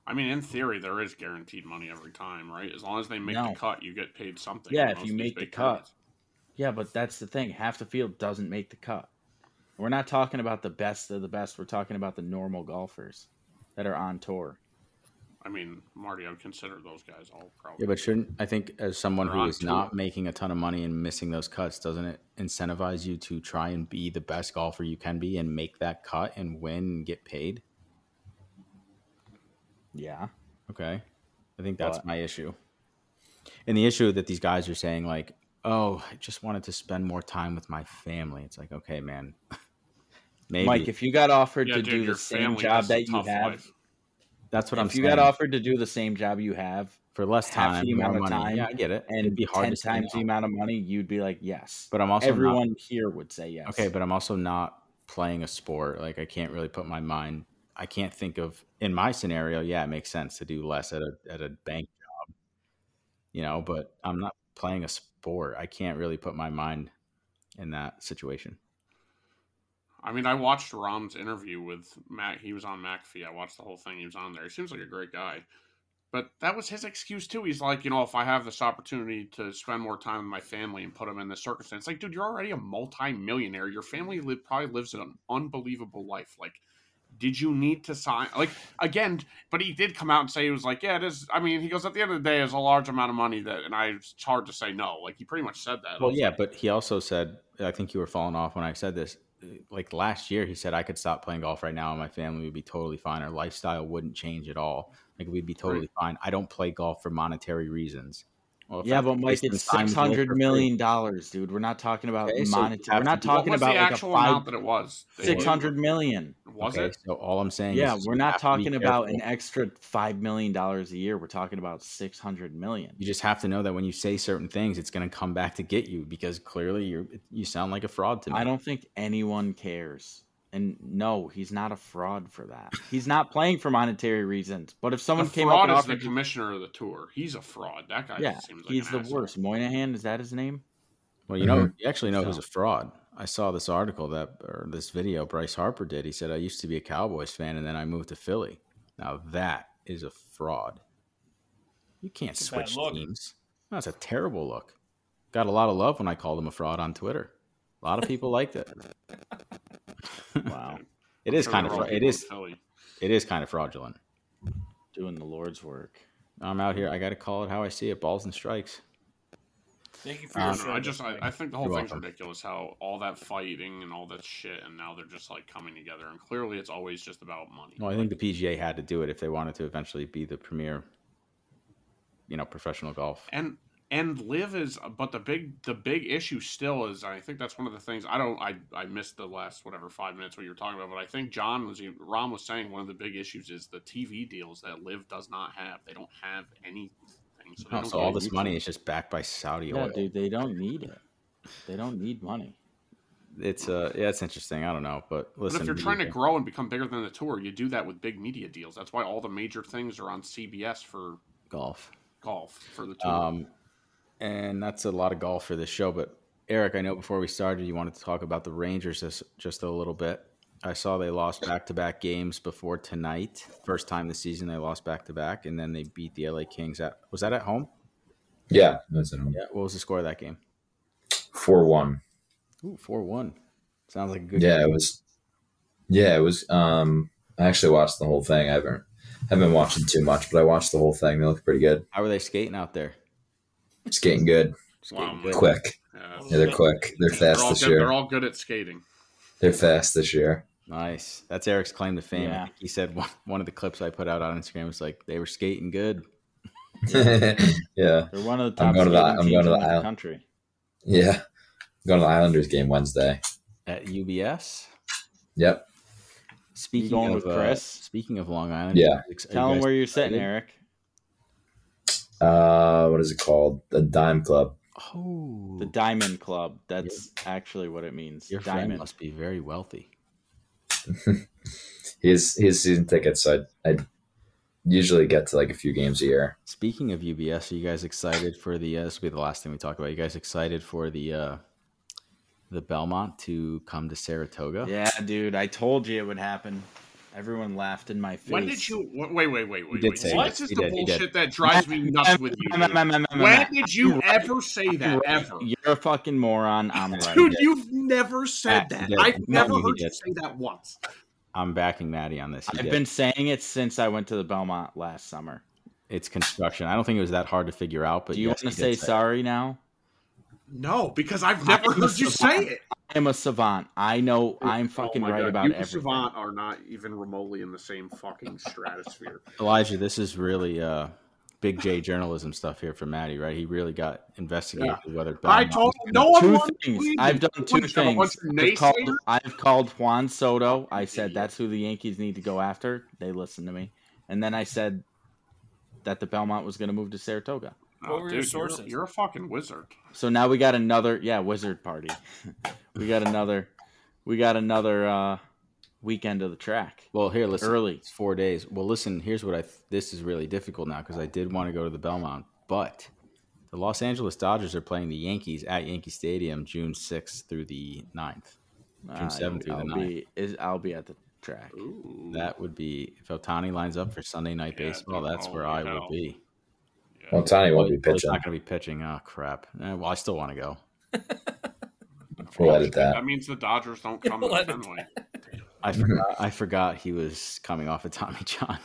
Speaker 3: I mean, in theory, there is guaranteed money every time, right? As long as they make
Speaker 5: No.
Speaker 3: the cut, you get paid something.
Speaker 5: Yeah,
Speaker 3: in
Speaker 5: if
Speaker 3: most
Speaker 5: you
Speaker 3: of these
Speaker 5: make the
Speaker 3: big
Speaker 5: cut.
Speaker 3: tournaments.
Speaker 5: Yeah, but that's the thing. Half the field doesn't make the cut. We're not talking about the best of the best. We're talking about the normal golfers that are on tour.
Speaker 3: I mean, Marty, I would consider those guys all probably.
Speaker 1: Yeah, but shouldn't I think as someone
Speaker 3: They're
Speaker 1: who
Speaker 3: on
Speaker 1: is not
Speaker 3: tour.
Speaker 1: making a ton of money and missing those cuts, doesn't it incentivize you to try and be the best golfer you can be and make that cut and win and get paid?
Speaker 5: Yeah,
Speaker 1: Okay. I think that's
Speaker 5: But-
Speaker 1: my issue. And the issue that these guys are saying, like, oh, I just wanted to spend more time with my family. It's like, okay, man. Maybe
Speaker 5: Mike. If you got offered
Speaker 3: Yeah,
Speaker 5: to
Speaker 3: dude,
Speaker 5: do
Speaker 3: your
Speaker 5: the same
Speaker 3: family
Speaker 5: job
Speaker 3: is a
Speaker 5: that you
Speaker 3: tough
Speaker 5: have,
Speaker 3: life.
Speaker 1: that's what I'm
Speaker 5: if you
Speaker 1: saying.
Speaker 5: got offered to do the same job you have,
Speaker 1: for less
Speaker 5: half the
Speaker 1: time, more
Speaker 5: amount of
Speaker 1: money.
Speaker 5: time
Speaker 1: yeah, I get it.
Speaker 5: and
Speaker 1: It'd be hard
Speaker 5: ten
Speaker 1: to say
Speaker 5: times
Speaker 1: no.
Speaker 5: the amount of money, you'd be like, yes.
Speaker 1: But I'm also not-
Speaker 5: everyone here would say yes.
Speaker 1: Okay, but I'm also not playing a sport. Like I can't really put my mind. I can't think of in my scenario. Yeah, it makes sense to do less at a at a bank job, you know. But I'm not playing a sport. I can't really put my mind in that situation.
Speaker 3: I mean, I watched Rom's interview with Mac. He was on McAfee. I watched the whole thing. He was on there. He seems like a great guy. But that was his excuse, too. He's like, you know, if I have this opportunity to spend more time with my family and put them in this circumstance, like, dude, you're already a multi-millionaire. Your family li- probably lives an unbelievable life. Like, did you need to sign? Like, again, but he did come out and say he was like, yeah, it is. I mean, he goes, at the end of the day, it's a large amount of money that, and I, it's hard to say no. Like, he pretty much said that.
Speaker 1: Well, yeah, but he also said, I think you were falling off when I said this. Like last year, he said I could stop playing golf right now, and my family would be totally fine. Our lifestyle wouldn't change at all. Like we'd be totally fine. I don't play golf for monetary reasons. Well, if
Speaker 5: Yeah,
Speaker 1: that's
Speaker 5: but
Speaker 1: the
Speaker 5: Mike,
Speaker 1: case,
Speaker 5: it's
Speaker 1: then sign
Speaker 5: six
Speaker 1: the deal
Speaker 5: hundred
Speaker 1: for free.
Speaker 5: million dollars, dude. We're not talking about
Speaker 1: Okay, so you
Speaker 5: monetary.
Speaker 1: have to
Speaker 5: We're not
Speaker 1: do-
Speaker 3: What
Speaker 5: talking
Speaker 3: was
Speaker 5: about
Speaker 3: the
Speaker 5: like a
Speaker 3: actual amount
Speaker 5: five,
Speaker 3: that it was? that he
Speaker 5: six hundred
Speaker 3: gave?
Speaker 5: million.
Speaker 3: Was
Speaker 1: Okay,
Speaker 3: it?
Speaker 1: So all I'm saying,
Speaker 5: Yeah,
Speaker 1: is
Speaker 5: we're
Speaker 1: you
Speaker 5: not
Speaker 1: have to be
Speaker 5: talking about an
Speaker 1: careful.
Speaker 5: extra five million dollars a year. We're talking about six hundred million.
Speaker 1: You just have to know that when you say certain things, it's going to come back to get you because clearly you are you sound like a fraud to me.
Speaker 5: I don't think anyone cares. And no, he's not a fraud for that. He's not playing for monetary reasons. But if someone
Speaker 3: the
Speaker 5: came up
Speaker 3: fraud
Speaker 5: and
Speaker 3: is the
Speaker 5: offered,
Speaker 3: commissioner of the tour. He's a fraud. That guy
Speaker 5: yeah,
Speaker 3: seems like
Speaker 5: he's
Speaker 3: an
Speaker 5: the
Speaker 3: asshole.
Speaker 5: worst. Moynihan is that his name?
Speaker 1: Well, you know,
Speaker 4: Mhm.
Speaker 1: you actually know who's
Speaker 5: So-
Speaker 1: a fraud. I saw this article that or this video Bryce Harper did. He said, "I used to be a Cowboys fan and then I moved to Philly." Now that is a fraud. You can't
Speaker 2: It's a bad
Speaker 1: switch
Speaker 2: look.
Speaker 1: teams. That's a terrible look. Got a lot of love when I called him a fraud on Twitter. A lot of people liked it.
Speaker 5: Wow,
Speaker 1: It is
Speaker 3: Sure
Speaker 1: kind
Speaker 3: they're
Speaker 1: of
Speaker 3: all
Speaker 1: fra- it
Speaker 3: people in
Speaker 1: is
Speaker 3: Philly.
Speaker 1: it is kind of fraudulent.
Speaker 5: doing the Lord's work.
Speaker 1: I'm out here. I got to call it how I see it. Balls and strikes.
Speaker 2: Thank you for
Speaker 3: I,
Speaker 2: your
Speaker 1: Uh,
Speaker 3: don't know, I
Speaker 2: service,
Speaker 3: just I,
Speaker 2: Nick.
Speaker 3: I think the whole
Speaker 1: You're
Speaker 3: thing's
Speaker 1: welcome.
Speaker 3: ridiculous. How all that fighting and all that shit, and now they're just like coming together. And clearly, it's always just about money.
Speaker 1: Well, I think the PGA had to do it if they wanted to eventually be the premier, you know, professional golf.
Speaker 3: and and live is but the big the big issue still is i think that's one of the things i don't i i missed the last whatever five minutes what you were talking about but i think john was ron was saying one of the big issues is the tv deals that live does not have they don't have anything so, they
Speaker 1: Oh,
Speaker 3: don't
Speaker 1: so
Speaker 3: get
Speaker 1: all this
Speaker 3: YouTube.
Speaker 1: money is just backed by Saudi
Speaker 5: Yeah,
Speaker 1: oil.
Speaker 5: dude, they don't need it. They don't need money.
Speaker 1: It's uh, yeah, it's interesting. I don't know, but
Speaker 3: but
Speaker 1: listen,
Speaker 3: if you're trying to
Speaker 1: you-
Speaker 3: grow and become bigger than the tour you do that with big media deals that's why all the major things are on cbs for
Speaker 1: golf,
Speaker 3: golf for the tour
Speaker 1: um, and that's a lot of golf for this show. But Eric, I know before we started, you wanted to talk about the Rangers just, just a little bit. I saw they lost back to back games before tonight. First time this season they lost back to back, and then they beat the LA Kings at was that at home?
Speaker 4: Yeah, that's at home.
Speaker 1: Yeah. What was the score of that game?
Speaker 4: Four one.
Speaker 1: Ooh, four one. Sounds like a good
Speaker 4: Yeah, it was. Yeah, it was. Um, I actually watched the whole thing. I haven't haven't been watching too much, but I watched the whole thing. They looked pretty good.
Speaker 1: How are they skating out there?
Speaker 4: Skating good,
Speaker 3: Wow,
Speaker 1: good.
Speaker 4: quick.
Speaker 3: yeah,
Speaker 4: Yeah, they're quick. They're
Speaker 3: they're,
Speaker 4: fast
Speaker 3: all
Speaker 4: this
Speaker 3: good, they're
Speaker 4: year.
Speaker 3: all good at skating
Speaker 4: They're fast this year.
Speaker 1: Nice. That's Eric's claim to fame. I
Speaker 5: Yeah.
Speaker 1: think he said one, one of the clips I put out on Instagram was like they were skating good.
Speaker 4: yeah,
Speaker 5: They're one of the
Speaker 4: I'm
Speaker 5: top
Speaker 4: going to the-
Speaker 5: skating
Speaker 4: I'm
Speaker 5: teams
Speaker 4: going to the
Speaker 5: in the
Speaker 4: aisle.
Speaker 5: country.
Speaker 4: yeah. Going to the Islanders game Wednesday.
Speaker 1: at UBS.
Speaker 4: Yep.
Speaker 1: Speaking
Speaker 5: going
Speaker 1: of
Speaker 5: with
Speaker 1: uh,
Speaker 5: Chris?
Speaker 1: speaking of Long Island,
Speaker 4: Yeah.
Speaker 1: are you guys-
Speaker 5: Tell them where you're sitting,
Speaker 1: excited?
Speaker 5: Eric.
Speaker 4: Uh, what is it called? The Dime Club.
Speaker 1: Oh,
Speaker 5: The Diamond Club. That's actually what it means.
Speaker 1: your friend
Speaker 5: Diamond.
Speaker 1: must be very wealthy.
Speaker 4: He has he has season tickets, so I I usually get to like a few games a year.
Speaker 1: Speaking of UBS, are you guys excited for the? Uh, this will be the last thing we talk about. You guys excited for the uh, the Belmont to come to Saratoga?
Speaker 5: Yeah, dude. I told you it would happen. Everyone laughed in my face.
Speaker 3: When did you? wh- Wait, wait, wait, wait.
Speaker 1: did
Speaker 3: wait.
Speaker 1: say
Speaker 3: what?
Speaker 1: that.
Speaker 3: This is
Speaker 1: He
Speaker 3: the
Speaker 1: did, he did.
Speaker 3: bullshit that drives me nuts with you. dude. When did you ever say that? Ever,
Speaker 5: You're a fucking moron. I'm right.
Speaker 3: dude? You've never said
Speaker 1: Yeah,
Speaker 3: that.
Speaker 1: he did.
Speaker 3: I've
Speaker 1: No,
Speaker 3: never
Speaker 1: he
Speaker 3: heard you
Speaker 1: did.
Speaker 3: say that once.
Speaker 1: I'm backing Maddie on this. He
Speaker 5: I've
Speaker 1: did.
Speaker 5: been saying it since I went to the Belmont last summer.
Speaker 1: It's construction. I don't think it was that hard to figure out. But
Speaker 5: Do you
Speaker 1: yes,
Speaker 5: want to
Speaker 1: he did
Speaker 5: say sorry now?
Speaker 3: No, because I've never
Speaker 5: I'm
Speaker 3: heard you say
Speaker 5: savant.
Speaker 3: it.
Speaker 5: I am a savant. I know I'm fucking
Speaker 3: Oh my
Speaker 5: right
Speaker 3: God.
Speaker 5: about
Speaker 3: you
Speaker 5: everything.
Speaker 3: Savant are not even remotely in the same fucking stratosphere.
Speaker 1: Elijah, this is really uh, big J journalism stuff here for Maddie, right? He really got investigated whether
Speaker 3: I
Speaker 1: Belmont
Speaker 3: told
Speaker 1: was gonna-
Speaker 3: no one.
Speaker 5: two
Speaker 3: wants to
Speaker 5: things.
Speaker 3: believe
Speaker 5: I've
Speaker 3: you.
Speaker 5: done two
Speaker 3: Bunch of- a bunch
Speaker 5: things.
Speaker 3: of
Speaker 5: I've called,
Speaker 3: naysayers.
Speaker 5: I've called Juan Soto. I said
Speaker 3: idiot.
Speaker 5: that's who the Yankees need to go after. They listened to me, and then I said that the Belmont was going to move to Saratoga.
Speaker 2: What were your
Speaker 3: you're-
Speaker 2: sources?
Speaker 3: You're a fucking wizard.
Speaker 5: So now we got another, yeah, wizard party. we got another, we got another uh, weekend of the track
Speaker 1: Well, here, listen.
Speaker 5: early.
Speaker 1: It's four days. Well, listen, here's what I. Th- this is really difficult now because I did want to go to the Belmont, but the Los Angeles Dodgers are playing the Yankees at Yankee Stadium June 6th through the 9th.
Speaker 5: Uh,
Speaker 1: 7th through the
Speaker 5: I'll be, is, I'll be at the track.
Speaker 3: Ooh.
Speaker 1: That would be if Otani lines up for Sunday Night
Speaker 3: Yeah, oh,
Speaker 1: Baseball.
Speaker 3: dude,
Speaker 1: That's where
Speaker 3: holy
Speaker 1: I will
Speaker 3: hell.
Speaker 1: be.
Speaker 3: Yeah.
Speaker 4: Well, Tony won't be
Speaker 1: Well, he's
Speaker 4: pitching.
Speaker 1: not going to be pitching. Oh crap! Eh, well, I still want to go.
Speaker 4: We'll edit that.
Speaker 3: That means the Dodgers don't come
Speaker 2: We'll
Speaker 3: to
Speaker 2: edit
Speaker 3: Fenway.
Speaker 1: I
Speaker 4: Mm-hmm.
Speaker 1: forgot. I forgot he was coming off of Tommy John.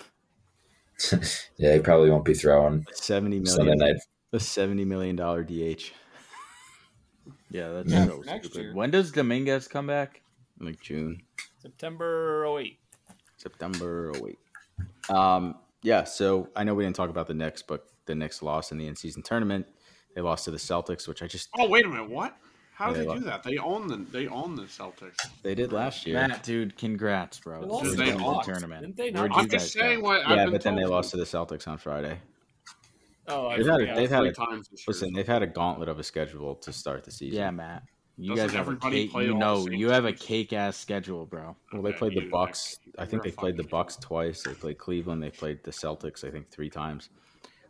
Speaker 4: Yeah, he probably won't be throwing
Speaker 1: Seventy
Speaker 4: Sunday
Speaker 1: million.
Speaker 4: night.
Speaker 1: The seventy million dollar DH
Speaker 5: Yeah, that's
Speaker 4: Yeah.
Speaker 5: so
Speaker 2: Next
Speaker 5: stupid.
Speaker 2: year.
Speaker 5: When does Dominguez come back?
Speaker 1: in like June,
Speaker 2: September 08.
Speaker 1: September. Oh wait. Um. Yeah. So I know we didn't talk about the Knicks, but the Knicks lost in the in-season tournament. They lost to the Celtics, which I just
Speaker 3: Oh wait a minute, what? How do
Speaker 1: Yeah,
Speaker 3: they
Speaker 1: what?
Speaker 3: do that? They own the they own the Celtics.
Speaker 1: they did last year.
Speaker 5: Matt, dude, congrats, bro.
Speaker 2: They lost
Speaker 5: This is
Speaker 3: to the
Speaker 5: the
Speaker 3: Hawks,
Speaker 5: tournament.
Speaker 2: didn't they?
Speaker 5: Where'd
Speaker 2: Not-
Speaker 5: you
Speaker 3: I'm
Speaker 5: guys
Speaker 3: just
Speaker 5: go?
Speaker 3: saying what. I've
Speaker 1: yeah,
Speaker 3: been
Speaker 1: but then they
Speaker 3: told
Speaker 1: lost to the Celtics on Friday.
Speaker 2: Oh, I
Speaker 1: They've had,
Speaker 2: forgot.
Speaker 1: a, they've had
Speaker 3: three
Speaker 1: a,
Speaker 3: times this year.
Speaker 1: listen. They've had a gauntlet of a schedule to start the season.
Speaker 5: Yeah, Matt. You
Speaker 3: Doesn't
Speaker 5: guys have a
Speaker 3: everybody
Speaker 5: cake,
Speaker 3: play
Speaker 5: you
Speaker 3: all the
Speaker 5: know,
Speaker 3: same
Speaker 5: you have a
Speaker 3: teams?
Speaker 5: cake ass schedule, bro.
Speaker 1: Well, they
Speaker 3: Okay,
Speaker 1: played the
Speaker 3: you-
Speaker 1: Bucks. I
Speaker 3: you're
Speaker 1: think
Speaker 3: a
Speaker 1: they played the
Speaker 3: fucking
Speaker 1: Bucks twice. They played Cleveland. They played the Celtics. I think three times.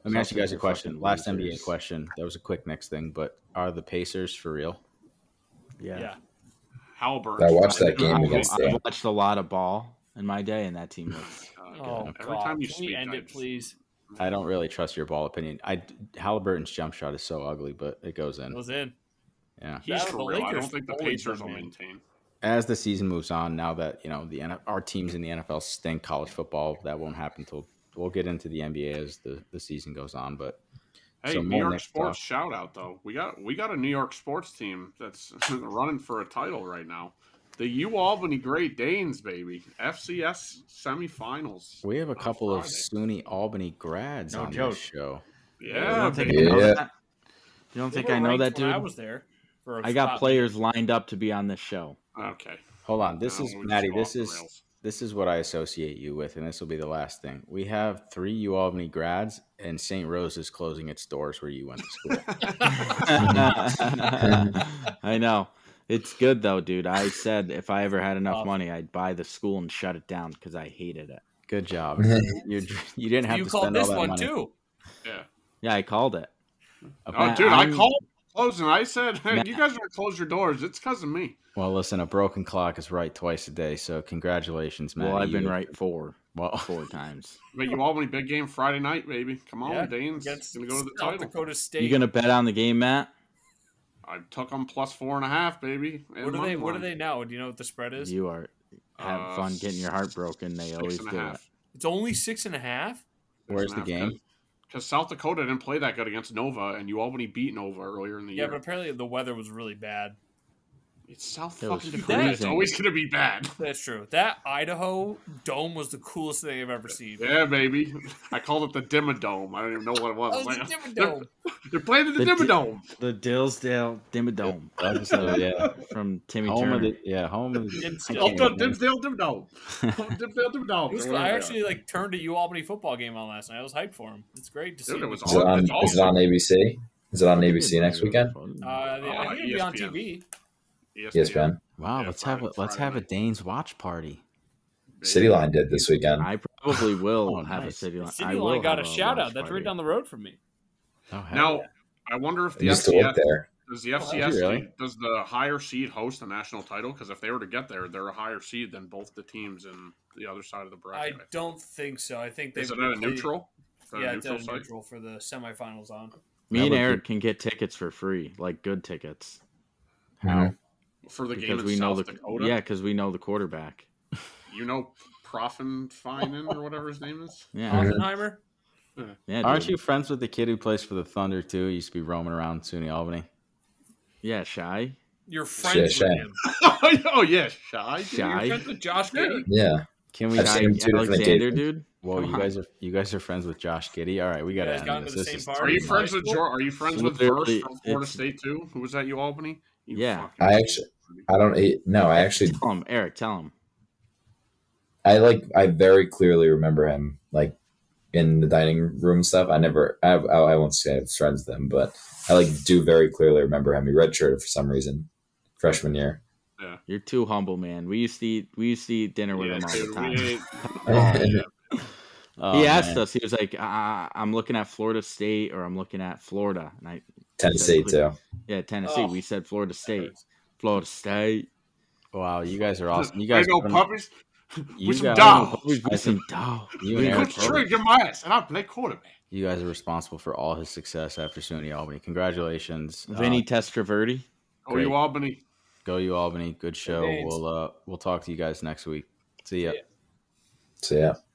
Speaker 1: Let me ask you guys a
Speaker 5: Celtics are
Speaker 1: question.
Speaker 5: fucking
Speaker 1: Last NBA
Speaker 5: losers.
Speaker 1: question. That was a quick next thing, but are the Pacers for real?
Speaker 5: Yeah.
Speaker 2: Yeah.
Speaker 3: Halliburton.
Speaker 4: I watched that
Speaker 5: I,
Speaker 4: game against
Speaker 5: I
Speaker 4: the
Speaker 5: watched a lot of ball in my day, and that team was.
Speaker 2: Oh,
Speaker 3: Every
Speaker 2: God.
Speaker 3: time you
Speaker 2: Can
Speaker 3: speak,
Speaker 2: we end
Speaker 3: I
Speaker 2: it,
Speaker 3: just-
Speaker 2: please?
Speaker 1: I don't really trust your ball opinion. I Halliburton's jump shot is so ugly, but it goes
Speaker 2: It
Speaker 1: in.
Speaker 2: was in.
Speaker 1: Yeah.
Speaker 2: He's
Speaker 3: That's
Speaker 2: the
Speaker 3: for real. I don't
Speaker 2: Lakers
Speaker 3: think the
Speaker 2: bullied
Speaker 3: Pacers
Speaker 2: them,
Speaker 3: will
Speaker 2: man.
Speaker 3: maintain.
Speaker 1: As the season moves on, now that you know the N- our teams in the NFL stink college football, that won't happen till we'll get into the NBA as the the season goes on. But
Speaker 3: Hey,
Speaker 1: So
Speaker 3: New
Speaker 1: more
Speaker 3: York
Speaker 1: next
Speaker 3: sports shout out though. We got we got a New York sports team that's running for a title right now. The U Albany Great Danes, baby. FCS semifinals.
Speaker 1: We have a
Speaker 3: on
Speaker 1: couple of
Speaker 3: Friday.
Speaker 1: SUNY Albany grads
Speaker 2: No
Speaker 1: on
Speaker 2: joke.
Speaker 1: this show.
Speaker 5: You
Speaker 3: Yeah,
Speaker 5: don't think
Speaker 3: baby.
Speaker 5: I know
Speaker 4: Yeah.
Speaker 5: that? You don't
Speaker 2: They
Speaker 5: think
Speaker 2: were
Speaker 5: I know
Speaker 2: ranked
Speaker 5: that,
Speaker 2: when I
Speaker 5: dude?
Speaker 2: was there. For a
Speaker 5: I got
Speaker 2: spot.
Speaker 5: players lined up to be on this show.
Speaker 3: okay.
Speaker 1: Hold on, this
Speaker 3: Now
Speaker 1: is
Speaker 3: we just
Speaker 1: Maddie.
Speaker 3: go
Speaker 1: This
Speaker 3: off the
Speaker 1: is
Speaker 3: rails.
Speaker 1: this is what I associate you with, and this will be the last thing. We have three U Albany grads, and St. Rose is closing its doors where you went to school.
Speaker 5: I know. It's good though, dude. I said if I ever had enough
Speaker 2: Awesome.
Speaker 5: money, I'd buy the school and shut it down because I hated it.
Speaker 1: Good job. You you didn't have
Speaker 2: You
Speaker 1: to
Speaker 2: called
Speaker 1: spend all
Speaker 2: this
Speaker 1: that
Speaker 2: one
Speaker 1: money.
Speaker 2: too.
Speaker 3: Yeah.
Speaker 5: Yeah, I called it.
Speaker 3: Oh,
Speaker 5: Matt,
Speaker 3: dude, i
Speaker 5: I'm-
Speaker 3: called closing. I said, hey,
Speaker 5: Matt-
Speaker 3: you guys are gonna close your doors. It's because of me.
Speaker 1: Well, listen, a broken clock is right twice a day, so congratulations, man.
Speaker 5: well, I've been right four,
Speaker 1: Well,
Speaker 5: four times.
Speaker 3: But you Albany big game Friday night, baby. Come on,
Speaker 2: Yeah,
Speaker 3: Danes.
Speaker 2: Against
Speaker 3: Gonna go to the
Speaker 2: South
Speaker 3: title.
Speaker 2: Dakota State.
Speaker 5: You gonna bet on the game, Matt?
Speaker 3: I took them plus four and a half, baby. and
Speaker 2: what are
Speaker 3: money
Speaker 2: they? What are
Speaker 3: line.
Speaker 2: they now? Do you know what the spread is?
Speaker 5: You are having
Speaker 3: Uh,
Speaker 5: fun getting your heart broken. They
Speaker 3: Six
Speaker 5: always
Speaker 3: and a
Speaker 5: do
Speaker 3: half.
Speaker 5: it.
Speaker 2: It's only six and a half.
Speaker 1: where's the game?
Speaker 3: Because South Dakota didn't play that good against Nova, and you Albany beat Nova earlier in the
Speaker 2: Yeah,
Speaker 3: year.
Speaker 2: but apparently the weather was really bad.
Speaker 3: it's South
Speaker 5: It was
Speaker 3: fucking Dakota. It's
Speaker 5: freezing.
Speaker 3: always gonna be bad.
Speaker 2: That's true. That Idaho dome was the coolest thing I've ever seen.
Speaker 3: Yeah, baby. I called it the Dimmadome. I don't even know what it was.
Speaker 2: That Oh, was
Speaker 3: Like,
Speaker 2: a different dome.
Speaker 3: They're playing at the,
Speaker 5: The di-
Speaker 3: Dimmadome.
Speaker 5: The Dillsdale Dimmadome
Speaker 1: So, yeah,
Speaker 5: from Timmy
Speaker 1: home of
Speaker 5: Turner.
Speaker 1: the yeah home of the.
Speaker 2: It's
Speaker 1: I
Speaker 2: still-
Speaker 1: can't
Speaker 3: Dimsdale,
Speaker 1: even-
Speaker 3: Dimsdale, Dimdome. Dimsdale, Dimdome.
Speaker 2: It was-
Speaker 3: or whatever
Speaker 2: I
Speaker 3: they
Speaker 2: actually like turned a U Albany football game on last night. I was hyped for him. It's great to see.
Speaker 3: Dude, it
Speaker 2: him.
Speaker 3: was
Speaker 4: Is it on,
Speaker 3: It's
Speaker 4: is it on
Speaker 3: awesome.
Speaker 4: ABC? Is it on ABC next weekend?
Speaker 2: Uh, I think
Speaker 3: Uh,
Speaker 2: it'll be on
Speaker 3: ESPN.
Speaker 2: TV.
Speaker 3: are.
Speaker 4: Yes, Ben.
Speaker 1: Wow,
Speaker 3: Yeah,
Speaker 1: let's
Speaker 3: Friday-
Speaker 1: have a let's
Speaker 3: Friday
Speaker 1: have a
Speaker 3: night.
Speaker 1: Danes watch party.
Speaker 3: Baby.
Speaker 4: City Line did this weekend.
Speaker 5: I probably will
Speaker 1: Oh,
Speaker 5: have a
Speaker 1: nice.
Speaker 5: city line. I
Speaker 2: City
Speaker 5: will
Speaker 2: Line got a
Speaker 5: have
Speaker 2: shout
Speaker 5: watch
Speaker 2: out. That's
Speaker 5: party.
Speaker 2: right down the road from me.
Speaker 1: Oh, heck.
Speaker 3: Now, I wonder if
Speaker 4: I
Speaker 3: the
Speaker 4: used to work
Speaker 3: FCS
Speaker 4: there.
Speaker 3: does the
Speaker 2: Oh, did you
Speaker 3: FCS
Speaker 1: really?
Speaker 3: team- does the higher seed host the national title? Because if they were to get there, they're a higher seed than both the teams in the other side of the
Speaker 2: I
Speaker 3: bracket.
Speaker 2: don't think so. I think they
Speaker 3: Is it at a neutral? Is that
Speaker 2: Yeah,
Speaker 3: a
Speaker 2: it's at
Speaker 3: neutral
Speaker 2: a
Speaker 3: site?
Speaker 2: neutral for the semifinals on.
Speaker 5: Me
Speaker 1: That would
Speaker 5: and
Speaker 1: be-
Speaker 5: Eric can get tickets for free, like good tickets,
Speaker 1: How?
Speaker 3: for the game
Speaker 5: because
Speaker 3: in
Speaker 5: we know
Speaker 3: South
Speaker 5: the
Speaker 3: Dakota.
Speaker 5: yeah, because we know the quarterback.
Speaker 3: you know, Profen Finan or whatever his name is.
Speaker 5: Yeah,
Speaker 2: Oppenheimer.
Speaker 5: yeah.
Speaker 1: Aren't
Speaker 5: dude.
Speaker 1: you friends with the kid who plays for the Thunder too? He used to be roaming around SUNY Albany.
Speaker 5: Yeah, shy.
Speaker 2: You're friends
Speaker 4: Shay.
Speaker 2: with him.
Speaker 3: oh yeah, shy. dude.
Speaker 5: Shy.
Speaker 2: You're friends with Josh Giddy.
Speaker 4: Yeah.
Speaker 1: Can we?
Speaker 4: I've
Speaker 5: Shy
Speaker 4: seen him two different
Speaker 5: Alexander,
Speaker 4: occasions.
Speaker 5: dude.
Speaker 1: Whoa,
Speaker 5: Come
Speaker 1: you
Speaker 5: on.
Speaker 1: guys are you guys are friends with Josh Giddy? All right, we got
Speaker 2: guys
Speaker 1: to
Speaker 2: gone
Speaker 1: end
Speaker 2: to
Speaker 1: this.
Speaker 2: the
Speaker 1: This
Speaker 2: same
Speaker 1: is
Speaker 2: party?
Speaker 3: Are you
Speaker 1: too much.
Speaker 3: friends with George? Are you friends with
Speaker 5: Literally,
Speaker 3: Verse from Florida
Speaker 5: it's-
Speaker 3: State too? Who was at you, Albany? You
Speaker 5: Yeah.
Speaker 3: fucking-
Speaker 4: I actually- I don't. He, no, I actually.
Speaker 5: Tell him, Eric. Tell him.
Speaker 4: I like. I very clearly remember him, like in the dining room stuff. I never. I, I I won't say I was friends with him, but I like do very clearly remember him. He redshirted for some reason, freshman year.
Speaker 5: You're too humble, man. We used to eat. We used to eat dinner with
Speaker 3: Yeah,
Speaker 5: him all
Speaker 3: dude,
Speaker 5: the time.
Speaker 3: we ate-
Speaker 1: Oh,
Speaker 5: he asked
Speaker 1: man.
Speaker 5: us. He was like, uh, "I'm looking at Florida State, or I'm looking at Florida." And I,
Speaker 4: Tennessee too.
Speaker 5: yeah, Tennessee.
Speaker 2: Oh.
Speaker 5: We said Florida State. Florida State.
Speaker 1: Wow, you guys are awesome. You
Speaker 3: There
Speaker 1: guys,
Speaker 3: go
Speaker 1: put-
Speaker 3: puppies.
Speaker 1: you
Speaker 3: with some
Speaker 1: guys,
Speaker 3: dogs.
Speaker 5: We
Speaker 1: I
Speaker 5: beat some dog.
Speaker 1: you and
Speaker 5: We beat
Speaker 1: Eric
Speaker 3: Coach
Speaker 5: some-
Speaker 1: Trigg.
Speaker 3: Trigg, you're my ass, and I play quarterback.
Speaker 1: you guys are responsible for all his success after SUNY Albany. Congratulations, Uh,
Speaker 5: Vinny Testaverde.
Speaker 3: Oh,
Speaker 1: Great.
Speaker 3: you Albany.
Speaker 1: go you Albany. Good show.
Speaker 2: Thanks.
Speaker 1: We'll uh, we'll talk to you guys next week. See ya.
Speaker 2: See ya.
Speaker 4: So yeah.